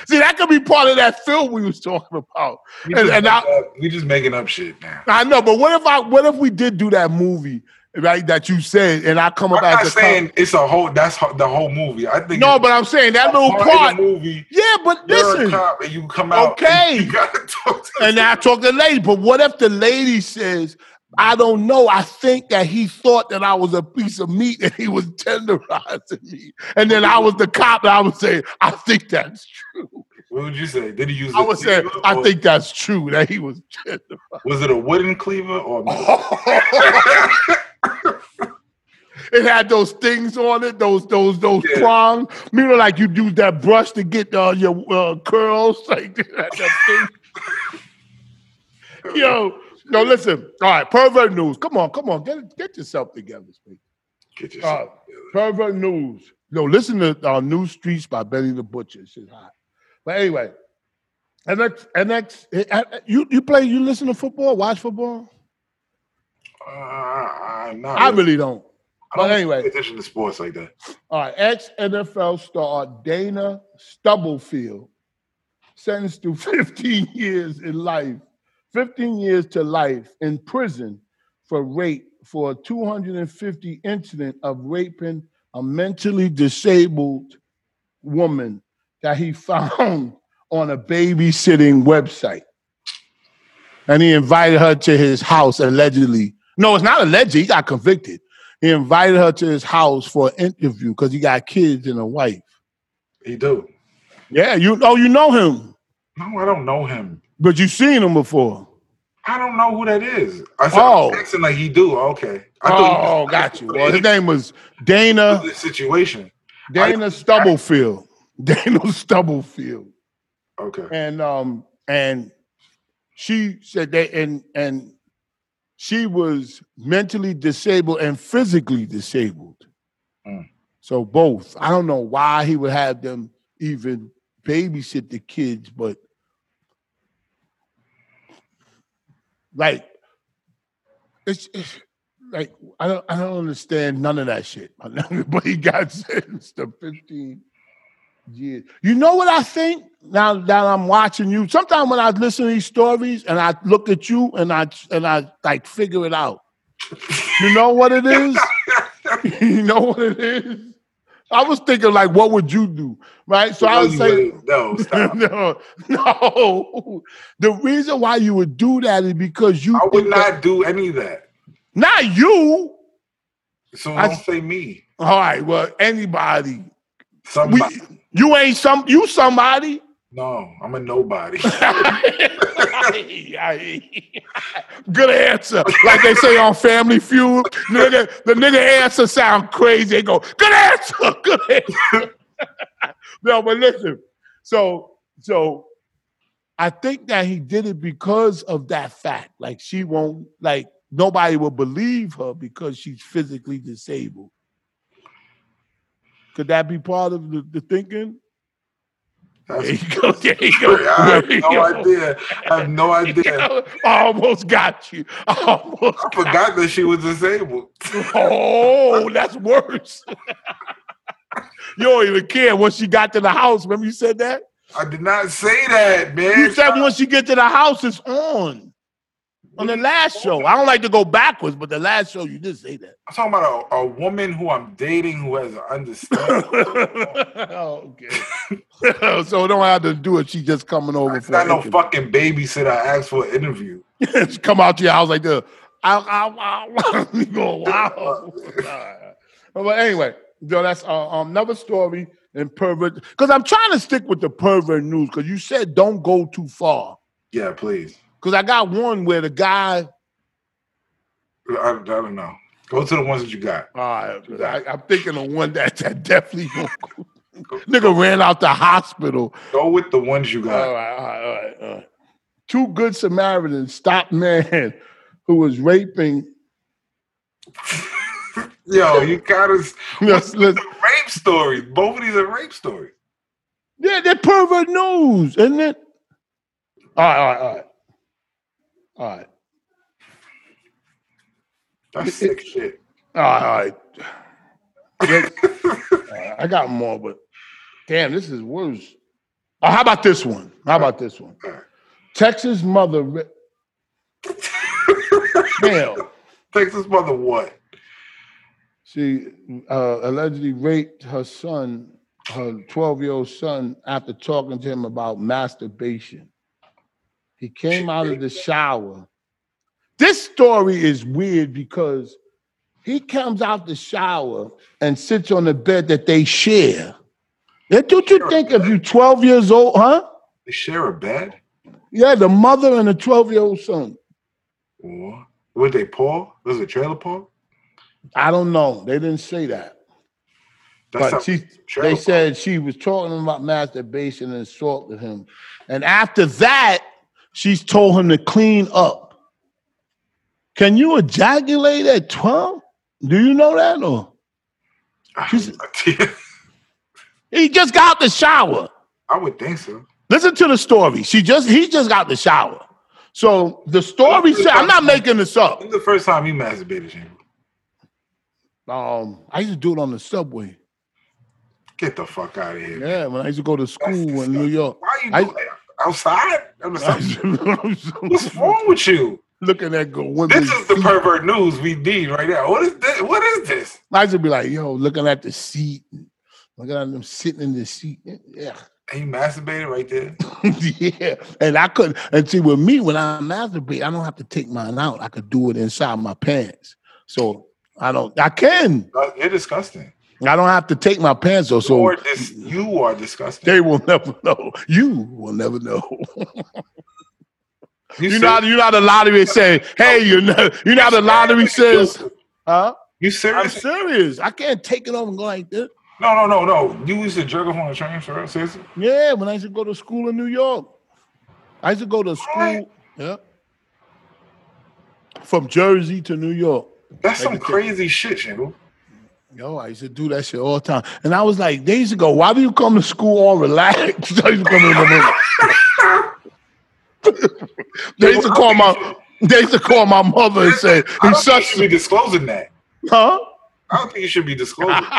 [SPEAKER 2] see, that could be part of that film we was talking about.
[SPEAKER 3] We
[SPEAKER 2] And-
[SPEAKER 3] just,
[SPEAKER 2] and I-
[SPEAKER 3] we just making up shit now.
[SPEAKER 2] I know, but what if I what if we did do that movie, right? That you said and I come up
[SPEAKER 3] I'm not
[SPEAKER 2] as a cop?
[SPEAKER 3] saying it's a whole. That's ho- the whole movie. I think
[SPEAKER 2] No,
[SPEAKER 3] it's
[SPEAKER 2] but I'm saying that
[SPEAKER 3] a
[SPEAKER 2] little
[SPEAKER 3] part of the
[SPEAKER 2] part.
[SPEAKER 3] movie.
[SPEAKER 2] Yeah, but
[SPEAKER 3] You're a
[SPEAKER 2] listen.
[SPEAKER 3] cop and you come out. and
[SPEAKER 2] Okay.
[SPEAKER 3] you gotta talk to
[SPEAKER 2] And now I talk to the lady, but what if the lady says, I don't know. I think that he thought that I was a piece of meat and he was tenderizing me. And then I was the cop and I would say, I think that's true.
[SPEAKER 3] What would you say? Did he use?
[SPEAKER 2] I
[SPEAKER 3] a
[SPEAKER 2] would say,
[SPEAKER 3] cleaver
[SPEAKER 2] I
[SPEAKER 3] or-
[SPEAKER 2] think that's true that he was tenderizing.
[SPEAKER 3] Was it a wooden cleaver or?
[SPEAKER 2] Oh, It had those things on it, those those those
[SPEAKER 3] Yeah.
[SPEAKER 2] prongs. You know, like you use that brush to get uh, your uh, curls, like that, that thing. Yo, no, listen. All right, pervert news. Come on, come on, get get yourself together, Speak.
[SPEAKER 3] Get yourself
[SPEAKER 2] Uh, pervert news. No, listen to uh, "New Streets" by Betty the Butcher. She's hot. But anyway, and that's and that's eh, you. You play. You listen to football. Watch football.
[SPEAKER 3] Uh, I'm not.
[SPEAKER 2] I
[SPEAKER 3] really-
[SPEAKER 2] really don't.
[SPEAKER 3] I
[SPEAKER 2] But
[SPEAKER 3] don't
[SPEAKER 2] anyway,
[SPEAKER 3] pay attention to sports like that.
[SPEAKER 2] All right, ex NFL star Dana Stubblefield sentenced to 15 years in life, 15 years to life in prison for rape for a 250 incident of raping a mentally disabled woman that he found on a babysitting website. And he invited her to his house allegedly. No, it's not alleged. He got convicted. He invited her to his house for an interview because he got kids and a wife.
[SPEAKER 3] He do.
[SPEAKER 2] Yeah, you oh you know him,
[SPEAKER 3] No, I don't know him.
[SPEAKER 2] but you seen him before.
[SPEAKER 3] I don't know who that is. I said,
[SPEAKER 2] Oh.
[SPEAKER 3] oh. acting like he do. Okay. I
[SPEAKER 2] Oh, got you. Well, his name was Dana
[SPEAKER 3] The situation.
[SPEAKER 2] Dana Stubblefield. Dana Stubblefield.
[SPEAKER 3] Okay.
[SPEAKER 2] and um and she said that and and she was mentally disabled and physically disabled
[SPEAKER 3] Mm.
[SPEAKER 2] so both i don't know why he would have them even babysit the kids but like it's, it's like I don't, I don't understand none of that shit. but he got sentenced to 15 years. You know what I think now that I'm watching you? Sometimes when I listen to these stories and I look at you and I and I like figure it out. You know what it is? you know what it is? I was thinking like, what would you do? Right? So I
[SPEAKER 3] No,
[SPEAKER 2] was
[SPEAKER 3] you
[SPEAKER 2] saying
[SPEAKER 3] wouldn't. no, stop.
[SPEAKER 2] no, no. The reason why you would do that is because you
[SPEAKER 3] I would
[SPEAKER 2] think that-
[SPEAKER 3] not do any of that.
[SPEAKER 2] not you.
[SPEAKER 3] So
[SPEAKER 2] I-
[SPEAKER 3] don't say me.
[SPEAKER 2] All right, well, anybody. We,
[SPEAKER 3] Somebody.
[SPEAKER 2] you ain't some you somebody.
[SPEAKER 3] no, I'm a nobody.
[SPEAKER 2] Good answer. Like they say on Family Feud, nigga, the nigga answer sound crazy. They go, good answer, good answer. no, but listen. So, so I think that he did it because of that fact. Like she won't, like nobody will believe her because she's physically disabled. Could that be part of the, the thinking? There
[SPEAKER 3] That's,
[SPEAKER 2] you go. There you go.
[SPEAKER 3] I have
[SPEAKER 2] There you
[SPEAKER 3] no
[SPEAKER 2] go.
[SPEAKER 3] idea. I have no idea.
[SPEAKER 2] I almost got you. I Almost.
[SPEAKER 3] I forgot that she was disabled.
[SPEAKER 2] Oh, that's worse. you don't even care once she got to the house. Remember you said that?
[SPEAKER 3] I did not say that, man.
[SPEAKER 2] You said once you get to the house, it's on. On the last show. I don't like to go backwards, but the last show you did say that.
[SPEAKER 3] I'm talking about a, a woman who I'm dating who has an understanding.
[SPEAKER 2] oh, okay. so it don't have to do it. She just coming over
[SPEAKER 3] It's
[SPEAKER 2] for
[SPEAKER 3] not
[SPEAKER 2] an
[SPEAKER 3] no
[SPEAKER 2] interview.
[SPEAKER 3] fucking babysitter. I asked for an interview.
[SPEAKER 2] Just come out to your house like this. Ow, ow, ow, ow. you go, wow. but anyway, so that's uh, um, another story in pervert. Because I'm trying to stick with the pervert news because you said don't go too far.
[SPEAKER 3] Yeah, please.
[SPEAKER 2] Because I got one where the guy,
[SPEAKER 3] I, I don't know. Go to the ones that you got.
[SPEAKER 2] uh, I, I'm thinking of one that, that definitely won't go. Nigga ran out the hospital.
[SPEAKER 3] Go with the ones you got.
[SPEAKER 2] All right, all right, all right, all right. Two good Samaritans stopped man who was raping.
[SPEAKER 3] Yo, you got us
[SPEAKER 2] Yes, listen.
[SPEAKER 3] rape stories. Both of these are rape stories.
[SPEAKER 2] Yeah, they're pervert news, isn't it? All right, all right, all right. All right,
[SPEAKER 3] That's sick shit.
[SPEAKER 2] all right. All right. All right, I got more, but damn, this is worse. Oh, how about this one? How about this one?
[SPEAKER 3] All right.
[SPEAKER 2] Texas mother. Re- damn.
[SPEAKER 3] Texas mother what?
[SPEAKER 2] She uh, allegedly raped her son, her 12 year old son, after talking to him about masturbation. He came out of the shower. This story is weird because he comes out the shower and sits on the bed that they share. Now, Don't you think if you 12 years old, huh?
[SPEAKER 3] They share a bed?
[SPEAKER 2] Yeah, the mother and the 12 year old son.
[SPEAKER 3] What? Were they poor? Was it trailer park?
[SPEAKER 2] I don't know. They didn't say that. But
[SPEAKER 3] That's not
[SPEAKER 2] she-
[SPEAKER 3] trailer
[SPEAKER 2] They
[SPEAKER 3] park.
[SPEAKER 2] said she was talking about masturbation and assaulted him. And after that, she's told him to clean up. Can you ejaculate at 12? Do you know that? Or he just got out the shower.
[SPEAKER 3] I would think so.
[SPEAKER 2] Listen to the story. She just he just got out the shower. So the story said, I'm not making this up.
[SPEAKER 3] When's the first time you masturbated, Shane?
[SPEAKER 2] Um, I used to do it on the subway.
[SPEAKER 3] Get the fuck out of here.
[SPEAKER 2] Yeah, when I used to go to school in New York.
[SPEAKER 3] Why you
[SPEAKER 2] I-
[SPEAKER 3] doing that? Outside? I'm just- What's wrong with you?
[SPEAKER 2] Looking at good women.
[SPEAKER 3] This is the pervert news we need right now. What is this? What is this?
[SPEAKER 2] I used to be like, yo, looking at the seat, looking at them sitting in the seat. Yeah.
[SPEAKER 3] And you masturbated right there.
[SPEAKER 2] yeah. And I couldn't. And see, with me, when I masturbate, I don't have to take mine out. I could do it inside my pants. So I don't, I can.
[SPEAKER 3] Uh, You're disgusting.
[SPEAKER 2] I don't have to take my pants off. So
[SPEAKER 3] or this, you are disgusting.
[SPEAKER 2] they will never know. You will never know.
[SPEAKER 3] You
[SPEAKER 2] You're not. You're not a lottery. Say, hey, you're not. You're not a lottery. Says, huh?
[SPEAKER 3] You
[SPEAKER 2] I'm
[SPEAKER 3] serious?
[SPEAKER 2] serious. I can't take it on and go like this.
[SPEAKER 3] No, no, no, no. You used to jerk off on the train for real, seriously?
[SPEAKER 2] Yeah, when I used to go to school in New York, I used to go to school. Yeah. From Jersey to New York.
[SPEAKER 3] That's
[SPEAKER 2] Like
[SPEAKER 3] some
[SPEAKER 2] the-
[SPEAKER 3] crazy shit, Shingle.
[SPEAKER 2] Yo, I used to do that shit all the time. And I was like, days ago, why do you come to school all relaxed? I used to come in the morning. they used to call my they used to call my mother and say,
[SPEAKER 3] I
[SPEAKER 2] you
[SPEAKER 3] don't think you
[SPEAKER 2] such
[SPEAKER 3] should be disclosing that.
[SPEAKER 2] huh?
[SPEAKER 3] I don't think you should be disclosing.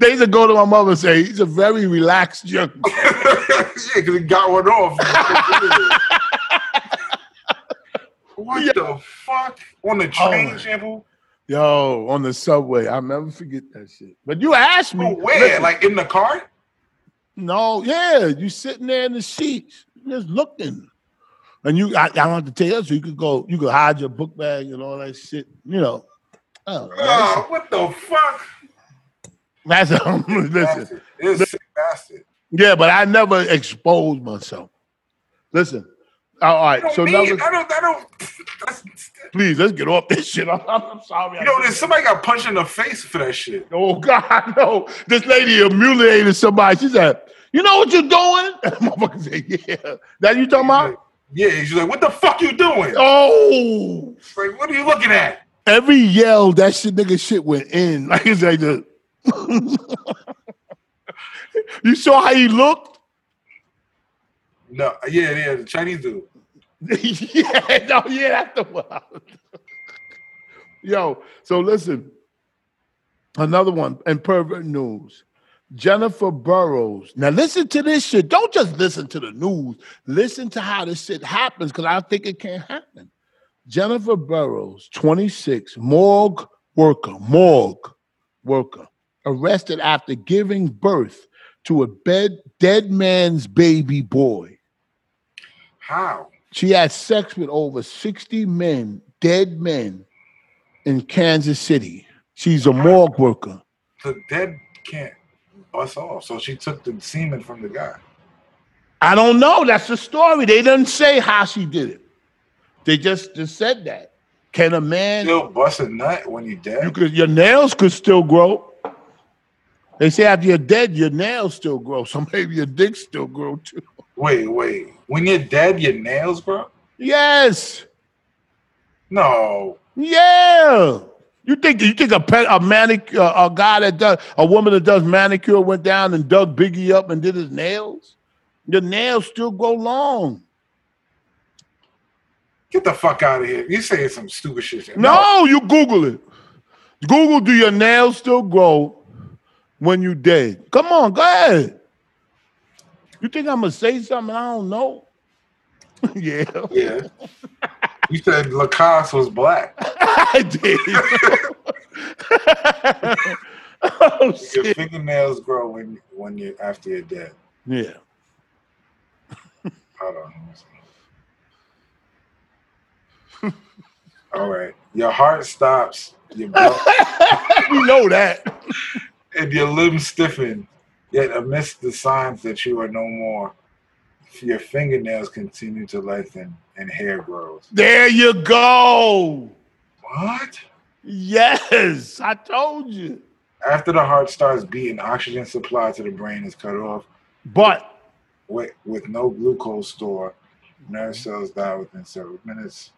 [SPEAKER 2] They used to go to my mother and say, he's a very relaxed young man."
[SPEAKER 3] yeah, because he got one off. what the fuck? On the train,
[SPEAKER 2] Oh.
[SPEAKER 3] Shamble?
[SPEAKER 2] Yo, on the subway. I'll never forget that shit. But you asked me.
[SPEAKER 3] Oh, where?
[SPEAKER 2] listen,
[SPEAKER 3] Like in the car?
[SPEAKER 2] No, yeah, you sitting there in the seats, just looking. And you, I, I don't have to tell you, so you could go, you could hide your book bag and all that shit, you know. Oh, man,
[SPEAKER 3] Oh, what the fuck?
[SPEAKER 2] that's, that's listen,
[SPEAKER 3] Bastard. It's a sick bastard.
[SPEAKER 2] yeah, but I never exposed myself. Listen, all
[SPEAKER 3] You
[SPEAKER 2] right,
[SPEAKER 3] don't
[SPEAKER 2] so
[SPEAKER 3] need,
[SPEAKER 2] number,
[SPEAKER 3] I don't. I don't. That's,
[SPEAKER 2] please let's get off this shit. I'm, I'm sorry. I
[SPEAKER 3] you know,
[SPEAKER 2] did
[SPEAKER 3] there's somebody got punched in the face for that shit.
[SPEAKER 2] Oh God, no! This lady humiliated somebody. She said, "You know what you're doing?" Motherfucker said, "Yeah." That you talking about?
[SPEAKER 3] Yeah, she's like, "What the fuck you doing?
[SPEAKER 2] Oh.
[SPEAKER 3] It's Like, what are you looking at?"
[SPEAKER 2] every yell that shit nigga shit went in. Like it's like the You saw how he looked?
[SPEAKER 3] No, yeah, yeah, the Chinese dude.
[SPEAKER 2] yeah, no, yeah, that's the one. Yo, so listen. Another one in pervert news. Jennifer Burrows. Now listen to this shit. Don't just listen to the news. Listen to how this shit happens because I think it can happen. Jennifer Burrows, 26, morgue worker, morgue worker, arrested after giving birth to a bed, dead man's baby boy.
[SPEAKER 3] How?
[SPEAKER 2] She had sex with over 60 men, dead men, in Kansas City. She's a morgue worker.
[SPEAKER 3] The dead can't bust off, so she took the semen from the guy.
[SPEAKER 2] I don't know. That's the story. They didn't say how she did it. They just, just said that. Can a man,
[SPEAKER 3] Still bust a nut when you're dead.
[SPEAKER 2] you could, your nails could still grow. They say after you're dead, your nails still grow. So maybe your dick still grow too.
[SPEAKER 3] wait, wait. When you're dead, your nails grow.
[SPEAKER 2] Yes.
[SPEAKER 3] No,
[SPEAKER 2] Yeah. You think you think a pet, a manic uh, a guy that does a woman that does manicure went down and dug Biggie up and did his nails? Your nails still grow long.
[SPEAKER 3] get the fuck out of here. You saying some stupid shit?
[SPEAKER 2] No, you Google it. Google, do your nails still grow when you dead? Come on, go ahead. You think I'm gonna say something I don't know? yeah,
[SPEAKER 3] Yeah. You said Lacoste was black.
[SPEAKER 2] I did. oh
[SPEAKER 3] Your
[SPEAKER 2] shit.
[SPEAKER 3] fingernails grow when when you after you're dead.
[SPEAKER 2] Yeah.
[SPEAKER 3] Hold on. let me see. All right. Your heart stops. Your blood
[SPEAKER 2] we know that.
[SPEAKER 3] and your limbs stiffen. Yet amidst the signs that you are no more, your fingernails continue to lengthen and hair grows.
[SPEAKER 2] There you go.
[SPEAKER 3] What?
[SPEAKER 2] Yes, I told you.
[SPEAKER 3] After the heart starts beating, oxygen supply to the brain is cut off.
[SPEAKER 2] But
[SPEAKER 3] with, with no glucose store, nerve cells die within several minutes.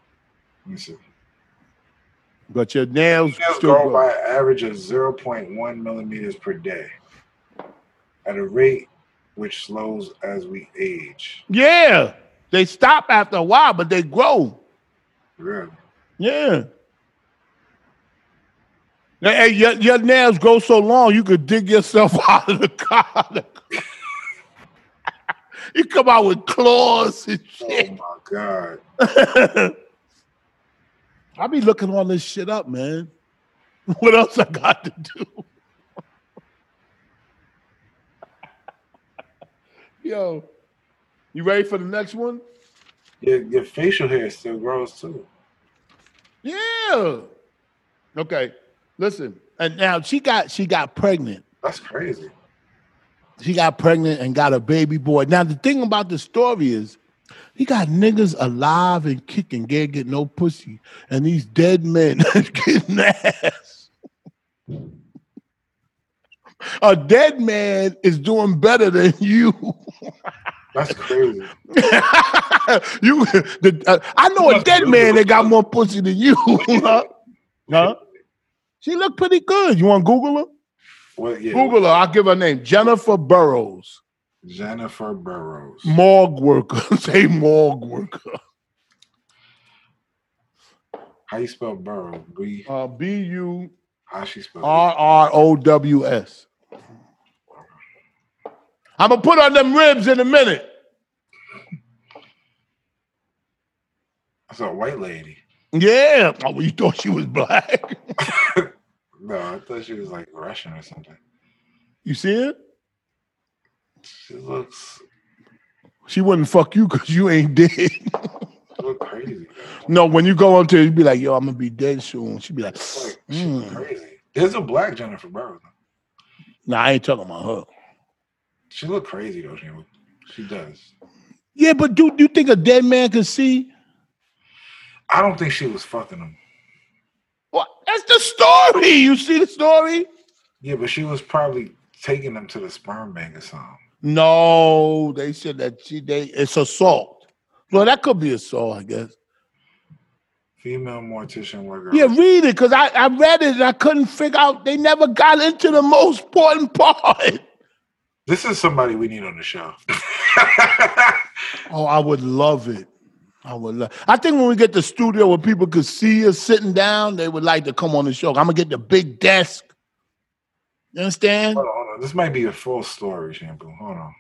[SPEAKER 3] Let me see.
[SPEAKER 2] but your nails
[SPEAKER 3] Cells
[SPEAKER 2] still
[SPEAKER 3] grow
[SPEAKER 2] grow.
[SPEAKER 3] by an average of 0.1 millimeters per day at a rate which slows as we age.
[SPEAKER 2] Yeah, they stop after a while, but they grow.
[SPEAKER 3] Really?
[SPEAKER 2] Yeah. Now, Hey, your, your nails grow so long you could dig yourself out of the car. you come out with claws and
[SPEAKER 3] Oh
[SPEAKER 2] shit.
[SPEAKER 3] my God.
[SPEAKER 2] I be looking all this shit up, man. What else I got to do? Yo, you ready for the next one?
[SPEAKER 3] Your, your facial hair still grows too.
[SPEAKER 2] Yeah. Okay, listen. And now she got she got pregnant.
[SPEAKER 3] That's crazy.
[SPEAKER 2] She got pregnant and got a baby boy. Now the thing about the story is He got niggas alive and kicking, can't get no pussy, and these dead men getting ass. A dead man is doing better than you.
[SPEAKER 3] That's crazy.
[SPEAKER 2] you, the, uh, I know a dead man that got more pussy than you. huh? Huh? She looked pretty good. You want to Google her?
[SPEAKER 3] What? Yeah.
[SPEAKER 2] Google her. I'll give her name. Jennifer Burrows,
[SPEAKER 3] Jennifer Burrows.
[SPEAKER 2] morgue worker. Say morgue worker.
[SPEAKER 3] How you spell Burrow? B.
[SPEAKER 2] Uh, B U
[SPEAKER 3] How she spell?
[SPEAKER 2] R R O W S. I'm gonna put on them ribs in a minute.
[SPEAKER 3] That's a white lady.
[SPEAKER 2] Yeah. Oh, you thought she was black?
[SPEAKER 3] No, I thought she was like Russian or something.
[SPEAKER 2] You see it?
[SPEAKER 3] She looks
[SPEAKER 2] She wouldn't fuck you because you ain't dead.
[SPEAKER 3] she look crazy.
[SPEAKER 2] no, when you go up to her, you be like, yo, I'm gonna be dead soon. She'd be like,
[SPEAKER 3] Though. Like she look
[SPEAKER 2] mm.
[SPEAKER 3] crazy. There's a black Jennifer Burrows.
[SPEAKER 2] nah, I ain't talking about her.
[SPEAKER 3] She look crazy though. She she does.
[SPEAKER 2] Yeah, but do you think a dead man can see?
[SPEAKER 3] I don't think she was fucking him.
[SPEAKER 2] What? That's the story. You see the story?
[SPEAKER 3] Yeah, but she was probably taking him to the sperm bank or something.
[SPEAKER 2] No, they said that she they it's assault. Well, that could be assault, I guess.
[SPEAKER 3] Female mortician worker.
[SPEAKER 2] Yeah, read it because I, I read it and I couldn't figure out. They never got into the most important part.
[SPEAKER 3] This is somebody we need on the show.
[SPEAKER 2] Oh, I would love it. I would love. I think when we get the studio where people could see us sitting down, they would like to come on the show. I'm gonna get the big desk. You understand?
[SPEAKER 3] hold on, hold on. This might be a false story, Shampoo. Hold on.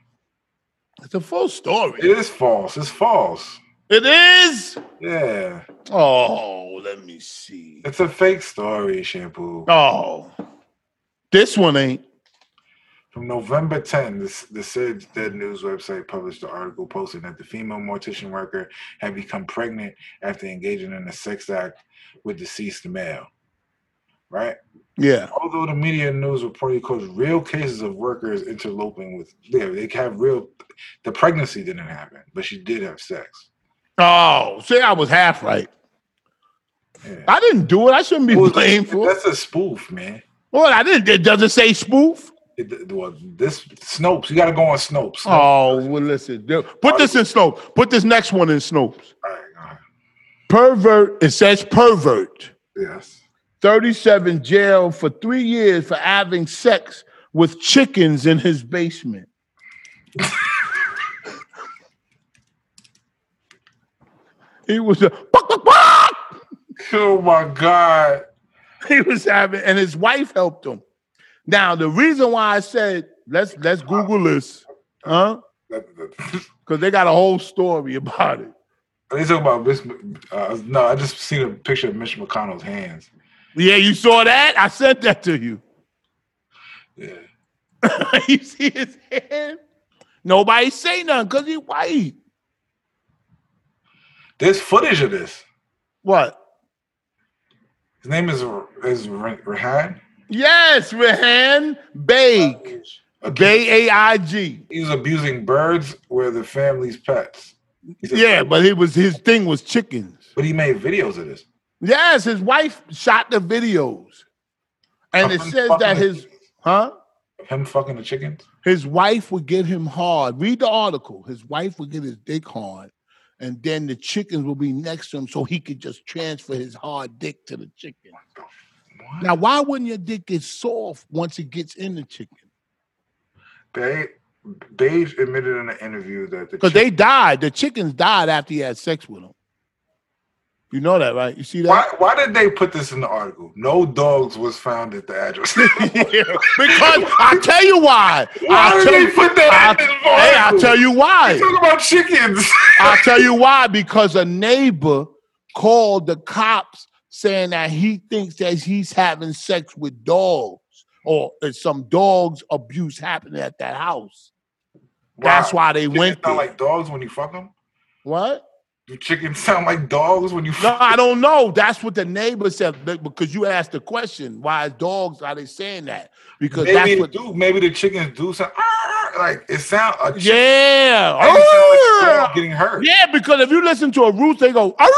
[SPEAKER 2] It's a full story.
[SPEAKER 3] It is false. It's false.
[SPEAKER 2] It is.
[SPEAKER 3] Yeah.
[SPEAKER 2] Oh, let me see.
[SPEAKER 3] It's a fake story, Shampoo.
[SPEAKER 2] Oh, this one ain't.
[SPEAKER 3] From November 10, this, the said Dead News website published the article posting that the female mortician worker had become pregnant after engaging in a sex act with deceased male. Right?
[SPEAKER 2] Yeah.
[SPEAKER 3] Although the media news reported caused real cases of workers interloping with, yeah, they have real, the pregnancy didn't happen, but she did have sex.
[SPEAKER 2] Oh, see, I was half right.
[SPEAKER 3] Yeah.
[SPEAKER 2] I didn't do it. I shouldn't be
[SPEAKER 3] Well,
[SPEAKER 2] blamed for it.
[SPEAKER 3] That's a spoof, man.
[SPEAKER 2] Well, I didn't. It doesn't say spoof.
[SPEAKER 3] It, well, this Snopes, you got to go on Snopes. Snopes.
[SPEAKER 2] Oh, well, listen. dude, Put this in Snopes. Put this next one in Snopes.
[SPEAKER 3] All right, all right.
[SPEAKER 2] Pervert. It says pervert.
[SPEAKER 3] Yes.
[SPEAKER 2] 37 jail for three years for having sex with chickens in his basement. he was a
[SPEAKER 3] Oh my God.
[SPEAKER 2] he was having, and his wife helped him. Now, the reason why I said let's let's Google this, huh?
[SPEAKER 3] That- that-
[SPEAKER 2] Because they got a whole story about it.
[SPEAKER 3] They talking about Miss. Uh, no, I just seen a picture of Mitch McConnell's hands.
[SPEAKER 2] Yeah, you saw that? I sent that to you.
[SPEAKER 3] Yeah,
[SPEAKER 2] you see his hand? Nobody say nothing because he white.
[SPEAKER 3] there's footage of this.
[SPEAKER 2] What?
[SPEAKER 3] His name is is Re- Rehan.
[SPEAKER 2] Yes, Rehan Baig.
[SPEAKER 3] Okay.
[SPEAKER 2] B A I G.
[SPEAKER 3] He's abusing birds where the family's pets. He's a-
[SPEAKER 2] Yeah, but he was his thing was chickens.
[SPEAKER 3] but he made videos of this.
[SPEAKER 2] Yes, his wife shot the videos. And it
[SPEAKER 3] Of him
[SPEAKER 2] says
[SPEAKER 3] fucking
[SPEAKER 2] that
[SPEAKER 3] the
[SPEAKER 2] his huh?
[SPEAKER 3] chickens. him fucking the chickens.
[SPEAKER 2] His wife would get him hard. Read the article. His wife would get his dick hard, and then the chickens will be next to him so he could just transfer his hard dick to the chicken.
[SPEAKER 3] What?
[SPEAKER 2] Now, why wouldn't your dick get soft once it gets in the chicken?
[SPEAKER 3] Ba- Beige admitted in an interview that the
[SPEAKER 2] Because they died. The chickens died after he had sex with them. You know that, right? You see that?
[SPEAKER 3] why why did they put this in the article? No dogs was found at the address.
[SPEAKER 2] because I tell you why.
[SPEAKER 3] Why
[SPEAKER 2] I
[SPEAKER 3] did
[SPEAKER 2] tell
[SPEAKER 3] they
[SPEAKER 2] you,
[SPEAKER 3] put that
[SPEAKER 2] I,
[SPEAKER 3] in this
[SPEAKER 2] hey, I
[SPEAKER 3] article?
[SPEAKER 2] tell you
[SPEAKER 3] They
[SPEAKER 2] why.
[SPEAKER 3] talking about chickens.
[SPEAKER 2] I tell you why. Because a neighbor called the cops saying that he thinks that he's having sex with dogs or there's some dogs abuse happening at that house. That's why they
[SPEAKER 3] Chickens
[SPEAKER 2] went there.
[SPEAKER 3] sound like dogs when you fuck them.
[SPEAKER 2] what?
[SPEAKER 3] Do chickens sound like dogs when you
[SPEAKER 2] No,
[SPEAKER 3] fuck?
[SPEAKER 2] I don't know. That's what the neighbor said but- because you asked the question. Why is dogs? Are they saying that? Because
[SPEAKER 3] Maybe
[SPEAKER 2] that's
[SPEAKER 3] they
[SPEAKER 2] what.
[SPEAKER 3] do. Maybe the chickens do sound. "Ah, ah, hurt. Like it sound a chick
[SPEAKER 2] Yeah.
[SPEAKER 3] Oh, sound like a
[SPEAKER 2] Arr!
[SPEAKER 3] dog getting hurt.
[SPEAKER 2] Yeah, because if you listen to a roost, they go, "Arr,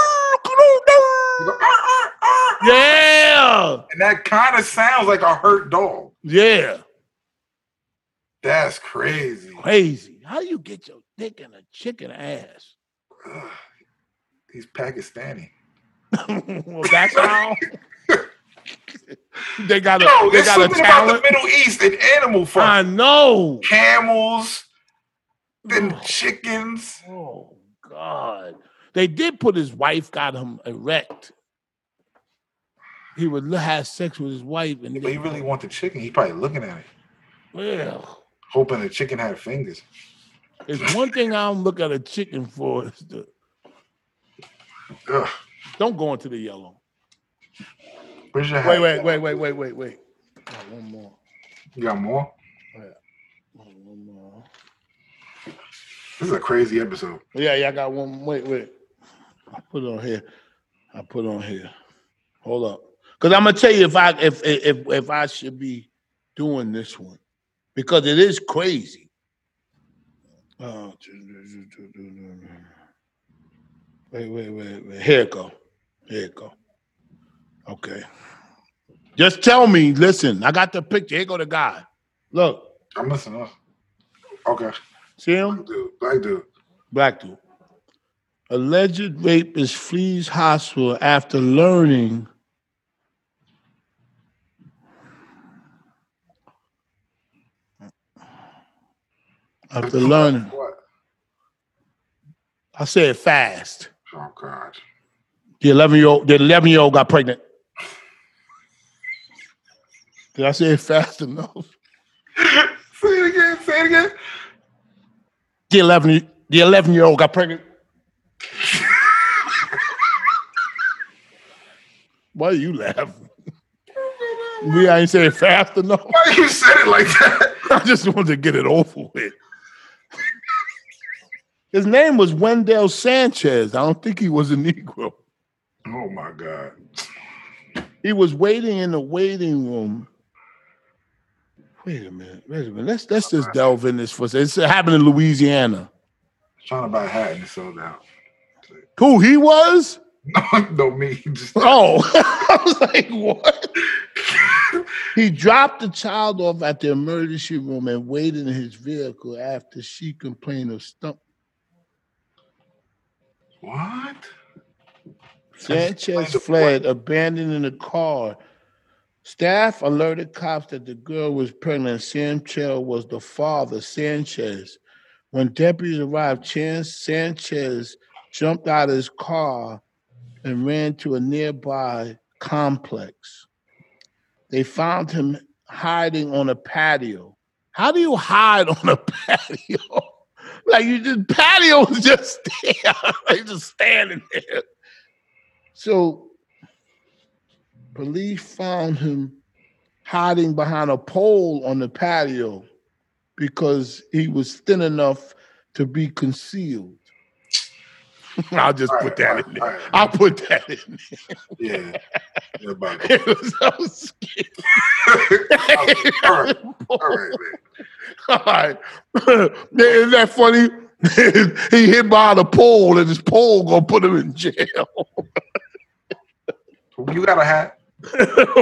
[SPEAKER 2] kudu,
[SPEAKER 3] You
[SPEAKER 2] arr."
[SPEAKER 3] go, "Arr, arr, arr, arr."
[SPEAKER 2] yeah,
[SPEAKER 3] And that kind of sounds like a hurt dog.
[SPEAKER 2] yeah,
[SPEAKER 3] That's crazy.
[SPEAKER 2] crazy. How do you get your dick in a chicken ass?
[SPEAKER 3] Ugh. He's Pakistani.
[SPEAKER 2] well, that's how they got a, they
[SPEAKER 3] Yo, there's
[SPEAKER 2] got a
[SPEAKER 3] something about the
[SPEAKER 2] talent.
[SPEAKER 3] Middle East and animal
[SPEAKER 2] I
[SPEAKER 3] farm.
[SPEAKER 2] know.
[SPEAKER 3] Camels, them chickens.
[SPEAKER 2] Oh God! They did put his wife got him erect. He would l- have sex with his wife and
[SPEAKER 3] But he really want the chicken. He probably looking at it,
[SPEAKER 2] well,
[SPEAKER 3] hoping the chicken had fingers.
[SPEAKER 2] it's one thing I don't look at a chicken for. Is the,
[SPEAKER 3] Ugh.
[SPEAKER 2] don't go into the yellow.
[SPEAKER 3] Where's your
[SPEAKER 2] Wait, wait,
[SPEAKER 3] hat?
[SPEAKER 2] wait, wait, wait, wait, wait. Got one more.
[SPEAKER 3] You got more?
[SPEAKER 2] Got One more.
[SPEAKER 3] This is a crazy episode.
[SPEAKER 2] Yeah, yeah, I got one. Wait, wait. I put it on here. I put it on here. Hold up, because I'm gonna tell you if I if if if I should be doing this one because it is crazy. Oh, wait, wait, wait, wait. Here it go. Here it go. Okay. Just tell me. Listen, I got the picture. Here go the guy. Look,
[SPEAKER 3] I'm listening. Up. Okay,
[SPEAKER 2] see him.
[SPEAKER 3] black dude, black dude.
[SPEAKER 2] Black dude. Alleged rapist flees hospital after learning after learning.
[SPEAKER 3] What?
[SPEAKER 2] I said fast.
[SPEAKER 3] Oh God.
[SPEAKER 2] The eleven year old the eleven year old got pregnant. Did I say it fast enough?
[SPEAKER 3] say it again. Say it again.
[SPEAKER 2] The eleven the eleven year old got pregnant. Why are you laughing? We ain't say it fast enough.
[SPEAKER 3] Why you said it like that?
[SPEAKER 2] I just wanted to get it over with. His name was Wendell Sanchez. I don't think he was a Negro.
[SPEAKER 3] Oh my God.
[SPEAKER 2] He was waiting in the waiting room. Wait a minute. Wait a minute. Let's let's just delve in this for a second. It's happened in Louisiana.
[SPEAKER 3] Trying to buy a hat and it sold out.
[SPEAKER 2] Who he was?
[SPEAKER 3] No, no, me. Just
[SPEAKER 2] Oh, I was like, what? he dropped the child off at the emergency room and waited in his vehicle after she complained of stump.
[SPEAKER 3] what?
[SPEAKER 2] Sanchez fled, abandoning the car. Staff alerted cops that the girl was pregnant. Sanchez was the father, Sanchez. When deputies arrived, Chance Sanchez jumped out of his car and ran to a nearby complex. They found him hiding on a patio. How do you hide on a patio? like you just patio is just there. they just standing there. So police found him hiding behind a pole on the patio because he was thin enough to be concealed. I'll just put that in there.
[SPEAKER 3] Alright,
[SPEAKER 2] I'll put that in
[SPEAKER 3] Yeah. yeah about
[SPEAKER 2] there. It was so scary.
[SPEAKER 3] it. all right. All right, man.
[SPEAKER 2] All right. Isn't that funny? he hit by the pole and his pole gonna put him in jail.
[SPEAKER 3] You got a hat?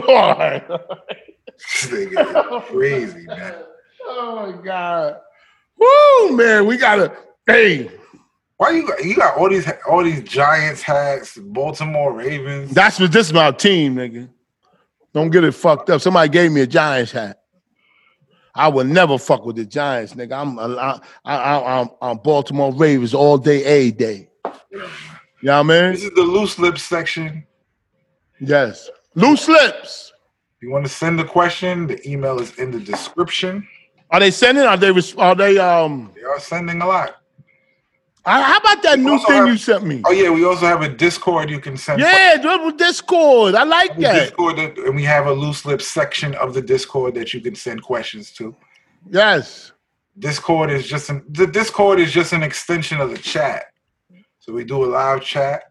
[SPEAKER 2] All right.
[SPEAKER 3] This nigga is crazy, man.
[SPEAKER 2] Oh my god. Woo man, we gotta hey,
[SPEAKER 3] Why you got you got all these all these Giants hats, Baltimore Ravens?
[SPEAKER 2] that's what this is my team, nigga. Don't get it fucked up. Somebody gave me a Giants hat. I would never fuck with the Giants, nigga. I'm I, I, I, I'm, I'm Baltimore Ravens all day, a day.
[SPEAKER 3] Yeah.
[SPEAKER 2] You know what I mean?
[SPEAKER 3] This is the loose lips section.
[SPEAKER 2] Yes. Loose lips.
[SPEAKER 3] If you want to send a question, the email is in the description.
[SPEAKER 2] Are they sending? Are they? res- Are they? Um.
[SPEAKER 3] They are sending a lot.
[SPEAKER 2] I, how about that new
[SPEAKER 3] also
[SPEAKER 2] thing
[SPEAKER 3] have-
[SPEAKER 2] you sent me?
[SPEAKER 3] Oh yeah, we also have a Discord you can send.
[SPEAKER 2] Yeah, do it with Discord. I like
[SPEAKER 3] questions.
[SPEAKER 2] that.
[SPEAKER 3] Discord, that- and we have a loose lips section of the Discord that you can send questions to.
[SPEAKER 2] Yes.
[SPEAKER 3] Discord is just an the Discord is just an extension of the chat. So we do a live chat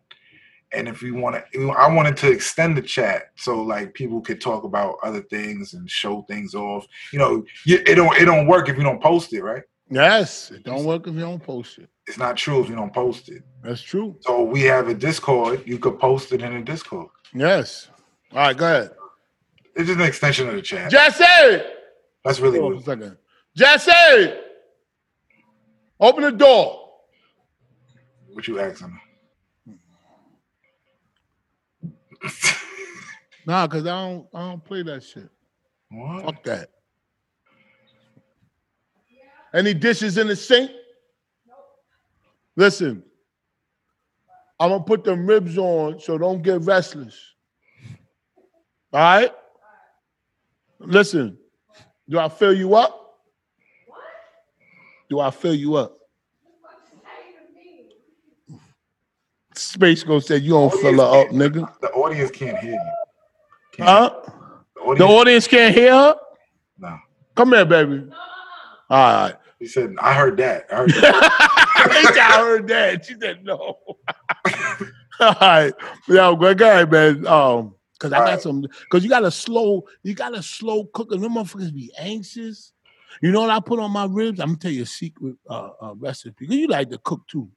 [SPEAKER 3] And if you want to, I wanted to extend the chat so like people could talk about other things and show things off. You know, you, it don't it don't work if you don't post it, right?
[SPEAKER 2] Yes, it don't work if you don't post it.
[SPEAKER 3] It's not true if you don't post it.
[SPEAKER 2] That's true.
[SPEAKER 3] So we have a Discord. You could post it in a Discord.
[SPEAKER 2] Yes. All right, go ahead.
[SPEAKER 3] It's just an extension of the chat.
[SPEAKER 2] Jesse,
[SPEAKER 3] That's really
[SPEAKER 2] hold on a
[SPEAKER 3] what
[SPEAKER 2] second. Jesse, open the door.
[SPEAKER 3] what you asking.
[SPEAKER 2] Nah, cause I don't, I don't play that shit.
[SPEAKER 3] what?
[SPEAKER 2] Fuck that. Any dishes in the sink? Listen, I'm gonna put them ribs on, so don't get restless. All right. Listen, do I fill you up? Do I fill you up? Space gonna say you don't fill her up, nigga.
[SPEAKER 3] The audience can't hear you. Can't-
[SPEAKER 2] Huh?
[SPEAKER 3] The
[SPEAKER 2] The
[SPEAKER 3] audience,
[SPEAKER 2] audience can't hear her.
[SPEAKER 3] no.
[SPEAKER 2] Come here, baby. All right.
[SPEAKER 3] He said, I heard that. I heard that.
[SPEAKER 2] I think I heard that. She said no. All right. Yeah, go go ahead, man. Um, cause I
[SPEAKER 3] All
[SPEAKER 2] got
[SPEAKER 3] right.
[SPEAKER 2] some cause you gotta slow, you gotta slow cook and them motherfuckers be anxious. You know what I put on my ribs? I'm gonna tell you a secret uh, uh recipe. 'Cause You like to cook too.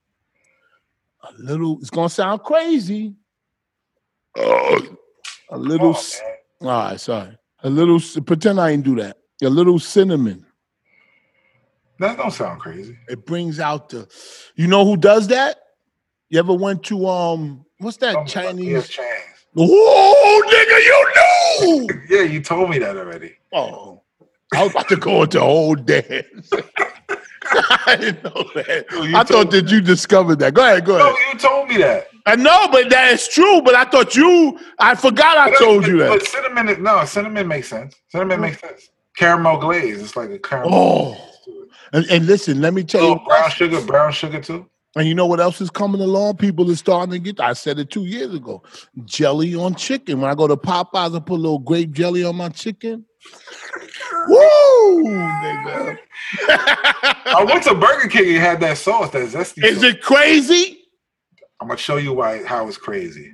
[SPEAKER 2] A little, it's gonna sound crazy. a
[SPEAKER 3] Come
[SPEAKER 2] little
[SPEAKER 3] on,
[SPEAKER 2] s-
[SPEAKER 3] Oh, man.
[SPEAKER 2] all right, sorry. A little c- pretend I didn't do that. A little cinnamon.
[SPEAKER 3] That don't sound crazy.
[SPEAKER 2] It brings out the. You know who does that? You ever went to um? What's that
[SPEAKER 3] Something about
[SPEAKER 2] Chinese?
[SPEAKER 3] P.F. Chang's.
[SPEAKER 2] Oh, nigga, you know.
[SPEAKER 3] Yeah, you told me that already.
[SPEAKER 2] Oh, I was about to go into a whole dance. I didn't know that.
[SPEAKER 3] Yo, you
[SPEAKER 2] I thought
[SPEAKER 3] told me
[SPEAKER 2] that you discovered that. Go ahead, go
[SPEAKER 3] No,
[SPEAKER 2] ahead.
[SPEAKER 3] you told me that.
[SPEAKER 2] I know, but that is true. But I thought you. I forgot I told you
[SPEAKER 3] But
[SPEAKER 2] that. Mm-hmm.
[SPEAKER 3] cinnamon, is- no, cinnamon makes sense. Cinnamon makes sense. Caramel glaze. It's like a caramel.
[SPEAKER 2] Oh, and, and listen, let me tell you.
[SPEAKER 3] Little brown sugar, brown sugar too.
[SPEAKER 2] And you know what else is coming along? People are starting to get. I said it two years ago. Jelly on chicken. When I go to Popeyes, I put a little grape jelly on my chicken. Woo, nigga.
[SPEAKER 3] I went to Burger King and had that sauce, that zesty
[SPEAKER 2] is
[SPEAKER 3] sauce.
[SPEAKER 2] it crazy?
[SPEAKER 3] I'm gonna show you why how it's crazy.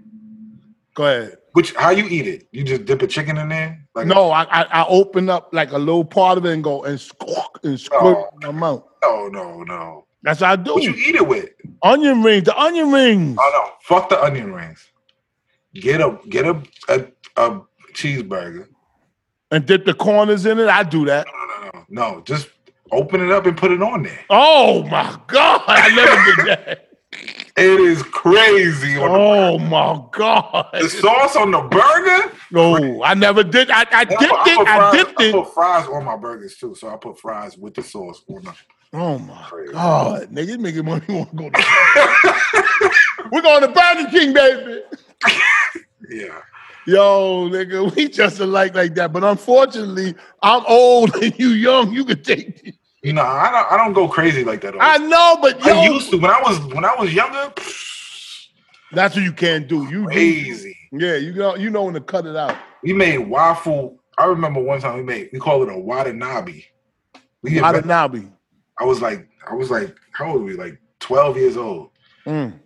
[SPEAKER 2] Go ahead.
[SPEAKER 3] Which how you eat it? You just dip a chicken in there? Like
[SPEAKER 2] No, I, I I open up like a little part of it and go and squawk and squirt
[SPEAKER 3] Oh.
[SPEAKER 2] my mouth.
[SPEAKER 3] no, no, no.
[SPEAKER 2] That's how I
[SPEAKER 3] What you
[SPEAKER 2] do.
[SPEAKER 3] eat it with?
[SPEAKER 2] Onion rings, the onion rings.
[SPEAKER 3] Oh no, fuck the onion rings. Get a get a a, a cheeseburger.
[SPEAKER 2] And dip the corners in it. I do that.
[SPEAKER 3] No, no, no, no. Just open it up and put it on there.
[SPEAKER 2] Oh my God. I never did that.
[SPEAKER 3] It is crazy. on the-
[SPEAKER 2] Oh my God.
[SPEAKER 3] the sauce on the burger.
[SPEAKER 2] No, I never did. I, I dipped
[SPEAKER 3] And I put-
[SPEAKER 2] it. I
[SPEAKER 3] I put, fries,
[SPEAKER 2] dipped it.
[SPEAKER 3] put fries on my burgers too, so I put fries with the sauce on them.
[SPEAKER 2] Oh my
[SPEAKER 3] Crazy.
[SPEAKER 2] god, nigga, you making money want to go. To- We're going to Burger King, baby.
[SPEAKER 3] Yeah,
[SPEAKER 2] Yo, nigga, we just alike like that. But unfortunately, I'm old and you young. You can take. It.
[SPEAKER 3] you know, I don't, I don't go crazy like that.
[SPEAKER 2] I know, but yo,
[SPEAKER 3] I used to when I was when I was younger. pfft,
[SPEAKER 2] that's what you can't do. You, you
[SPEAKER 3] Crazy.
[SPEAKER 2] yeah, you know, you know when to cut it out.
[SPEAKER 3] We made waffle. I remember one time we made we called it a watanabe. We
[SPEAKER 2] Out
[SPEAKER 3] invented-
[SPEAKER 2] of Nabi.
[SPEAKER 3] I was like I was like how old were we? Like twelve years old.
[SPEAKER 2] Mm,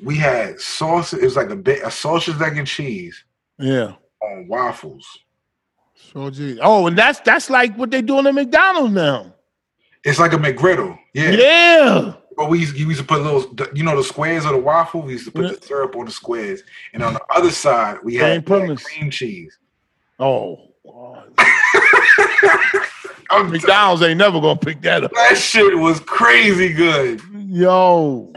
[SPEAKER 3] We had sausage. It was like a bit a sausage egg and cheese
[SPEAKER 2] yeah.
[SPEAKER 3] on waffles.
[SPEAKER 2] So gee. Oh, and that's that's like what they doing at McDonald's now.
[SPEAKER 3] It's like a McGriddle. Yeah.
[SPEAKER 2] Yeah.
[SPEAKER 3] But we used, we used to put little, the- you know, the squares of the waffle. We used to put
[SPEAKER 2] Yeah.
[SPEAKER 3] the syrup on the squares, and on the other side we
[SPEAKER 2] Same
[SPEAKER 3] had that
[SPEAKER 2] premise.
[SPEAKER 3] cream cheese.
[SPEAKER 2] Oh. oh.
[SPEAKER 3] I'm t-
[SPEAKER 2] McDonald's ain't never gonna pick that up.
[SPEAKER 3] that shit was crazy good.
[SPEAKER 2] Yo,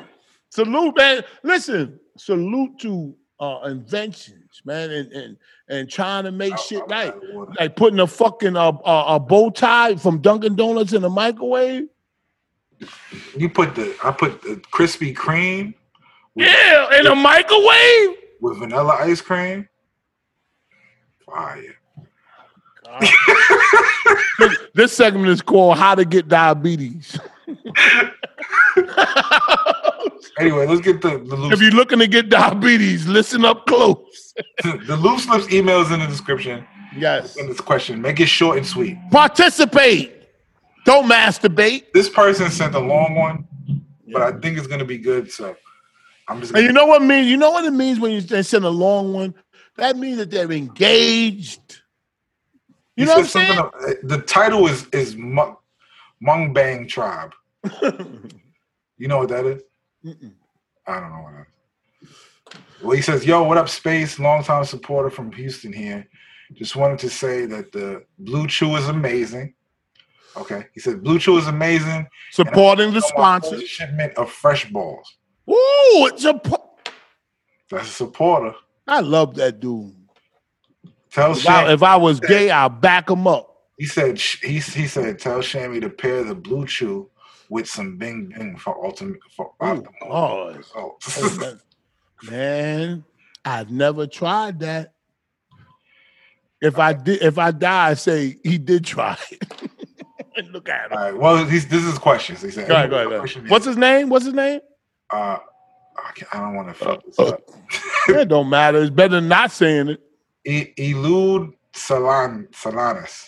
[SPEAKER 2] salute, man. Listen, salute to uh, inventions, man, and and and trying to make shit
[SPEAKER 3] Oh,
[SPEAKER 2] right. Like putting a fucking uh, uh, a bow tie from Dunkin' Donuts in the microwave.
[SPEAKER 3] You put the, I put the Krispy Kreme
[SPEAKER 2] Yeah, in a microwave.
[SPEAKER 3] with vanilla ice cream. Fire.
[SPEAKER 2] God. This- this segment is called "How to Get Diabetes."
[SPEAKER 3] Anyway, let's get the the
[SPEAKER 2] if
[SPEAKER 3] loose,
[SPEAKER 2] you're looking to get diabetes, listen up close.
[SPEAKER 3] the loose lips emails in the description
[SPEAKER 2] Yes,
[SPEAKER 3] in this question. Make it short and sweet.
[SPEAKER 2] participate. Don't masturbate.
[SPEAKER 3] This person sent a long one, but I think it's gonna be good. So I'm just.
[SPEAKER 2] And you know what I mean? You know what it means when you they send a long one? That means that they're engaged. You
[SPEAKER 3] he
[SPEAKER 2] know what I'm
[SPEAKER 3] said
[SPEAKER 2] saying?
[SPEAKER 3] something of- the title is is Mung, Mung Bang Tribe. You know what that is?
[SPEAKER 2] Mm-mm.
[SPEAKER 3] I don't know what that is. Well, he says, "Yo, what up, Space? Longtime supporter from Houston here. Just wanted to say that the Blue Chew is amazing." Okay, he said, "Blue Chew is amazing."
[SPEAKER 2] Supporting the
[SPEAKER 3] My first
[SPEAKER 2] sponsors.
[SPEAKER 3] Shipment of fresh balls.
[SPEAKER 2] Ooh, it's a. po-
[SPEAKER 3] That's a supporter.
[SPEAKER 2] I love that dude.
[SPEAKER 3] Tell
[SPEAKER 2] If I,
[SPEAKER 3] Shammy.
[SPEAKER 2] if I was gay, I'll back him up.
[SPEAKER 3] He said. sh- He he said. Tell Shammy to pair the Blue Chew with some Bing Bing for ultimate for
[SPEAKER 2] Ooh,
[SPEAKER 3] optimal
[SPEAKER 2] Lord.
[SPEAKER 3] results.
[SPEAKER 2] Oh, man. Man, I've never tried that. If I did, if I die, I say he did try it. and look at
[SPEAKER 3] All
[SPEAKER 2] him.
[SPEAKER 3] right. Well, he's, this is questions. He said.
[SPEAKER 2] Go ahead, go ahead, go
[SPEAKER 3] Question
[SPEAKER 2] ahead.
[SPEAKER 3] is,
[SPEAKER 2] What's his name? What's his name?
[SPEAKER 3] uh, I, can't- I don't want to fuck this
[SPEAKER 2] uh.
[SPEAKER 3] up.
[SPEAKER 2] It don't matter. It's better than not saying it.
[SPEAKER 3] E- elude Salan Salanis,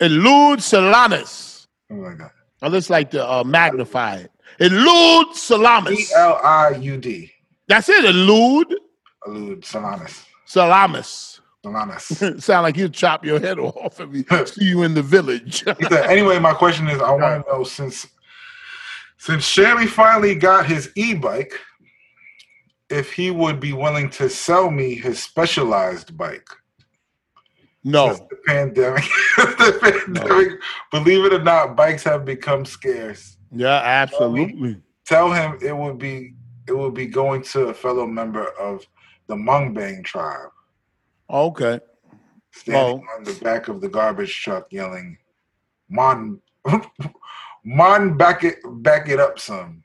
[SPEAKER 2] Elude Solanus.
[SPEAKER 3] something like that.
[SPEAKER 2] I just like to uh, magnify it. Elude
[SPEAKER 3] E
[SPEAKER 2] Salamis.
[SPEAKER 3] L I U D.
[SPEAKER 2] That's it. Elude
[SPEAKER 3] Elude Salanis.
[SPEAKER 2] Salamis.
[SPEAKER 3] Salanis.
[SPEAKER 2] Sound like he'll chop your head off if he see you in the village.
[SPEAKER 3] He said, anyway, my question is, I want to know since since Shammy finally got his e-bike, if he would be willing to sell me his specialized bike. Since
[SPEAKER 2] no.
[SPEAKER 3] the pandemic, the pandemic, believe it or not, bikes have become scarce.
[SPEAKER 2] Yeah, absolutely.
[SPEAKER 3] Tell him it would be it would be going to a fellow member of the Hmong Bang tribe.
[SPEAKER 2] Okay.
[SPEAKER 3] standing
[SPEAKER 2] Oh.
[SPEAKER 3] on the back of the garbage truck yelling, Mon, Mon, back it, back it up some.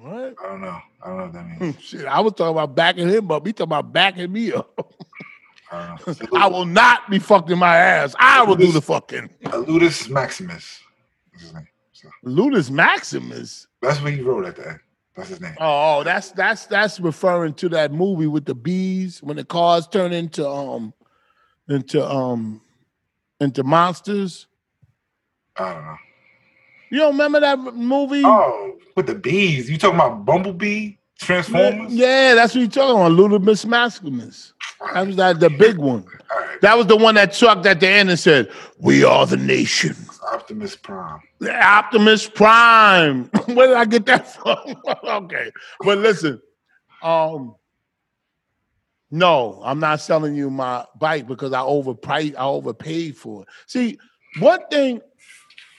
[SPEAKER 2] What? Hmm,
[SPEAKER 3] I don't know. I don't know what that means.
[SPEAKER 2] Shit, I was talking about backing him up. He talking about backing me up.
[SPEAKER 3] I don't know.
[SPEAKER 2] Hmm. I will not be fucked in my ass. I will do the fucking.
[SPEAKER 3] Aludis Maximus. That's his name. So
[SPEAKER 2] Ludus Maximus.
[SPEAKER 3] that's what he wrote at the end. That's his name.
[SPEAKER 2] Oh, that's that's that's referring to that movie with the bees when the cars turn into um into um into monsters.
[SPEAKER 3] I don't know.
[SPEAKER 2] You don't remember that movie?
[SPEAKER 3] Oh, with the bees. You talking about Bumblebee?
[SPEAKER 2] yeah,
[SPEAKER 3] Transformers?
[SPEAKER 2] yeah, that's what you're talking about. Ludus Maximus. That was that the big one.
[SPEAKER 3] All right.
[SPEAKER 2] That was the one that chucked at the end and said, "We are the nation."
[SPEAKER 3] Optimus Prime.
[SPEAKER 2] The Optimus Prime. Where did I get that from? okay, but listen, um, no, I'm not selling you my bike because I overpriced, I overpaid for it. See, one thing,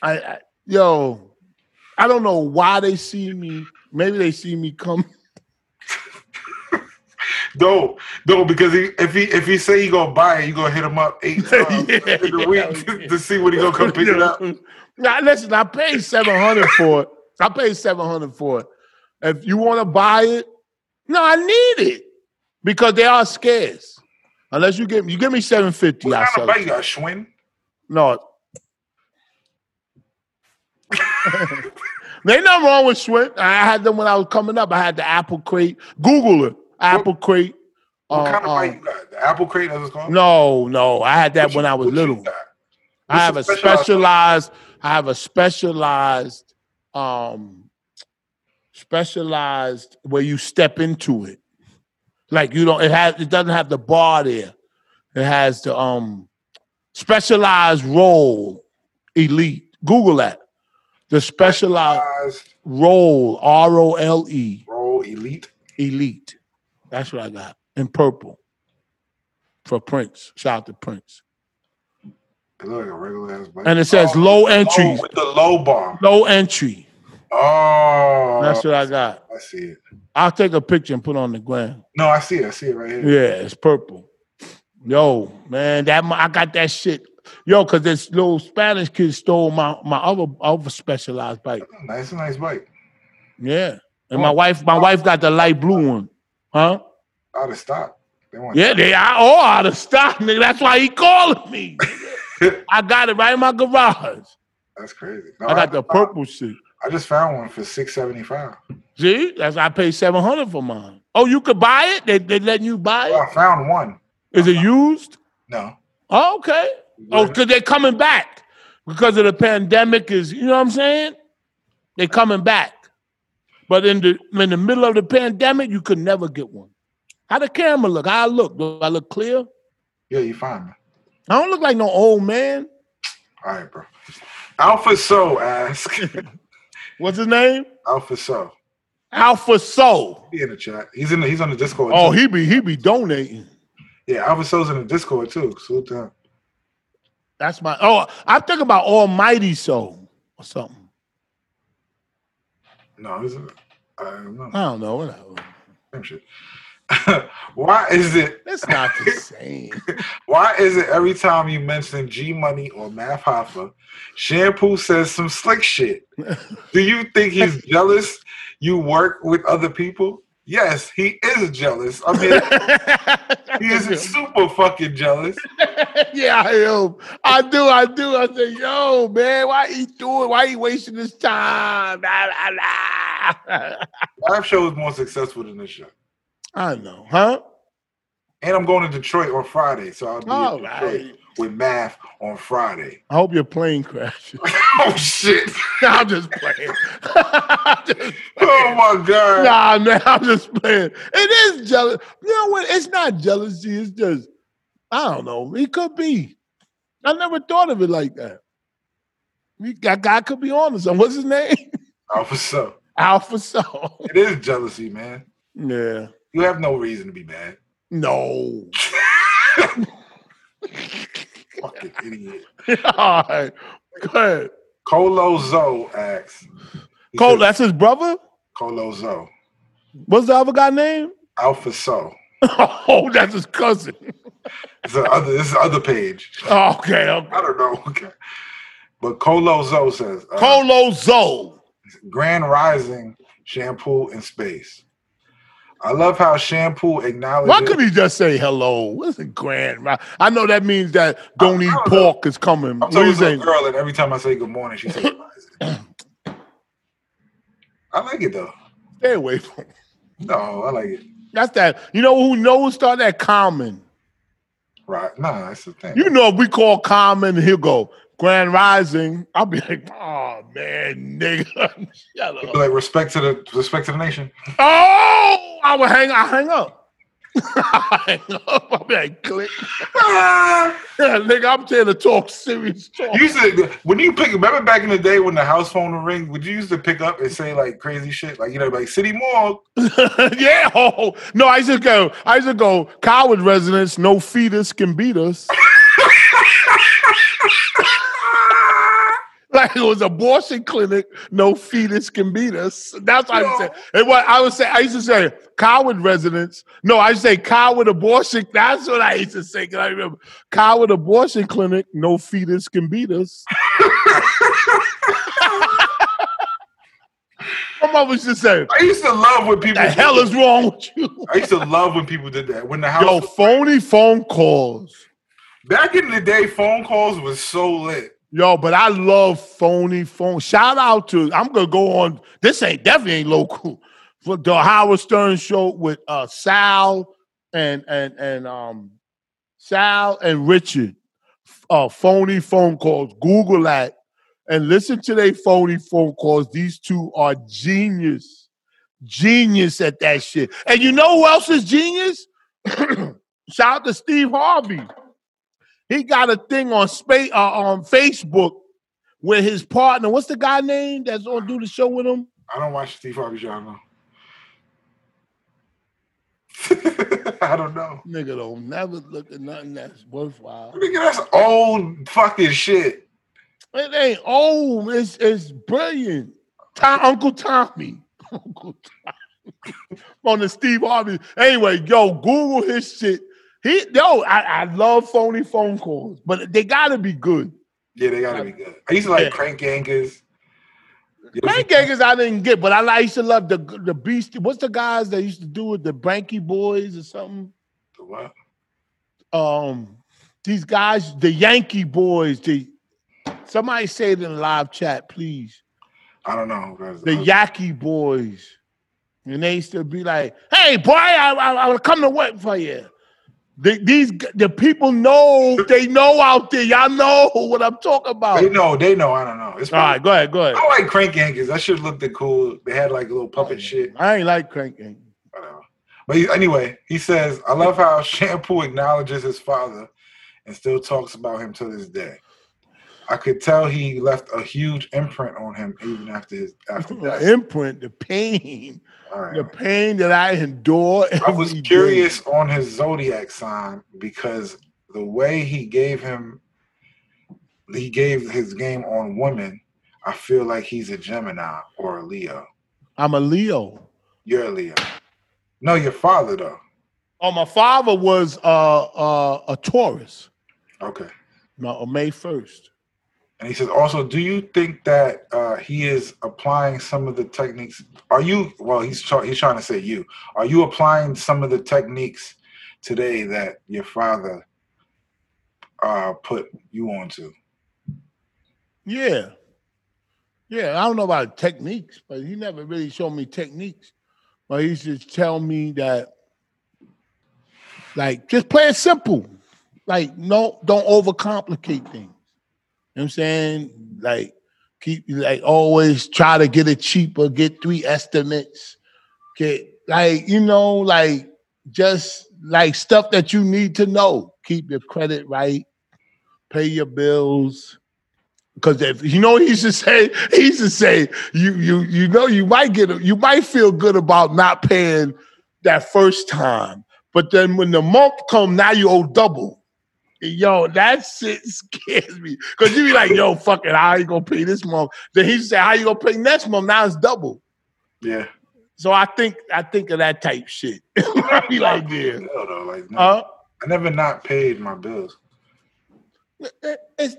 [SPEAKER 2] I, I yo, I don't know why they see me. Maybe they see me come.
[SPEAKER 3] No, no, because he, if he if he say he gonna buy it, you gonna hit him up eight times
[SPEAKER 2] Yeah,
[SPEAKER 3] in the
[SPEAKER 2] yeah,
[SPEAKER 3] week
[SPEAKER 2] yeah.
[SPEAKER 3] to see when he gonna come pick it up.
[SPEAKER 2] Now listen, I paid seven hundred for it. I paid seven hundred for it. If you want to buy it, no, I need it because they are scarce. Unless you give you give me seven fifty,
[SPEAKER 3] What
[SPEAKER 2] I
[SPEAKER 3] kind of
[SPEAKER 2] sell
[SPEAKER 3] bike you
[SPEAKER 2] it.
[SPEAKER 3] got, Schwinn?
[SPEAKER 2] No. there ain't nothing wrong with Schwinn. I had them when I was coming up. I had the Apple Crate. Google it. Apple Crate.
[SPEAKER 3] What
[SPEAKER 2] Uh,
[SPEAKER 3] kind of
[SPEAKER 2] uh,
[SPEAKER 3] bike you got? The Apple Crate, that's what it's called?
[SPEAKER 2] no, no. I had that
[SPEAKER 3] What
[SPEAKER 2] when
[SPEAKER 3] you-
[SPEAKER 2] I was
[SPEAKER 3] what you
[SPEAKER 2] little.
[SPEAKER 3] got?
[SPEAKER 2] I have a
[SPEAKER 3] What's the specialized-
[SPEAKER 2] specialized. I have a specialized, um, specialized where you step into it. Like you don't. It has. It doesn't have the bar there. It has the um, specialized roll, elite. Google that. The specialized
[SPEAKER 3] Specialized
[SPEAKER 2] roll, R O L E,
[SPEAKER 3] Roll Elite.
[SPEAKER 2] elite. That's what I got in purple. For Prince, shout out to Prince,
[SPEAKER 3] It look like a regular ass bike.
[SPEAKER 2] and it says
[SPEAKER 3] Oh,
[SPEAKER 2] low
[SPEAKER 3] oh,
[SPEAKER 2] entry,
[SPEAKER 3] with the low bar.
[SPEAKER 2] low entry.
[SPEAKER 3] Oh,
[SPEAKER 2] That's what I got.
[SPEAKER 3] I see it.
[SPEAKER 2] I'll take a picture and put it on the gram.
[SPEAKER 3] No, I see it. I see it right here.
[SPEAKER 2] Yeah, it's purple. Yo, man, that mo- I got that shit. Yo, cause this little Spanish kid stole my my other other specialized bike.
[SPEAKER 3] Nice, nice bike.
[SPEAKER 2] Yeah, and my wife my wife got the light blue one, huh?
[SPEAKER 3] Out of stock. They want
[SPEAKER 2] Yeah, they are all out of stock, nigga. That's why he calling me. I got it right in my garage.
[SPEAKER 3] That's crazy. No,
[SPEAKER 2] I got the purple shit.
[SPEAKER 3] I just found one for six seventy five.
[SPEAKER 2] See, that's I paid seven hundred for mine. Oh, you could buy it. They they letting you buy
[SPEAKER 3] Oh, I found one.
[SPEAKER 2] it. Is it used?
[SPEAKER 3] No.
[SPEAKER 2] Oh, okay. Oh, because they're coming back because of the pandemic. Is you know what I'm saying? They're coming back, But in the in the middle of the pandemic, you could never get one. How the camera look? How I look? Do I look clear?
[SPEAKER 3] Yeah, you fine, man.
[SPEAKER 2] I don't look like no old man.
[SPEAKER 3] All right, bro. Alpha So ask.
[SPEAKER 2] What's his name?
[SPEAKER 3] Alpha So.
[SPEAKER 2] Alpha Soul.
[SPEAKER 3] He in the chat. He's in the, he's on the Discord.
[SPEAKER 2] Oh,
[SPEAKER 3] too.
[SPEAKER 2] he be he be donating.
[SPEAKER 3] yeah, Alpha So's in the Discord too. Salute to him.
[SPEAKER 2] That's my oh, I'm thinking about Almighty Soul or something.
[SPEAKER 3] No, he's a, I don't know.
[SPEAKER 2] I don't know, whatever.
[SPEAKER 3] Same shit. why is it
[SPEAKER 2] That's not the same.
[SPEAKER 3] why is it every time you mention G Money or Math Hoffa, Shampoo says some slick shit? Do you think he's jealous you work with other people? Yes, he is jealous. I mean he is super fucking jealous.
[SPEAKER 2] yeah, I am. I do, I do. I say, yo, man, why he doing? Why he wasting his time? Blah, blah, blah.
[SPEAKER 3] Live show is more successful than this show.
[SPEAKER 2] I know, huh?
[SPEAKER 3] And I'm going to Detroit on Friday, so I'll be
[SPEAKER 2] All
[SPEAKER 3] in Detroit
[SPEAKER 2] right.
[SPEAKER 3] with math on Friday.
[SPEAKER 2] I hope your plane crashes.
[SPEAKER 3] oh shit.
[SPEAKER 2] I'm just playing. I'm just
[SPEAKER 3] Oh
[SPEAKER 2] playing.
[SPEAKER 3] my god.
[SPEAKER 2] Nah, man, I'm just playing. It is jealous. You know what? It's not jealousy. It's just, I don't know. It could be. I never thought of it like that. We got guy could be on to something. What's his name?
[SPEAKER 3] Alpha so.
[SPEAKER 2] Alpha Soul.
[SPEAKER 3] It is jealousy, man.
[SPEAKER 2] Yeah.
[SPEAKER 3] You have no reason to be mad.
[SPEAKER 2] No.
[SPEAKER 3] Fucking idiot.
[SPEAKER 2] All right. Go ahead.
[SPEAKER 3] Colo Zo asks. He
[SPEAKER 2] Cole,
[SPEAKER 3] says,
[SPEAKER 2] that's his brother?
[SPEAKER 3] Colo Zo.
[SPEAKER 2] What's the other guy name?
[SPEAKER 3] Alpha So.
[SPEAKER 2] Oh, that's his cousin.
[SPEAKER 3] It's the other this is the other page.
[SPEAKER 2] Okay, okay.
[SPEAKER 3] I don't know. Okay. But Colo Zo says uh,
[SPEAKER 2] Colo Zoe.
[SPEAKER 3] Oh, Grand Rising Shampoo in Space. I love how Shampoo acknowledges
[SPEAKER 2] Why couldn't he just say hello? What's a grand? ri- I know that means that don't
[SPEAKER 3] I- I
[SPEAKER 2] eat
[SPEAKER 3] don't
[SPEAKER 2] pork is coming.
[SPEAKER 3] I'm
[SPEAKER 2] What you
[SPEAKER 3] talking to a
[SPEAKER 2] saying?
[SPEAKER 3] girl, and every time I say good morning, she says rising. I like it though.
[SPEAKER 2] Stay away from. Him.
[SPEAKER 3] No, I like it.
[SPEAKER 2] That's that. You know who knows? Start that common.
[SPEAKER 3] Right. Nah, that's the thing.
[SPEAKER 2] You know if we call common, he'll go grand rising. I'll be like, oh man, nigga, shut up.
[SPEAKER 3] like respect to the respect to the nation.
[SPEAKER 2] Oh, I would hang. I hang up. I hang up. I'll be like, click. Ah! Nigga, I'm trying to talk serious talk.
[SPEAKER 3] You used to when you pick. Remember back in the day when the house phone would ring. Would you used to pick up and say like crazy shit, like you know, like city morgue?
[SPEAKER 2] yeah. Oh, no, I used to go. I used to go. Coward residents, no fetus can beat us. like it was abortion clinic. No fetus can beat us. That's what I said. And what I would say, I used to say coward residents. No, I used to say coward abortion. That's what I used to say. 'cause I remember coward abortion clinic. No fetus can beat us. My mom was just saying,
[SPEAKER 3] I used to love when people.
[SPEAKER 2] "The hell is wrong with you?"
[SPEAKER 3] I used to love when people did that. When the house
[SPEAKER 2] Yo, phony phone calls.
[SPEAKER 3] back in the day, phone calls was so lit.
[SPEAKER 2] Yo, but I love phony phone. Shout out to I'm gonna go on. This ain't definitely ain't local. For the Howard Stern show with uh Sal and and and um Sal and Richard. Uh phony phone calls. Google that and listen to their phony phone calls. These two are genius. Genius at that shit. And you know who else is genius? Shout out to Steve Harvey. He got a thing on space uh, on Facebook with his partner. What's the guy name that's on do the show with him?
[SPEAKER 3] I don't watch Steve Harvey show. I don't know. I don't know.
[SPEAKER 2] Nigga don't never look at nothing that's worthwhile.
[SPEAKER 3] Nigga, that's old fucking shit.
[SPEAKER 2] It ain't old. It's it's brilliant. Tom, Uncle Tommy. Uncle Tommy. on the Steve Harvey. Anyway, yo, Google his shit. He yo, I, I love phony phone calls, but they gotta be good.
[SPEAKER 3] Yeah, they gotta be good. I used to like
[SPEAKER 2] Yeah.
[SPEAKER 3] crank anchors.
[SPEAKER 2] Bank gangers I didn't get, but I, like- I used to love the the beast. What's the guys that used to do it? The Branky Boys or something?
[SPEAKER 3] What?
[SPEAKER 2] um these guys, the Yankee boys, the somebody say it in live chat, please.
[SPEAKER 3] I don't know. guys.
[SPEAKER 2] The Yankee boys. And they used to be like, hey boy, I I, I would come to work for you. The, these the people know they know out there. Y'all know what I'm talking about.
[SPEAKER 3] They know, they know. I don't know. It's
[SPEAKER 2] All right,
[SPEAKER 3] probably,
[SPEAKER 2] go ahead, go ahead.
[SPEAKER 3] I like Crank Yankees. That shit looked cool. They had like a little puppet shit.
[SPEAKER 2] I ain't like cranking.
[SPEAKER 3] Whatever. But he, anyway, he says, I love how Shampoo acknowledges his father and still talks about him to this day. I could tell he left a huge imprint on him even after his after death.
[SPEAKER 2] The imprint, the pain,
[SPEAKER 3] All right.
[SPEAKER 2] the pain that I endure.
[SPEAKER 3] I was
[SPEAKER 2] every day.
[SPEAKER 3] curious on his zodiac sign because the way he gave him, he gave his game on women. I feel like he's a Gemini or a Leo.
[SPEAKER 2] I'm a Leo.
[SPEAKER 3] You're a Leo. No, your father though.
[SPEAKER 2] Oh, my father was uh, uh, a Taurus,
[SPEAKER 3] Okay.
[SPEAKER 2] no, May 1st.
[SPEAKER 3] And he says, also, do you think that uh, he is applying some of the techniques? Are you well? He's try he's trying to say you. Are you applying some of the techniques today that your father uh, put you onto?
[SPEAKER 2] Yeah. Yeah, I don't know about techniques, but he never really showed me techniques. But he used to tell me that, like, just play it simple. Like, no, don't overcomplicate things. You know what I'm saying? Like, keep, like, always try to get it cheaper, get three estimates, get, like, you know, like, just like stuff that you need to know. Keep your credit right, pay your bills. Because if you know, he used to say, he used to say, you you you know, you might get, a- you might feel good about not paying that first time, but then when the month come, now you owe double. And Yo, that shit scares me because you be like, yo, fuck it, how you gonna pay this month? Then he said, how you gonna pay next month? Now it's double.
[SPEAKER 3] Yeah.
[SPEAKER 2] So I think I think of that type shit. I be like, yeah,
[SPEAKER 3] Bill, though, like, no.
[SPEAKER 2] huh?
[SPEAKER 3] I never not paid my bills.
[SPEAKER 2] It's,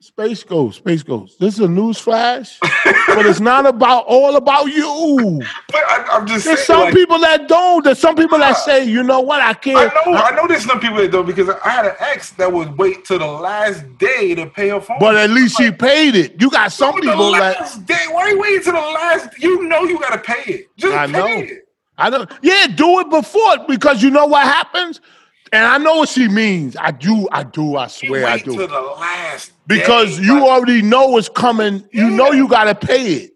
[SPEAKER 2] space goes, space goes. This is a news flash, but it's not about all about you.
[SPEAKER 3] But I, am just saying,
[SPEAKER 2] There's some
[SPEAKER 3] like,
[SPEAKER 2] people that don't. There's some people that
[SPEAKER 3] Nah.
[SPEAKER 2] say, you know what, I
[SPEAKER 3] I
[SPEAKER 2] can't.
[SPEAKER 3] know, I know there's some people that don't because I had an ex that would wait till the last day to pay her phone.
[SPEAKER 2] But at least she paid it. You got some
[SPEAKER 3] the
[SPEAKER 2] people that
[SPEAKER 3] last day, why you waiting till the last? You know you gotta pay it. Just
[SPEAKER 2] I
[SPEAKER 3] pay
[SPEAKER 2] know.
[SPEAKER 3] it.
[SPEAKER 2] I don't. Yeah, do it before because you know what happens. And I know what she means. I do. I do. I
[SPEAKER 3] You
[SPEAKER 2] swear, I
[SPEAKER 3] wait
[SPEAKER 2] do.
[SPEAKER 3] till the last
[SPEAKER 2] Because
[SPEAKER 3] day,
[SPEAKER 2] you
[SPEAKER 3] like,
[SPEAKER 2] already know what's coming. You know
[SPEAKER 3] Yeah.
[SPEAKER 2] you got to pay it.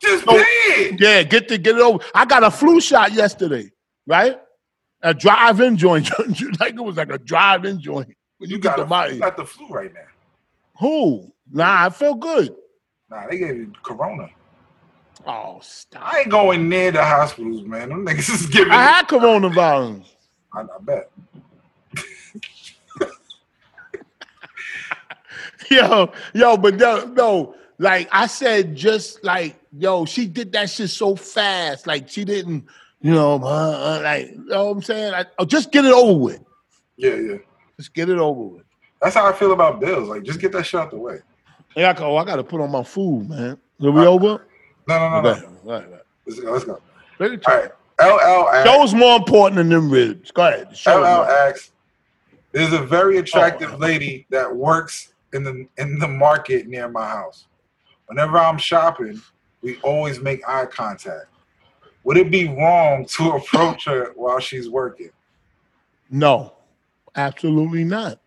[SPEAKER 3] just
[SPEAKER 2] so-
[SPEAKER 3] pay it.
[SPEAKER 2] Yeah, get to get it over. I got a flu shot yesterday, right? A drive-in joint, like it was like a drive-in joint. When
[SPEAKER 3] You
[SPEAKER 2] get
[SPEAKER 3] got,
[SPEAKER 2] the
[SPEAKER 3] a,
[SPEAKER 2] money.
[SPEAKER 3] you got the flu right now.
[SPEAKER 2] Who? Nah, I feel good.
[SPEAKER 3] Nah, they gave you corona.
[SPEAKER 2] Oh, stop!
[SPEAKER 3] I ain't going near the hospitals, man. Them niggas is giving.
[SPEAKER 2] I
[SPEAKER 3] I,
[SPEAKER 2] had coronavirus.
[SPEAKER 3] I, I bet.
[SPEAKER 2] yo, yo, but no, no, like I said, just like yo, she did that shit so fast, like she didn't, you know, uh, uh, like you know what I'm saying, like, oh, just get it over with,
[SPEAKER 3] Yeah, yeah.
[SPEAKER 2] just get it over with.
[SPEAKER 3] That's how I feel about bills. Like, just get that shit out the way.
[SPEAKER 2] Yeah, I go, oh, I gotta put on my food, man. Are we over?
[SPEAKER 3] No, no, no, no.
[SPEAKER 2] Okay, right, right.
[SPEAKER 3] Let's go. Let's go.
[SPEAKER 2] Let it
[SPEAKER 3] All
[SPEAKER 2] try.
[SPEAKER 3] right. LL asks,
[SPEAKER 2] Show's more important than them ribs. Go ahead. Show
[SPEAKER 3] LL
[SPEAKER 2] them.
[SPEAKER 3] asks, there's a very attractive
[SPEAKER 2] Oh.
[SPEAKER 3] lady that works in the in the market near my house. Whenever I'm shopping, we always make eye contact. Would it be wrong to approach her while she's working?
[SPEAKER 2] No, absolutely not.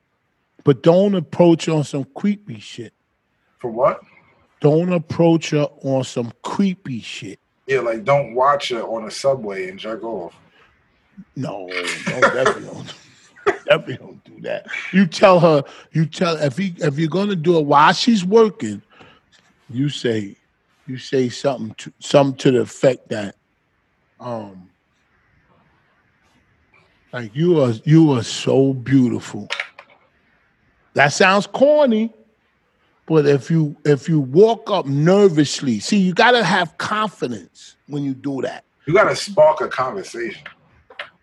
[SPEAKER 2] But don't approach her on some creepy shit.
[SPEAKER 3] For what?
[SPEAKER 2] Don't approach her on some creepy shit.
[SPEAKER 3] Yeah, like don't watch her on a subway and jerk off.
[SPEAKER 2] No, no, definitely don't. Definitely don't do that. You tell her. You tell if he, if you're gonna do it while she's working, you say, you say something to something to the effect that, um, like you are you are so beautiful. That sounds corny, but if you if you walk up nervously, see you gotta have confidence when you do that.
[SPEAKER 3] You gotta spark a conversation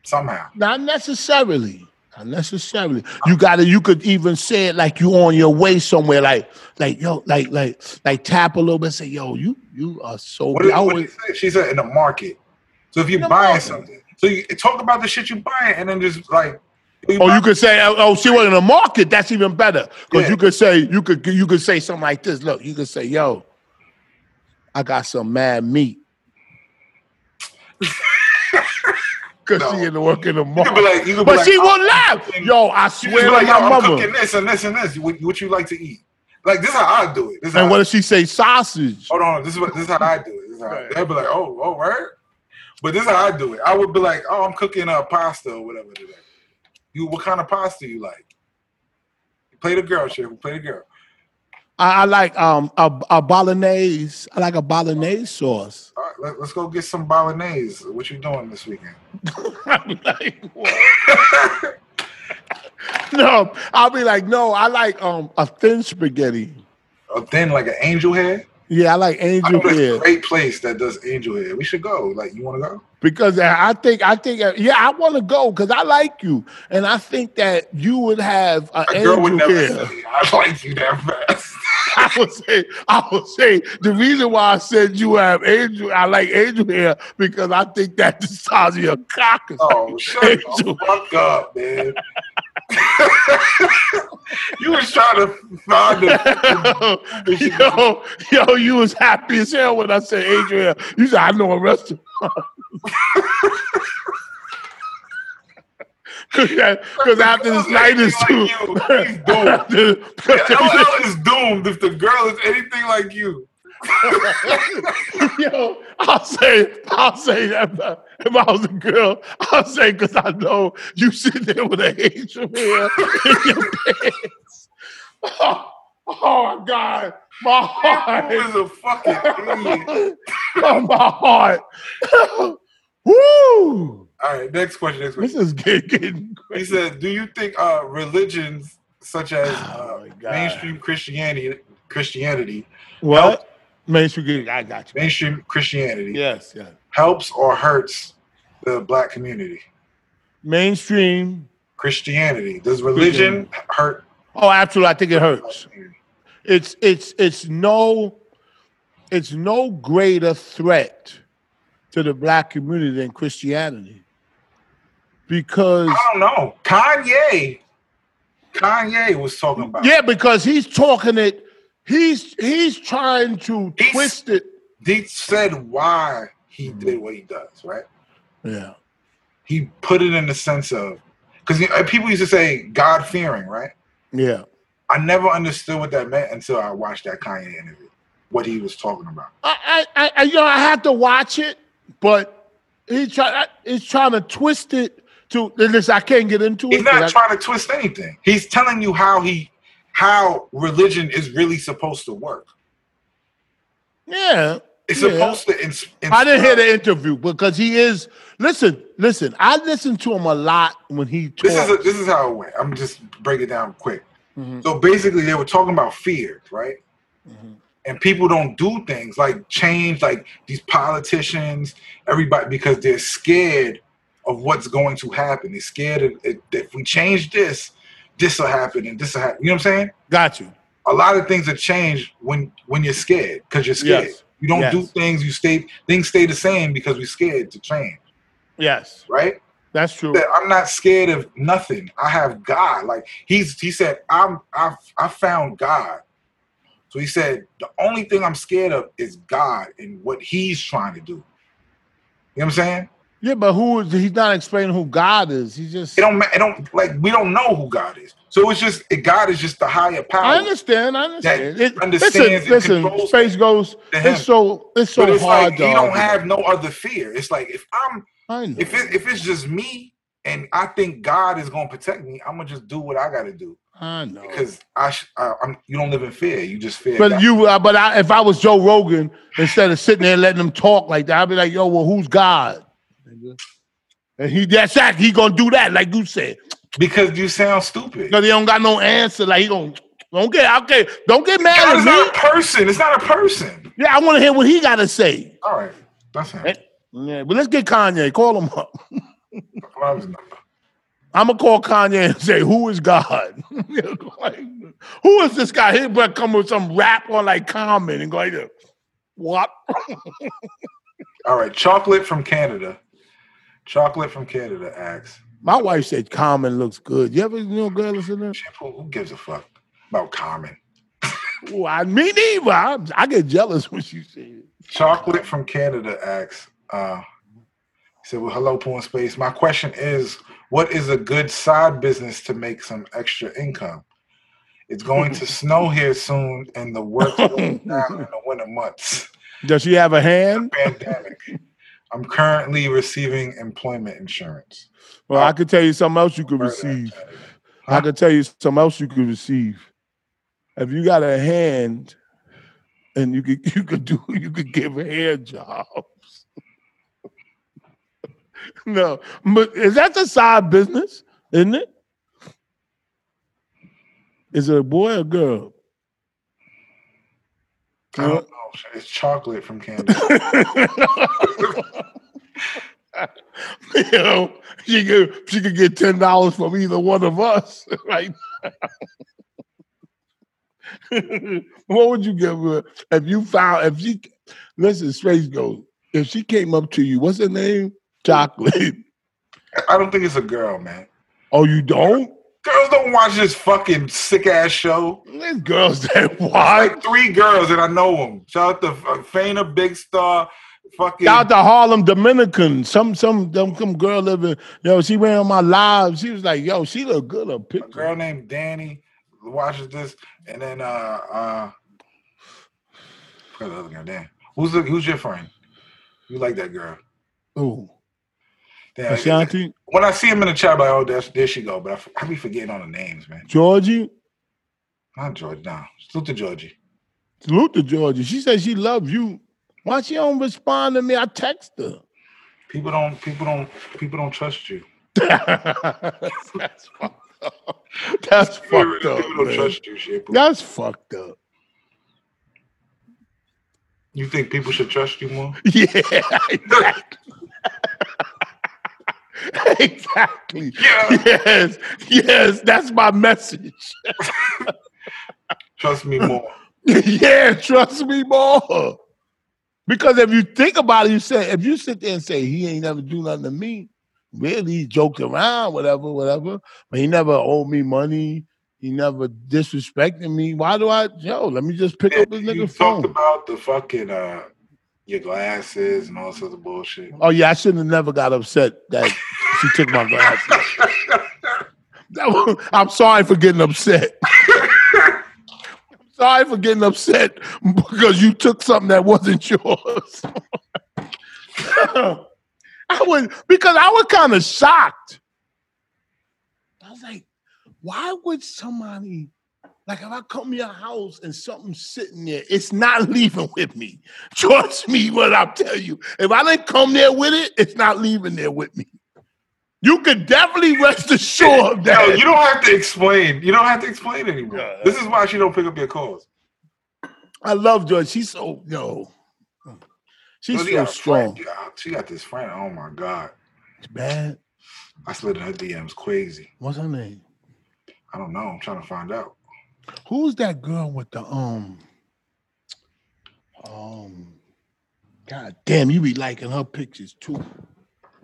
[SPEAKER 3] somehow.
[SPEAKER 2] Not necessarily. Not necessarily. You gotta you could even say it like you on your way somewhere, like like yo, like like like tap a little bit, say, yo, you you are so
[SPEAKER 3] What did,
[SPEAKER 2] I
[SPEAKER 3] what
[SPEAKER 2] always-
[SPEAKER 3] did she say? She said in the market. So if you're
[SPEAKER 2] the
[SPEAKER 3] buying
[SPEAKER 2] market.
[SPEAKER 3] something, so you talk about the shit you buying, and then just like,
[SPEAKER 2] Or you could say, oh, oh, she was in the market. That's even better because
[SPEAKER 3] Yeah.
[SPEAKER 2] you could say you could you could say something like this. Look, you could say, "Yo, I got some mad meat." because
[SPEAKER 3] No.
[SPEAKER 2] she in the work in the
[SPEAKER 3] You could be
[SPEAKER 2] morning.
[SPEAKER 3] like, you could be
[SPEAKER 2] but
[SPEAKER 3] like, "Oh,
[SPEAKER 2] she
[SPEAKER 3] I'm
[SPEAKER 2] won't laugh.
[SPEAKER 3] cooking-
[SPEAKER 2] Yo, I
[SPEAKER 3] She just
[SPEAKER 2] swear
[SPEAKER 3] be
[SPEAKER 2] like,
[SPEAKER 3] like,
[SPEAKER 2] my
[SPEAKER 3] yo, I'm
[SPEAKER 2] mama.
[SPEAKER 3] cooking this and this and this. What, what you like to eat? Like this is how I do it. This is
[SPEAKER 2] And
[SPEAKER 3] how,
[SPEAKER 2] what if she say sausage?
[SPEAKER 3] hold on, this is what this is how I do it. This is how,
[SPEAKER 2] Right.
[SPEAKER 3] They'd be like, oh, oh, right. But this is how I do it. I would be like, oh, I'm cooking uh, pasta or whatever today. You, what kind of pasta you like? Play the girl, chef. Play the girl.
[SPEAKER 2] I, I like um a, a bolognese. I like a bolognese sauce.
[SPEAKER 3] All right, let, let's go get some bolognese. What you doing this weekend?
[SPEAKER 2] I'm like, what? no, I'll be like, no, I like um a thin spaghetti.
[SPEAKER 3] Oh, then like an angel head.
[SPEAKER 2] Yeah, I like
[SPEAKER 3] I
[SPEAKER 2] angel
[SPEAKER 3] know there's
[SPEAKER 2] hair
[SPEAKER 3] a great place that does angel hair. We should go. Like, you want to go?
[SPEAKER 2] because I I think I think uh, yeah, I want to go because I like you and I think that you would have an
[SPEAKER 3] A girl would
[SPEAKER 2] angel
[SPEAKER 3] never
[SPEAKER 2] hair.
[SPEAKER 3] say, "I like you that fast."
[SPEAKER 2] I would say I would say the reason why I said you have angel, I like angel hair because I think that the size of your cock is.
[SPEAKER 3] oh, shut
[SPEAKER 2] Angel.
[SPEAKER 3] the fuck up, man! you was trying to find the.
[SPEAKER 2] yo, yo, you was happy as hell when I said angel hair. You said I know a restaurant. Because after this night is
[SPEAKER 3] Like
[SPEAKER 2] too.
[SPEAKER 3] you, he's doomed. LL is doomed if the girl is anything like you.
[SPEAKER 2] Yo, I'll say, I'll say that if I- if I was a girl, I'll say because I know you sit there with an angel hair in your pants. Oh, oh my God, my
[SPEAKER 3] Who
[SPEAKER 2] heart,
[SPEAKER 3] is a fucking idiot?
[SPEAKER 2] oh my heart. Woo!
[SPEAKER 3] All right, next question. Next
[SPEAKER 2] This
[SPEAKER 3] question.
[SPEAKER 2] is get- getting
[SPEAKER 3] He
[SPEAKER 2] crazy.
[SPEAKER 3] said, "Do you think uh, religions such as
[SPEAKER 2] Oh,
[SPEAKER 3] uh,
[SPEAKER 2] my God.
[SPEAKER 3] mainstream Christianity, Christianity,
[SPEAKER 2] What? Man, you get. I got you.
[SPEAKER 3] mainstream Christianity,
[SPEAKER 2] Yes, yes.
[SPEAKER 3] helps or hurts the black community?
[SPEAKER 2] Mainstream.
[SPEAKER 3] Christianity does religion hurt?
[SPEAKER 2] Oh, absolutely. I think it
[SPEAKER 3] the
[SPEAKER 2] hurts.
[SPEAKER 3] black community?
[SPEAKER 2] it's it's it's no it's no greater threat to the black community than christianity because
[SPEAKER 3] I don't know. Kanye, Kanye was talking about. it.
[SPEAKER 2] yeah because he's talking it he's he's trying to
[SPEAKER 3] He's-
[SPEAKER 2] twist it
[SPEAKER 3] He said why he did what he does. Right?
[SPEAKER 2] yeah
[SPEAKER 3] He put it in the sense of because people used to say God fearing, right?
[SPEAKER 2] yeah
[SPEAKER 3] I never understood what that meant until I watched that Kanye interview. What he was talking about.
[SPEAKER 2] i i, I- I you know i have to watch it but he try I- he's trying to twist it to listen i can't get into
[SPEAKER 3] He's
[SPEAKER 2] it
[SPEAKER 3] not
[SPEAKER 2] but I-
[SPEAKER 3] trying to twist anything. He's telling you how he how religion is really supposed to work.
[SPEAKER 2] yeah
[SPEAKER 3] It's
[SPEAKER 2] yeah.
[SPEAKER 3] supposed to ins-
[SPEAKER 2] I didn't hear
[SPEAKER 3] inspire-
[SPEAKER 2] the interview because he is. Listen, listen. I listen to him a lot when he talks.
[SPEAKER 3] This is a, this is how it went. I'm just break it down quick.
[SPEAKER 2] Mhm,
[SPEAKER 3] So basically, they were talking about fear, right?
[SPEAKER 2] mhm.
[SPEAKER 3] And people don't do things like change, like these politicians, everybody, because they're scared of what's going to happen. They're scared of, if if we change this, this will happen and this will happen. You know what I'm saying?
[SPEAKER 2] Got you.
[SPEAKER 3] a lot of things have changed when when you're scared because you're scared.
[SPEAKER 2] Yes.
[SPEAKER 3] You don't do
[SPEAKER 2] Yes.
[SPEAKER 3] things. You stay things stay the same because we're scared to change,
[SPEAKER 2] Yes,
[SPEAKER 3] right?
[SPEAKER 2] that's true.
[SPEAKER 3] That I'm not scared of nothing. I have God. Like he's he said, I'm I I found God. So he said the only thing I'm scared of is God and what He's trying to do. You know what I'm saying?
[SPEAKER 2] Yeah, but who is? He's not explaining who God is. He just.
[SPEAKER 3] It don't ma- it don't like we don't know who God is. So it's just it, God is just the higher
[SPEAKER 2] I
[SPEAKER 3] power.
[SPEAKER 2] understand. I understand. It-
[SPEAKER 3] understands and
[SPEAKER 2] listen, listen.
[SPEAKER 3] controls
[SPEAKER 2] Space goes.
[SPEAKER 3] to him.
[SPEAKER 2] It's so. It's so
[SPEAKER 3] but it's
[SPEAKER 2] hard.
[SPEAKER 3] like
[SPEAKER 2] to
[SPEAKER 3] he don't
[SPEAKER 2] argue.
[SPEAKER 3] have no other fear. It's like if I'm
[SPEAKER 2] I know.
[SPEAKER 3] if it, if it's just me and I think God is gonna protect me, I'm gonna just do what I gotta do
[SPEAKER 2] I know.
[SPEAKER 3] because I, sh- I I'm you don't live in fear. You just fear.
[SPEAKER 2] But
[SPEAKER 3] God.
[SPEAKER 2] you, uh, but I, if I was Joe Rogan, instead of sitting there and letting them talk like that, I'd be like, "Yo, well, who's God?" And he, that's that. He gonna do that, like you said.
[SPEAKER 3] because you sound stupid.
[SPEAKER 2] Because he don't got no answer. Like he don't don't get okay. Don't get
[SPEAKER 3] God
[SPEAKER 2] mad
[SPEAKER 3] is
[SPEAKER 2] at
[SPEAKER 3] not a
[SPEAKER 2] me.
[SPEAKER 3] person. It's not a person.
[SPEAKER 2] Yeah, I want to hear what he gotta say.
[SPEAKER 3] All right, that's him.
[SPEAKER 2] Hey. Yeah, but let's get Kanye. Call him up.
[SPEAKER 3] Well, I was not-
[SPEAKER 2] I'm gonna call Kanye and say, "Who is God? Like, who is this guy?" He better come with some rap or like comment and go like, this, "What?"
[SPEAKER 3] All right, chocolate from Canada. Chocolate from Canada asks,
[SPEAKER 2] My wife said, "Common looks good." You ever you know, girl, listen to?
[SPEAKER 3] "Shampoo, who gives a fuck about common?
[SPEAKER 2] Well, I me neither. I, I get jealous when she says it.
[SPEAKER 3] Chocolate from Canada asks, uh, said, Well, hello, Porn Space. My question is what is a good side business to make some extra income? It's going to snow here soon, and the work goes down in the winter months.
[SPEAKER 2] Does she have a hand?
[SPEAKER 3] Pandemic. I'm currently receiving employment insurance.
[SPEAKER 2] Well, I could tell you something else you could
[SPEAKER 3] Heard of that,
[SPEAKER 2] receive.
[SPEAKER 3] Chad.
[SPEAKER 2] I could tell you something else you could receive. If you got a hand, and you could you could do you could give hand jobs. no, but is that the side business? Isn't it? Is it a boy or girl?
[SPEAKER 3] I don't know. It's chocolate from Candy.
[SPEAKER 2] you know, she could she could get ten dollars from either one of us, right? what would you give her if you found if she listen, Space Ghost, if she came up to you, what's her name? Chocolate.
[SPEAKER 3] I don't think it's a girl, man.
[SPEAKER 2] Oh, you don't?
[SPEAKER 3] Girls don't watch this fucking sick ass show.
[SPEAKER 2] These girls that
[SPEAKER 3] Like
[SPEAKER 2] what?
[SPEAKER 3] three girls and I know them. Shout out to uh, Faina Big Star, fucking
[SPEAKER 2] Out the Harlem Dominican, some some some, some girl living. Yo, she went on my live. She was like, "Yo, she look good." A
[SPEAKER 3] a
[SPEAKER 2] picture.
[SPEAKER 3] girl named Danny watches this, and then uh uh forgot the other girl, damn. Who's the, who's your friend? You like that girl.
[SPEAKER 2] Ooh,
[SPEAKER 3] Damn, I-
[SPEAKER 2] Ashanti,
[SPEAKER 3] when I see him in the chat, I'm like, oh, that's, there she go. But I, f- I be forgetting all the names, man.
[SPEAKER 2] Georgie.
[SPEAKER 3] Not George, nah. Salute to Georgie.
[SPEAKER 2] Salute to Georgia. She said she loves you. Why she don't respond to me? I text her.
[SPEAKER 3] People don't, people don't, people don't trust you.
[SPEAKER 2] That's fucked up. That's fucked
[SPEAKER 3] people
[SPEAKER 2] up.
[SPEAKER 3] don't
[SPEAKER 2] man.
[SPEAKER 3] trust you, shit.
[SPEAKER 2] That's fucked up.
[SPEAKER 3] You think people should trust you more?
[SPEAKER 2] Yeah. Exactly. exactly.
[SPEAKER 3] Yeah.
[SPEAKER 2] Yes. Yes. That's my message.
[SPEAKER 3] Trust me more.
[SPEAKER 2] yeah, trust me more. Because if you think about it, you say if you sit there and say he ain't never do nothing to me, really he joked around, whatever, whatever. But he never owed me money. He never disrespected me. Why do I yo, let me just pick up this
[SPEAKER 3] you
[SPEAKER 2] nigga
[SPEAKER 3] talked
[SPEAKER 2] phone.
[SPEAKER 3] about the fucking uh your glasses and all sorts of bullshit.
[SPEAKER 2] Oh yeah, I shouldn't have never got upset that she took my glasses. That was- I'm sorry for getting upset. I'm sorry for getting upset because you took something that wasn't yours. I was because I was kind of shocked. I was like, why would somebody like if I come to your house and something's sitting there, it's not leaving with me. Trust me what I'll tell you. If I didn't come there with it, it's not leaving there with me. You could definitely rest assured
[SPEAKER 3] Yo,
[SPEAKER 2] that
[SPEAKER 3] you don't have to explain. You don't have to explain anymore. This is why she don't pick up your calls.
[SPEAKER 2] I love Joy. She's so yo. She's
[SPEAKER 3] Yo, she
[SPEAKER 2] so
[SPEAKER 3] got a friend,
[SPEAKER 2] strong,
[SPEAKER 3] yo. She got this friend. Oh my god.
[SPEAKER 2] man.
[SPEAKER 3] I slid in her DMs crazy.
[SPEAKER 2] What's her name?
[SPEAKER 3] I don't know. I'm trying to find out.
[SPEAKER 2] Who's that girl with the um um? God damn, you be liking her pictures too.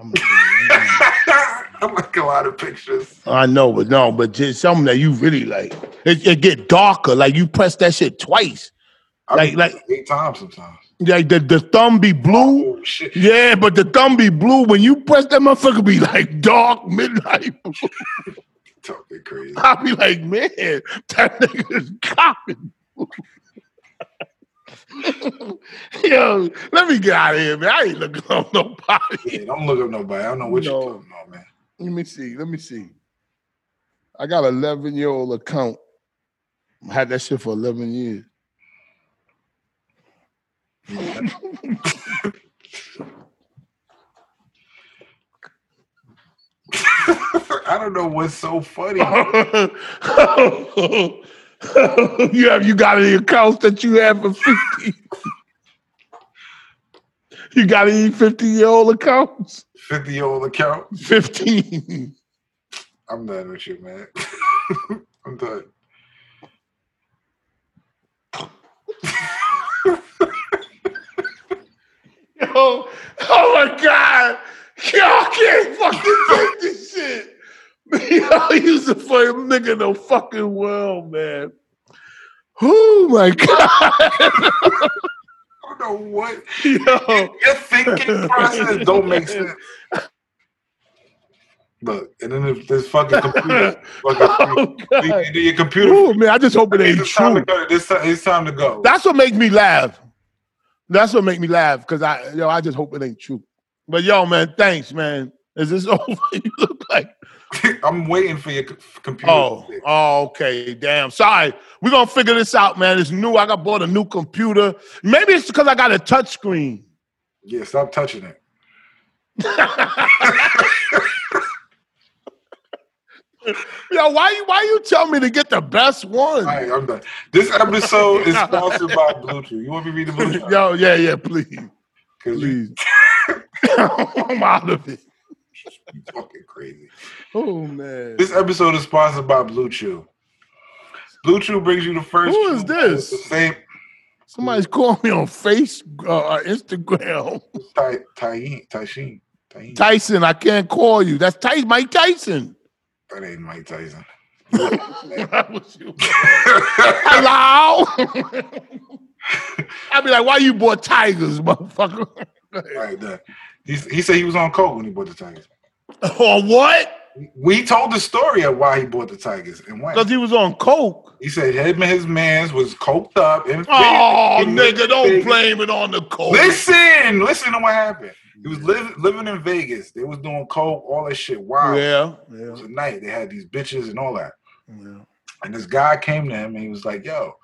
[SPEAKER 2] I'm gonna tell you right now.
[SPEAKER 3] I like a lot of pictures.
[SPEAKER 2] I know, but no, but just something that you really like. It, it get darker, like you press that shit twice.
[SPEAKER 3] I
[SPEAKER 2] Like-
[SPEAKER 3] be
[SPEAKER 2] like-
[SPEAKER 3] eight times sometimes.
[SPEAKER 2] Like the, the thumb be blue.
[SPEAKER 3] Oh shit.
[SPEAKER 2] Yeah, but the thumb be blue. When you press that motherfucker be like dark midnight blue.
[SPEAKER 3] Talking crazy.
[SPEAKER 2] I'll be like, man, that nigga is copping. Yo, let me get out of here, man. I ain't looking on nobody.
[SPEAKER 3] Yeah, don't look up nobody. I don't know what
[SPEAKER 2] No.
[SPEAKER 3] you're talking about, man.
[SPEAKER 2] Let me see. Let me see. I got an 11 year old account. I had that shit for 11 years.
[SPEAKER 3] I don't know what's so funny.
[SPEAKER 2] you have you got any accounts that you have for 50? you got any 50 year old accounts?
[SPEAKER 3] 50 year old account.
[SPEAKER 2] 15.
[SPEAKER 3] I'm done with you, man. I'm done.
[SPEAKER 2] Yo, oh my god, yo, I can't fucking take this shit. Yo, you's the funniest nigga in the fucking world, man. Oh my god,
[SPEAKER 3] I don't know what.
[SPEAKER 2] Yo.
[SPEAKER 3] Your thinking process don't make sense. Look, and then if this fucking computer, fucking,
[SPEAKER 2] Oh, God.
[SPEAKER 3] then your computer,
[SPEAKER 2] Ooh, man, I just hope it ain't
[SPEAKER 3] it's time to
[SPEAKER 2] true.
[SPEAKER 3] go. This time, it's time to go.
[SPEAKER 2] That's what make me laugh. That's what make me laugh because I, yo, I just hope it ain't true. But yo, man, thanks, man. Is this over? you look like
[SPEAKER 3] I'm waiting for your co- computer.
[SPEAKER 2] oh, oh, okay, damn. Sorry, we're gonna figure this out, man. It's new. I got bought a new computer. Maybe it's because I got a touch screen.
[SPEAKER 3] yeah, stop touching it.
[SPEAKER 2] Yo, why you why you tell me to get the best one?
[SPEAKER 3] All right, I'm done. This episode is sponsored by Bluetooth. You want me to read the Bluetooth?
[SPEAKER 2] Yo, yeah, yeah, please,
[SPEAKER 3] 'Cause you
[SPEAKER 2] please. I'm out of it.
[SPEAKER 3] fucking crazy.
[SPEAKER 2] Oh man.
[SPEAKER 3] This episode is sponsored by Blue Chew. Blue Chew brings you the first.
[SPEAKER 2] Who is
[SPEAKER 3] chew that
[SPEAKER 2] this?
[SPEAKER 3] The same
[SPEAKER 2] Somebody's calling me on Face uh, Instagram.
[SPEAKER 3] Ty Ty Tyshin. Tysheen.
[SPEAKER 2] Tyson, I can't call you. That's Ty- Mike Tyson.
[SPEAKER 3] That ain't Mike Tyson.
[SPEAKER 2] That was you. Hello. I'd be like, why you bought tigers, motherfucker?
[SPEAKER 3] All right, done. He, he said he was on coke when he bought the Tigers.
[SPEAKER 2] or what?
[SPEAKER 3] We told the story of why he bought the Tigers and when.
[SPEAKER 2] Because he was on coke.
[SPEAKER 3] He said him and his mans was coked up. And
[SPEAKER 2] Oh,
[SPEAKER 3] in
[SPEAKER 2] nigga, don't
[SPEAKER 3] Vegas.
[SPEAKER 2] blame it on the coke.
[SPEAKER 3] Listen, listen to what happened. He was liv- living in Vegas. They was doing coke, all that shit. Wow.
[SPEAKER 2] Yeah,
[SPEAKER 3] It
[SPEAKER 2] yeah,
[SPEAKER 3] was a night. They had these bitches and all that.
[SPEAKER 2] yeah.
[SPEAKER 3] And this guy came to him and he was like, "Yo,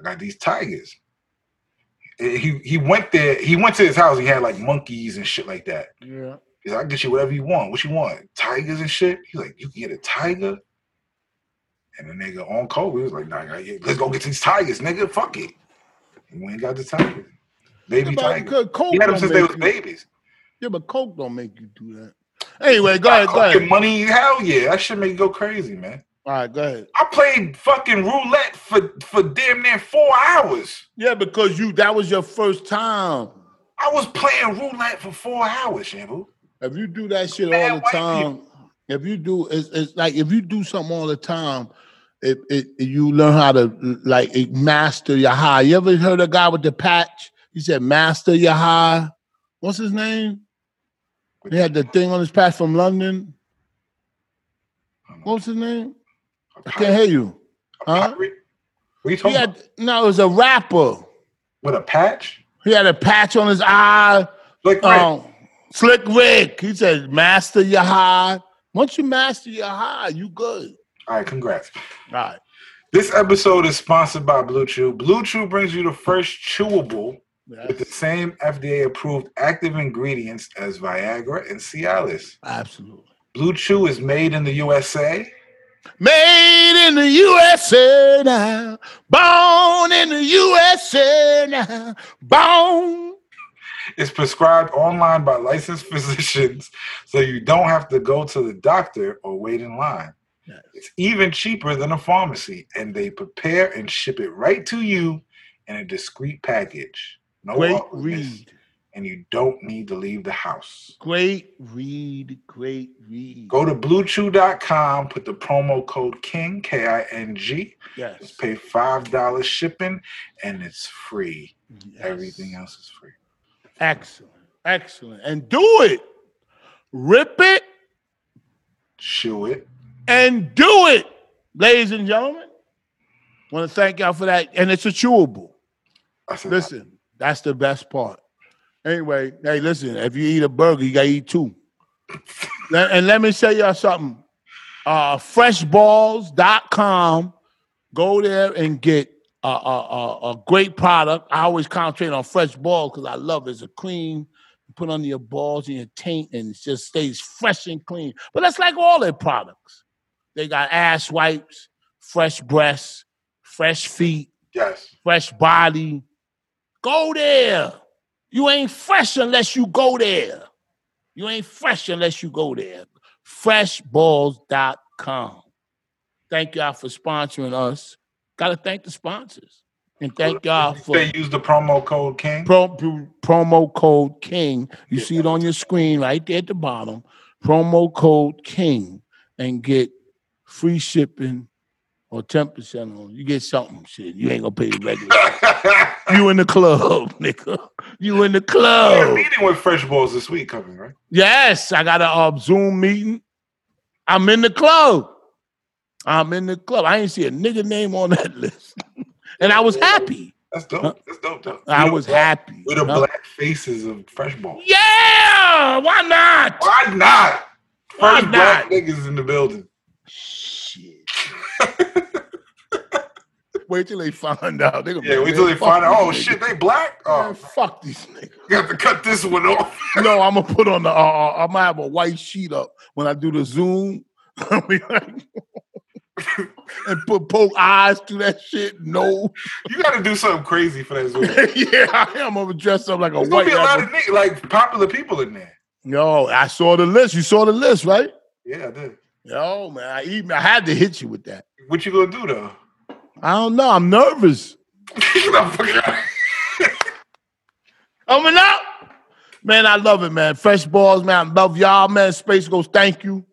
[SPEAKER 3] I got these tigers." And he he went there. He went to his house. He had like monkeys and shit like that.
[SPEAKER 2] yeah.
[SPEAKER 3] He's like, "I can get you whatever you want. What you want? Tigers and shit." He's like, "You can get a tiger." And the nigga on cold, he was like, "Nah, nah, yeah, let's go get these tigers, nigga. Fuck it." He went and got the tigers, baby
[SPEAKER 2] But
[SPEAKER 3] tigers.
[SPEAKER 2] co- coke
[SPEAKER 3] He had
[SPEAKER 2] don't
[SPEAKER 3] them since they
[SPEAKER 2] make
[SPEAKER 3] was
[SPEAKER 2] you-
[SPEAKER 3] babies.
[SPEAKER 2] Yeah, but coke don't make you do that. Anyway, go ahead, go
[SPEAKER 3] Fucking
[SPEAKER 2] ahead.
[SPEAKER 3] money, hell yeah, that shit make you go crazy, man.
[SPEAKER 2] All right, go ahead.
[SPEAKER 3] I played fucking roulette for for damn near four hours.
[SPEAKER 2] Yeah, because you that was your first time.
[SPEAKER 3] I was playing roulette for four hours, Shamu.
[SPEAKER 2] If you do that shit
[SPEAKER 3] Man,
[SPEAKER 2] all the
[SPEAKER 3] why you-
[SPEAKER 2] time, if you do it's, it's like if you do something all the time, it, it, it- you learn how to like it master your high. You ever heard a guy with the patch? He said, "Master your high." What's his name? He had the thing on his patch from London. What was his name? I can't hear you. Huh?
[SPEAKER 3] What are you
[SPEAKER 2] He
[SPEAKER 3] talking about?
[SPEAKER 2] had no. It was a rapper.
[SPEAKER 3] With a patch?
[SPEAKER 2] He had a patch on his eye.
[SPEAKER 3] Like, right.
[SPEAKER 2] Um, Slick Rick. He said, "Master your high. Once you master your high, you good."
[SPEAKER 3] all right, congrats.
[SPEAKER 2] All right.
[SPEAKER 3] This episode is sponsored by Blue Chew. Blue Chew brings you the first chewable with the same FDA approved active ingredients as Viagra and Cialis.
[SPEAKER 2] Absolutely.
[SPEAKER 3] Blue Chew is made in the USA.
[SPEAKER 2] Made in the USA now. Born in the USA now. Born.
[SPEAKER 3] It's prescribed online by licensed physicians, so you don't have to go to the doctor or wait in line.
[SPEAKER 2] Yes.
[SPEAKER 3] It's even cheaper than a pharmacy, and they prepare and ship it right to you in a discreet package. No
[SPEAKER 2] Great
[SPEAKER 3] awkwardness,
[SPEAKER 2] read.
[SPEAKER 3] and you don't need to leave the house.
[SPEAKER 2] Great read. Great read.
[SPEAKER 3] Go to bluechew.com, put the promo code KING, K I N G.
[SPEAKER 2] Yes.
[SPEAKER 3] Pay $5 shipping, and it's free.
[SPEAKER 2] Yes.
[SPEAKER 3] Everything else is free.
[SPEAKER 2] Excellent. Excellent. And do it. Rip it
[SPEAKER 3] Chew it.
[SPEAKER 2] and do it, ladies and gentlemen. Want to thank y'all for that. And it's a chewable.
[SPEAKER 3] I said,
[SPEAKER 2] Listen, that's the best part. Anyway, hey, listen, if you eat a burger, you gotta eat two. Le- and let me tell y'all something. Uh freshballs.com. Go there and get a, a, a, a great product. I always concentrate on fresh balls because I love it. It's a cream you put under your balls and your taint, and it just stays fresh and clean. But that's like all their products. They got ass wipes, fresh breasts, fresh feet
[SPEAKER 3] yes.
[SPEAKER 2] fresh body. Go there. You ain't fresh unless you go there. You ain't fresh unless you go there. Freshballs.com. Thank y'all for sponsoring us. Gotta thank the sponsors. And thank y'all for
[SPEAKER 3] They use the promo code KING.
[SPEAKER 2] pro, pro- promo code King. You see it on your screen right there at the bottom. Promo code King and get free shipping or ten percent on. You get something, shit. You ain't gonna pay the regular. you in the club, nigga. You in the
[SPEAKER 3] You're
[SPEAKER 2] club.
[SPEAKER 3] meeting with Fresh Balls this week coming, right?
[SPEAKER 2] Yes, I got a uh, Zoom meeting. I'm in the club. I'm in the club. I ain't see a nigga name on that list, and I was happy.
[SPEAKER 3] That's dope. That's dope, though.
[SPEAKER 2] I
[SPEAKER 3] With the
[SPEAKER 2] was
[SPEAKER 3] black-
[SPEAKER 2] happy.
[SPEAKER 3] With the
[SPEAKER 2] Huh?
[SPEAKER 3] black faces of Fresh Balls.
[SPEAKER 2] Yeah, why not?
[SPEAKER 3] Why not?
[SPEAKER 2] Why
[SPEAKER 3] First black
[SPEAKER 2] not?
[SPEAKER 3] niggas in the building.
[SPEAKER 2] Shit. wait till they find out. They gonna
[SPEAKER 3] Yeah,
[SPEAKER 2] be
[SPEAKER 3] wait
[SPEAKER 2] like,
[SPEAKER 3] till they
[SPEAKER 2] "Man,
[SPEAKER 3] find
[SPEAKER 2] fuck
[SPEAKER 3] out. Oh
[SPEAKER 2] these
[SPEAKER 3] shit,
[SPEAKER 2] niggas.
[SPEAKER 3] they black.
[SPEAKER 2] Man,
[SPEAKER 3] Oh,
[SPEAKER 2] fuck these niggas.
[SPEAKER 3] you have to cut this one off.
[SPEAKER 2] No, I'm gonna put on the. Uh, uh, I'm gonna have a white sheet up when I do the Zoom, and put poke eyes through that shit. No,
[SPEAKER 3] You got to do something crazy for that Zoom. There's
[SPEAKER 2] yeah, I am gonna dress up like a
[SPEAKER 3] gonna
[SPEAKER 2] white.
[SPEAKER 3] be a lot
[SPEAKER 2] rapper.
[SPEAKER 3] of nigg- like popular people in there.
[SPEAKER 2] Yo, I saw the list. You saw the list, right?
[SPEAKER 3] Yeah, I did.
[SPEAKER 2] Yo, man, I even I had to hit you with that.
[SPEAKER 3] What you gonna do though?
[SPEAKER 2] I don't know. I'm nervous.
[SPEAKER 3] Get the fuck out.
[SPEAKER 2] Coming up. Man, I love it, man. Fresh balls, man. I love y'all, man. Space Ghost, thank you.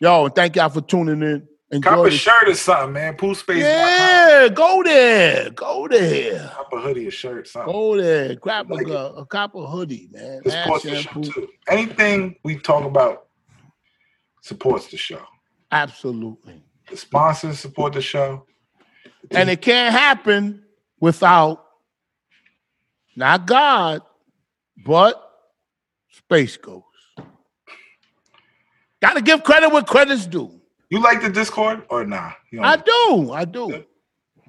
[SPEAKER 2] Yo, and thank y'all for tuning in.
[SPEAKER 3] Cop
[SPEAKER 2] Enjoy
[SPEAKER 3] a
[SPEAKER 2] the
[SPEAKER 3] shirt or something, man. Pool space.
[SPEAKER 2] Yeah, go there. Go there.
[SPEAKER 3] Cop a hoodie, a shirt, something.
[SPEAKER 2] Go there. Grab
[SPEAKER 3] Like
[SPEAKER 2] a,
[SPEAKER 3] it.
[SPEAKER 2] a, a copper hoodie, man.
[SPEAKER 3] This
[SPEAKER 2] Ass
[SPEAKER 3] supports the show
[SPEAKER 2] shampoo.
[SPEAKER 3] too. Anything we talk about supports the show.
[SPEAKER 2] Absolutely.
[SPEAKER 3] The sponsors support the show.
[SPEAKER 2] And it can't happen without not God, but Space Ghost. Gotta give credit where credit's due.
[SPEAKER 3] You like the Discord or nah? You don't
[SPEAKER 2] I
[SPEAKER 3] like-
[SPEAKER 2] do, I do,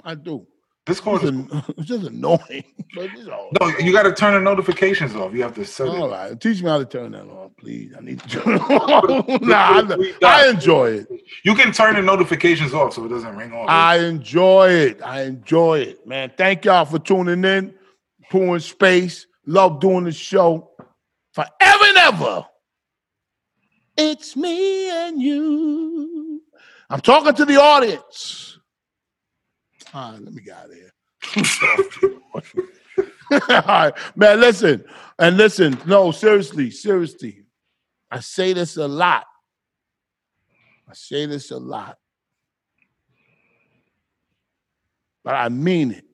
[SPEAKER 2] I do.
[SPEAKER 3] Discord
[SPEAKER 2] It's,
[SPEAKER 3] is
[SPEAKER 2] an, it's just annoying. But it's all,
[SPEAKER 3] No, you got to turn the notifications off. You have to set
[SPEAKER 2] all
[SPEAKER 3] it.
[SPEAKER 2] right. Teach me how to turn that on, please. I need to turn it on. nah, I, I enjoy it.
[SPEAKER 3] You can turn the notifications off so it doesn't ring off.
[SPEAKER 2] I enjoy it. I enjoy it, man. Thank y'all for tuning in, pouring space. Love doing the show forever and ever. It's me and you. I'm talking to the audience. All right, let me get out of here. All right, man, listen. And listen, no, seriously, seriously. I say this a lot. I say this a lot. but I mean it.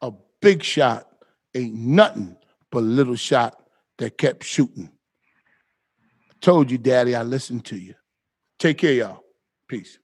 [SPEAKER 2] A big shot ain't nothing but a little shot that kept shooting. I told you, Daddy, I listened to you. Take care, y'all. Peace.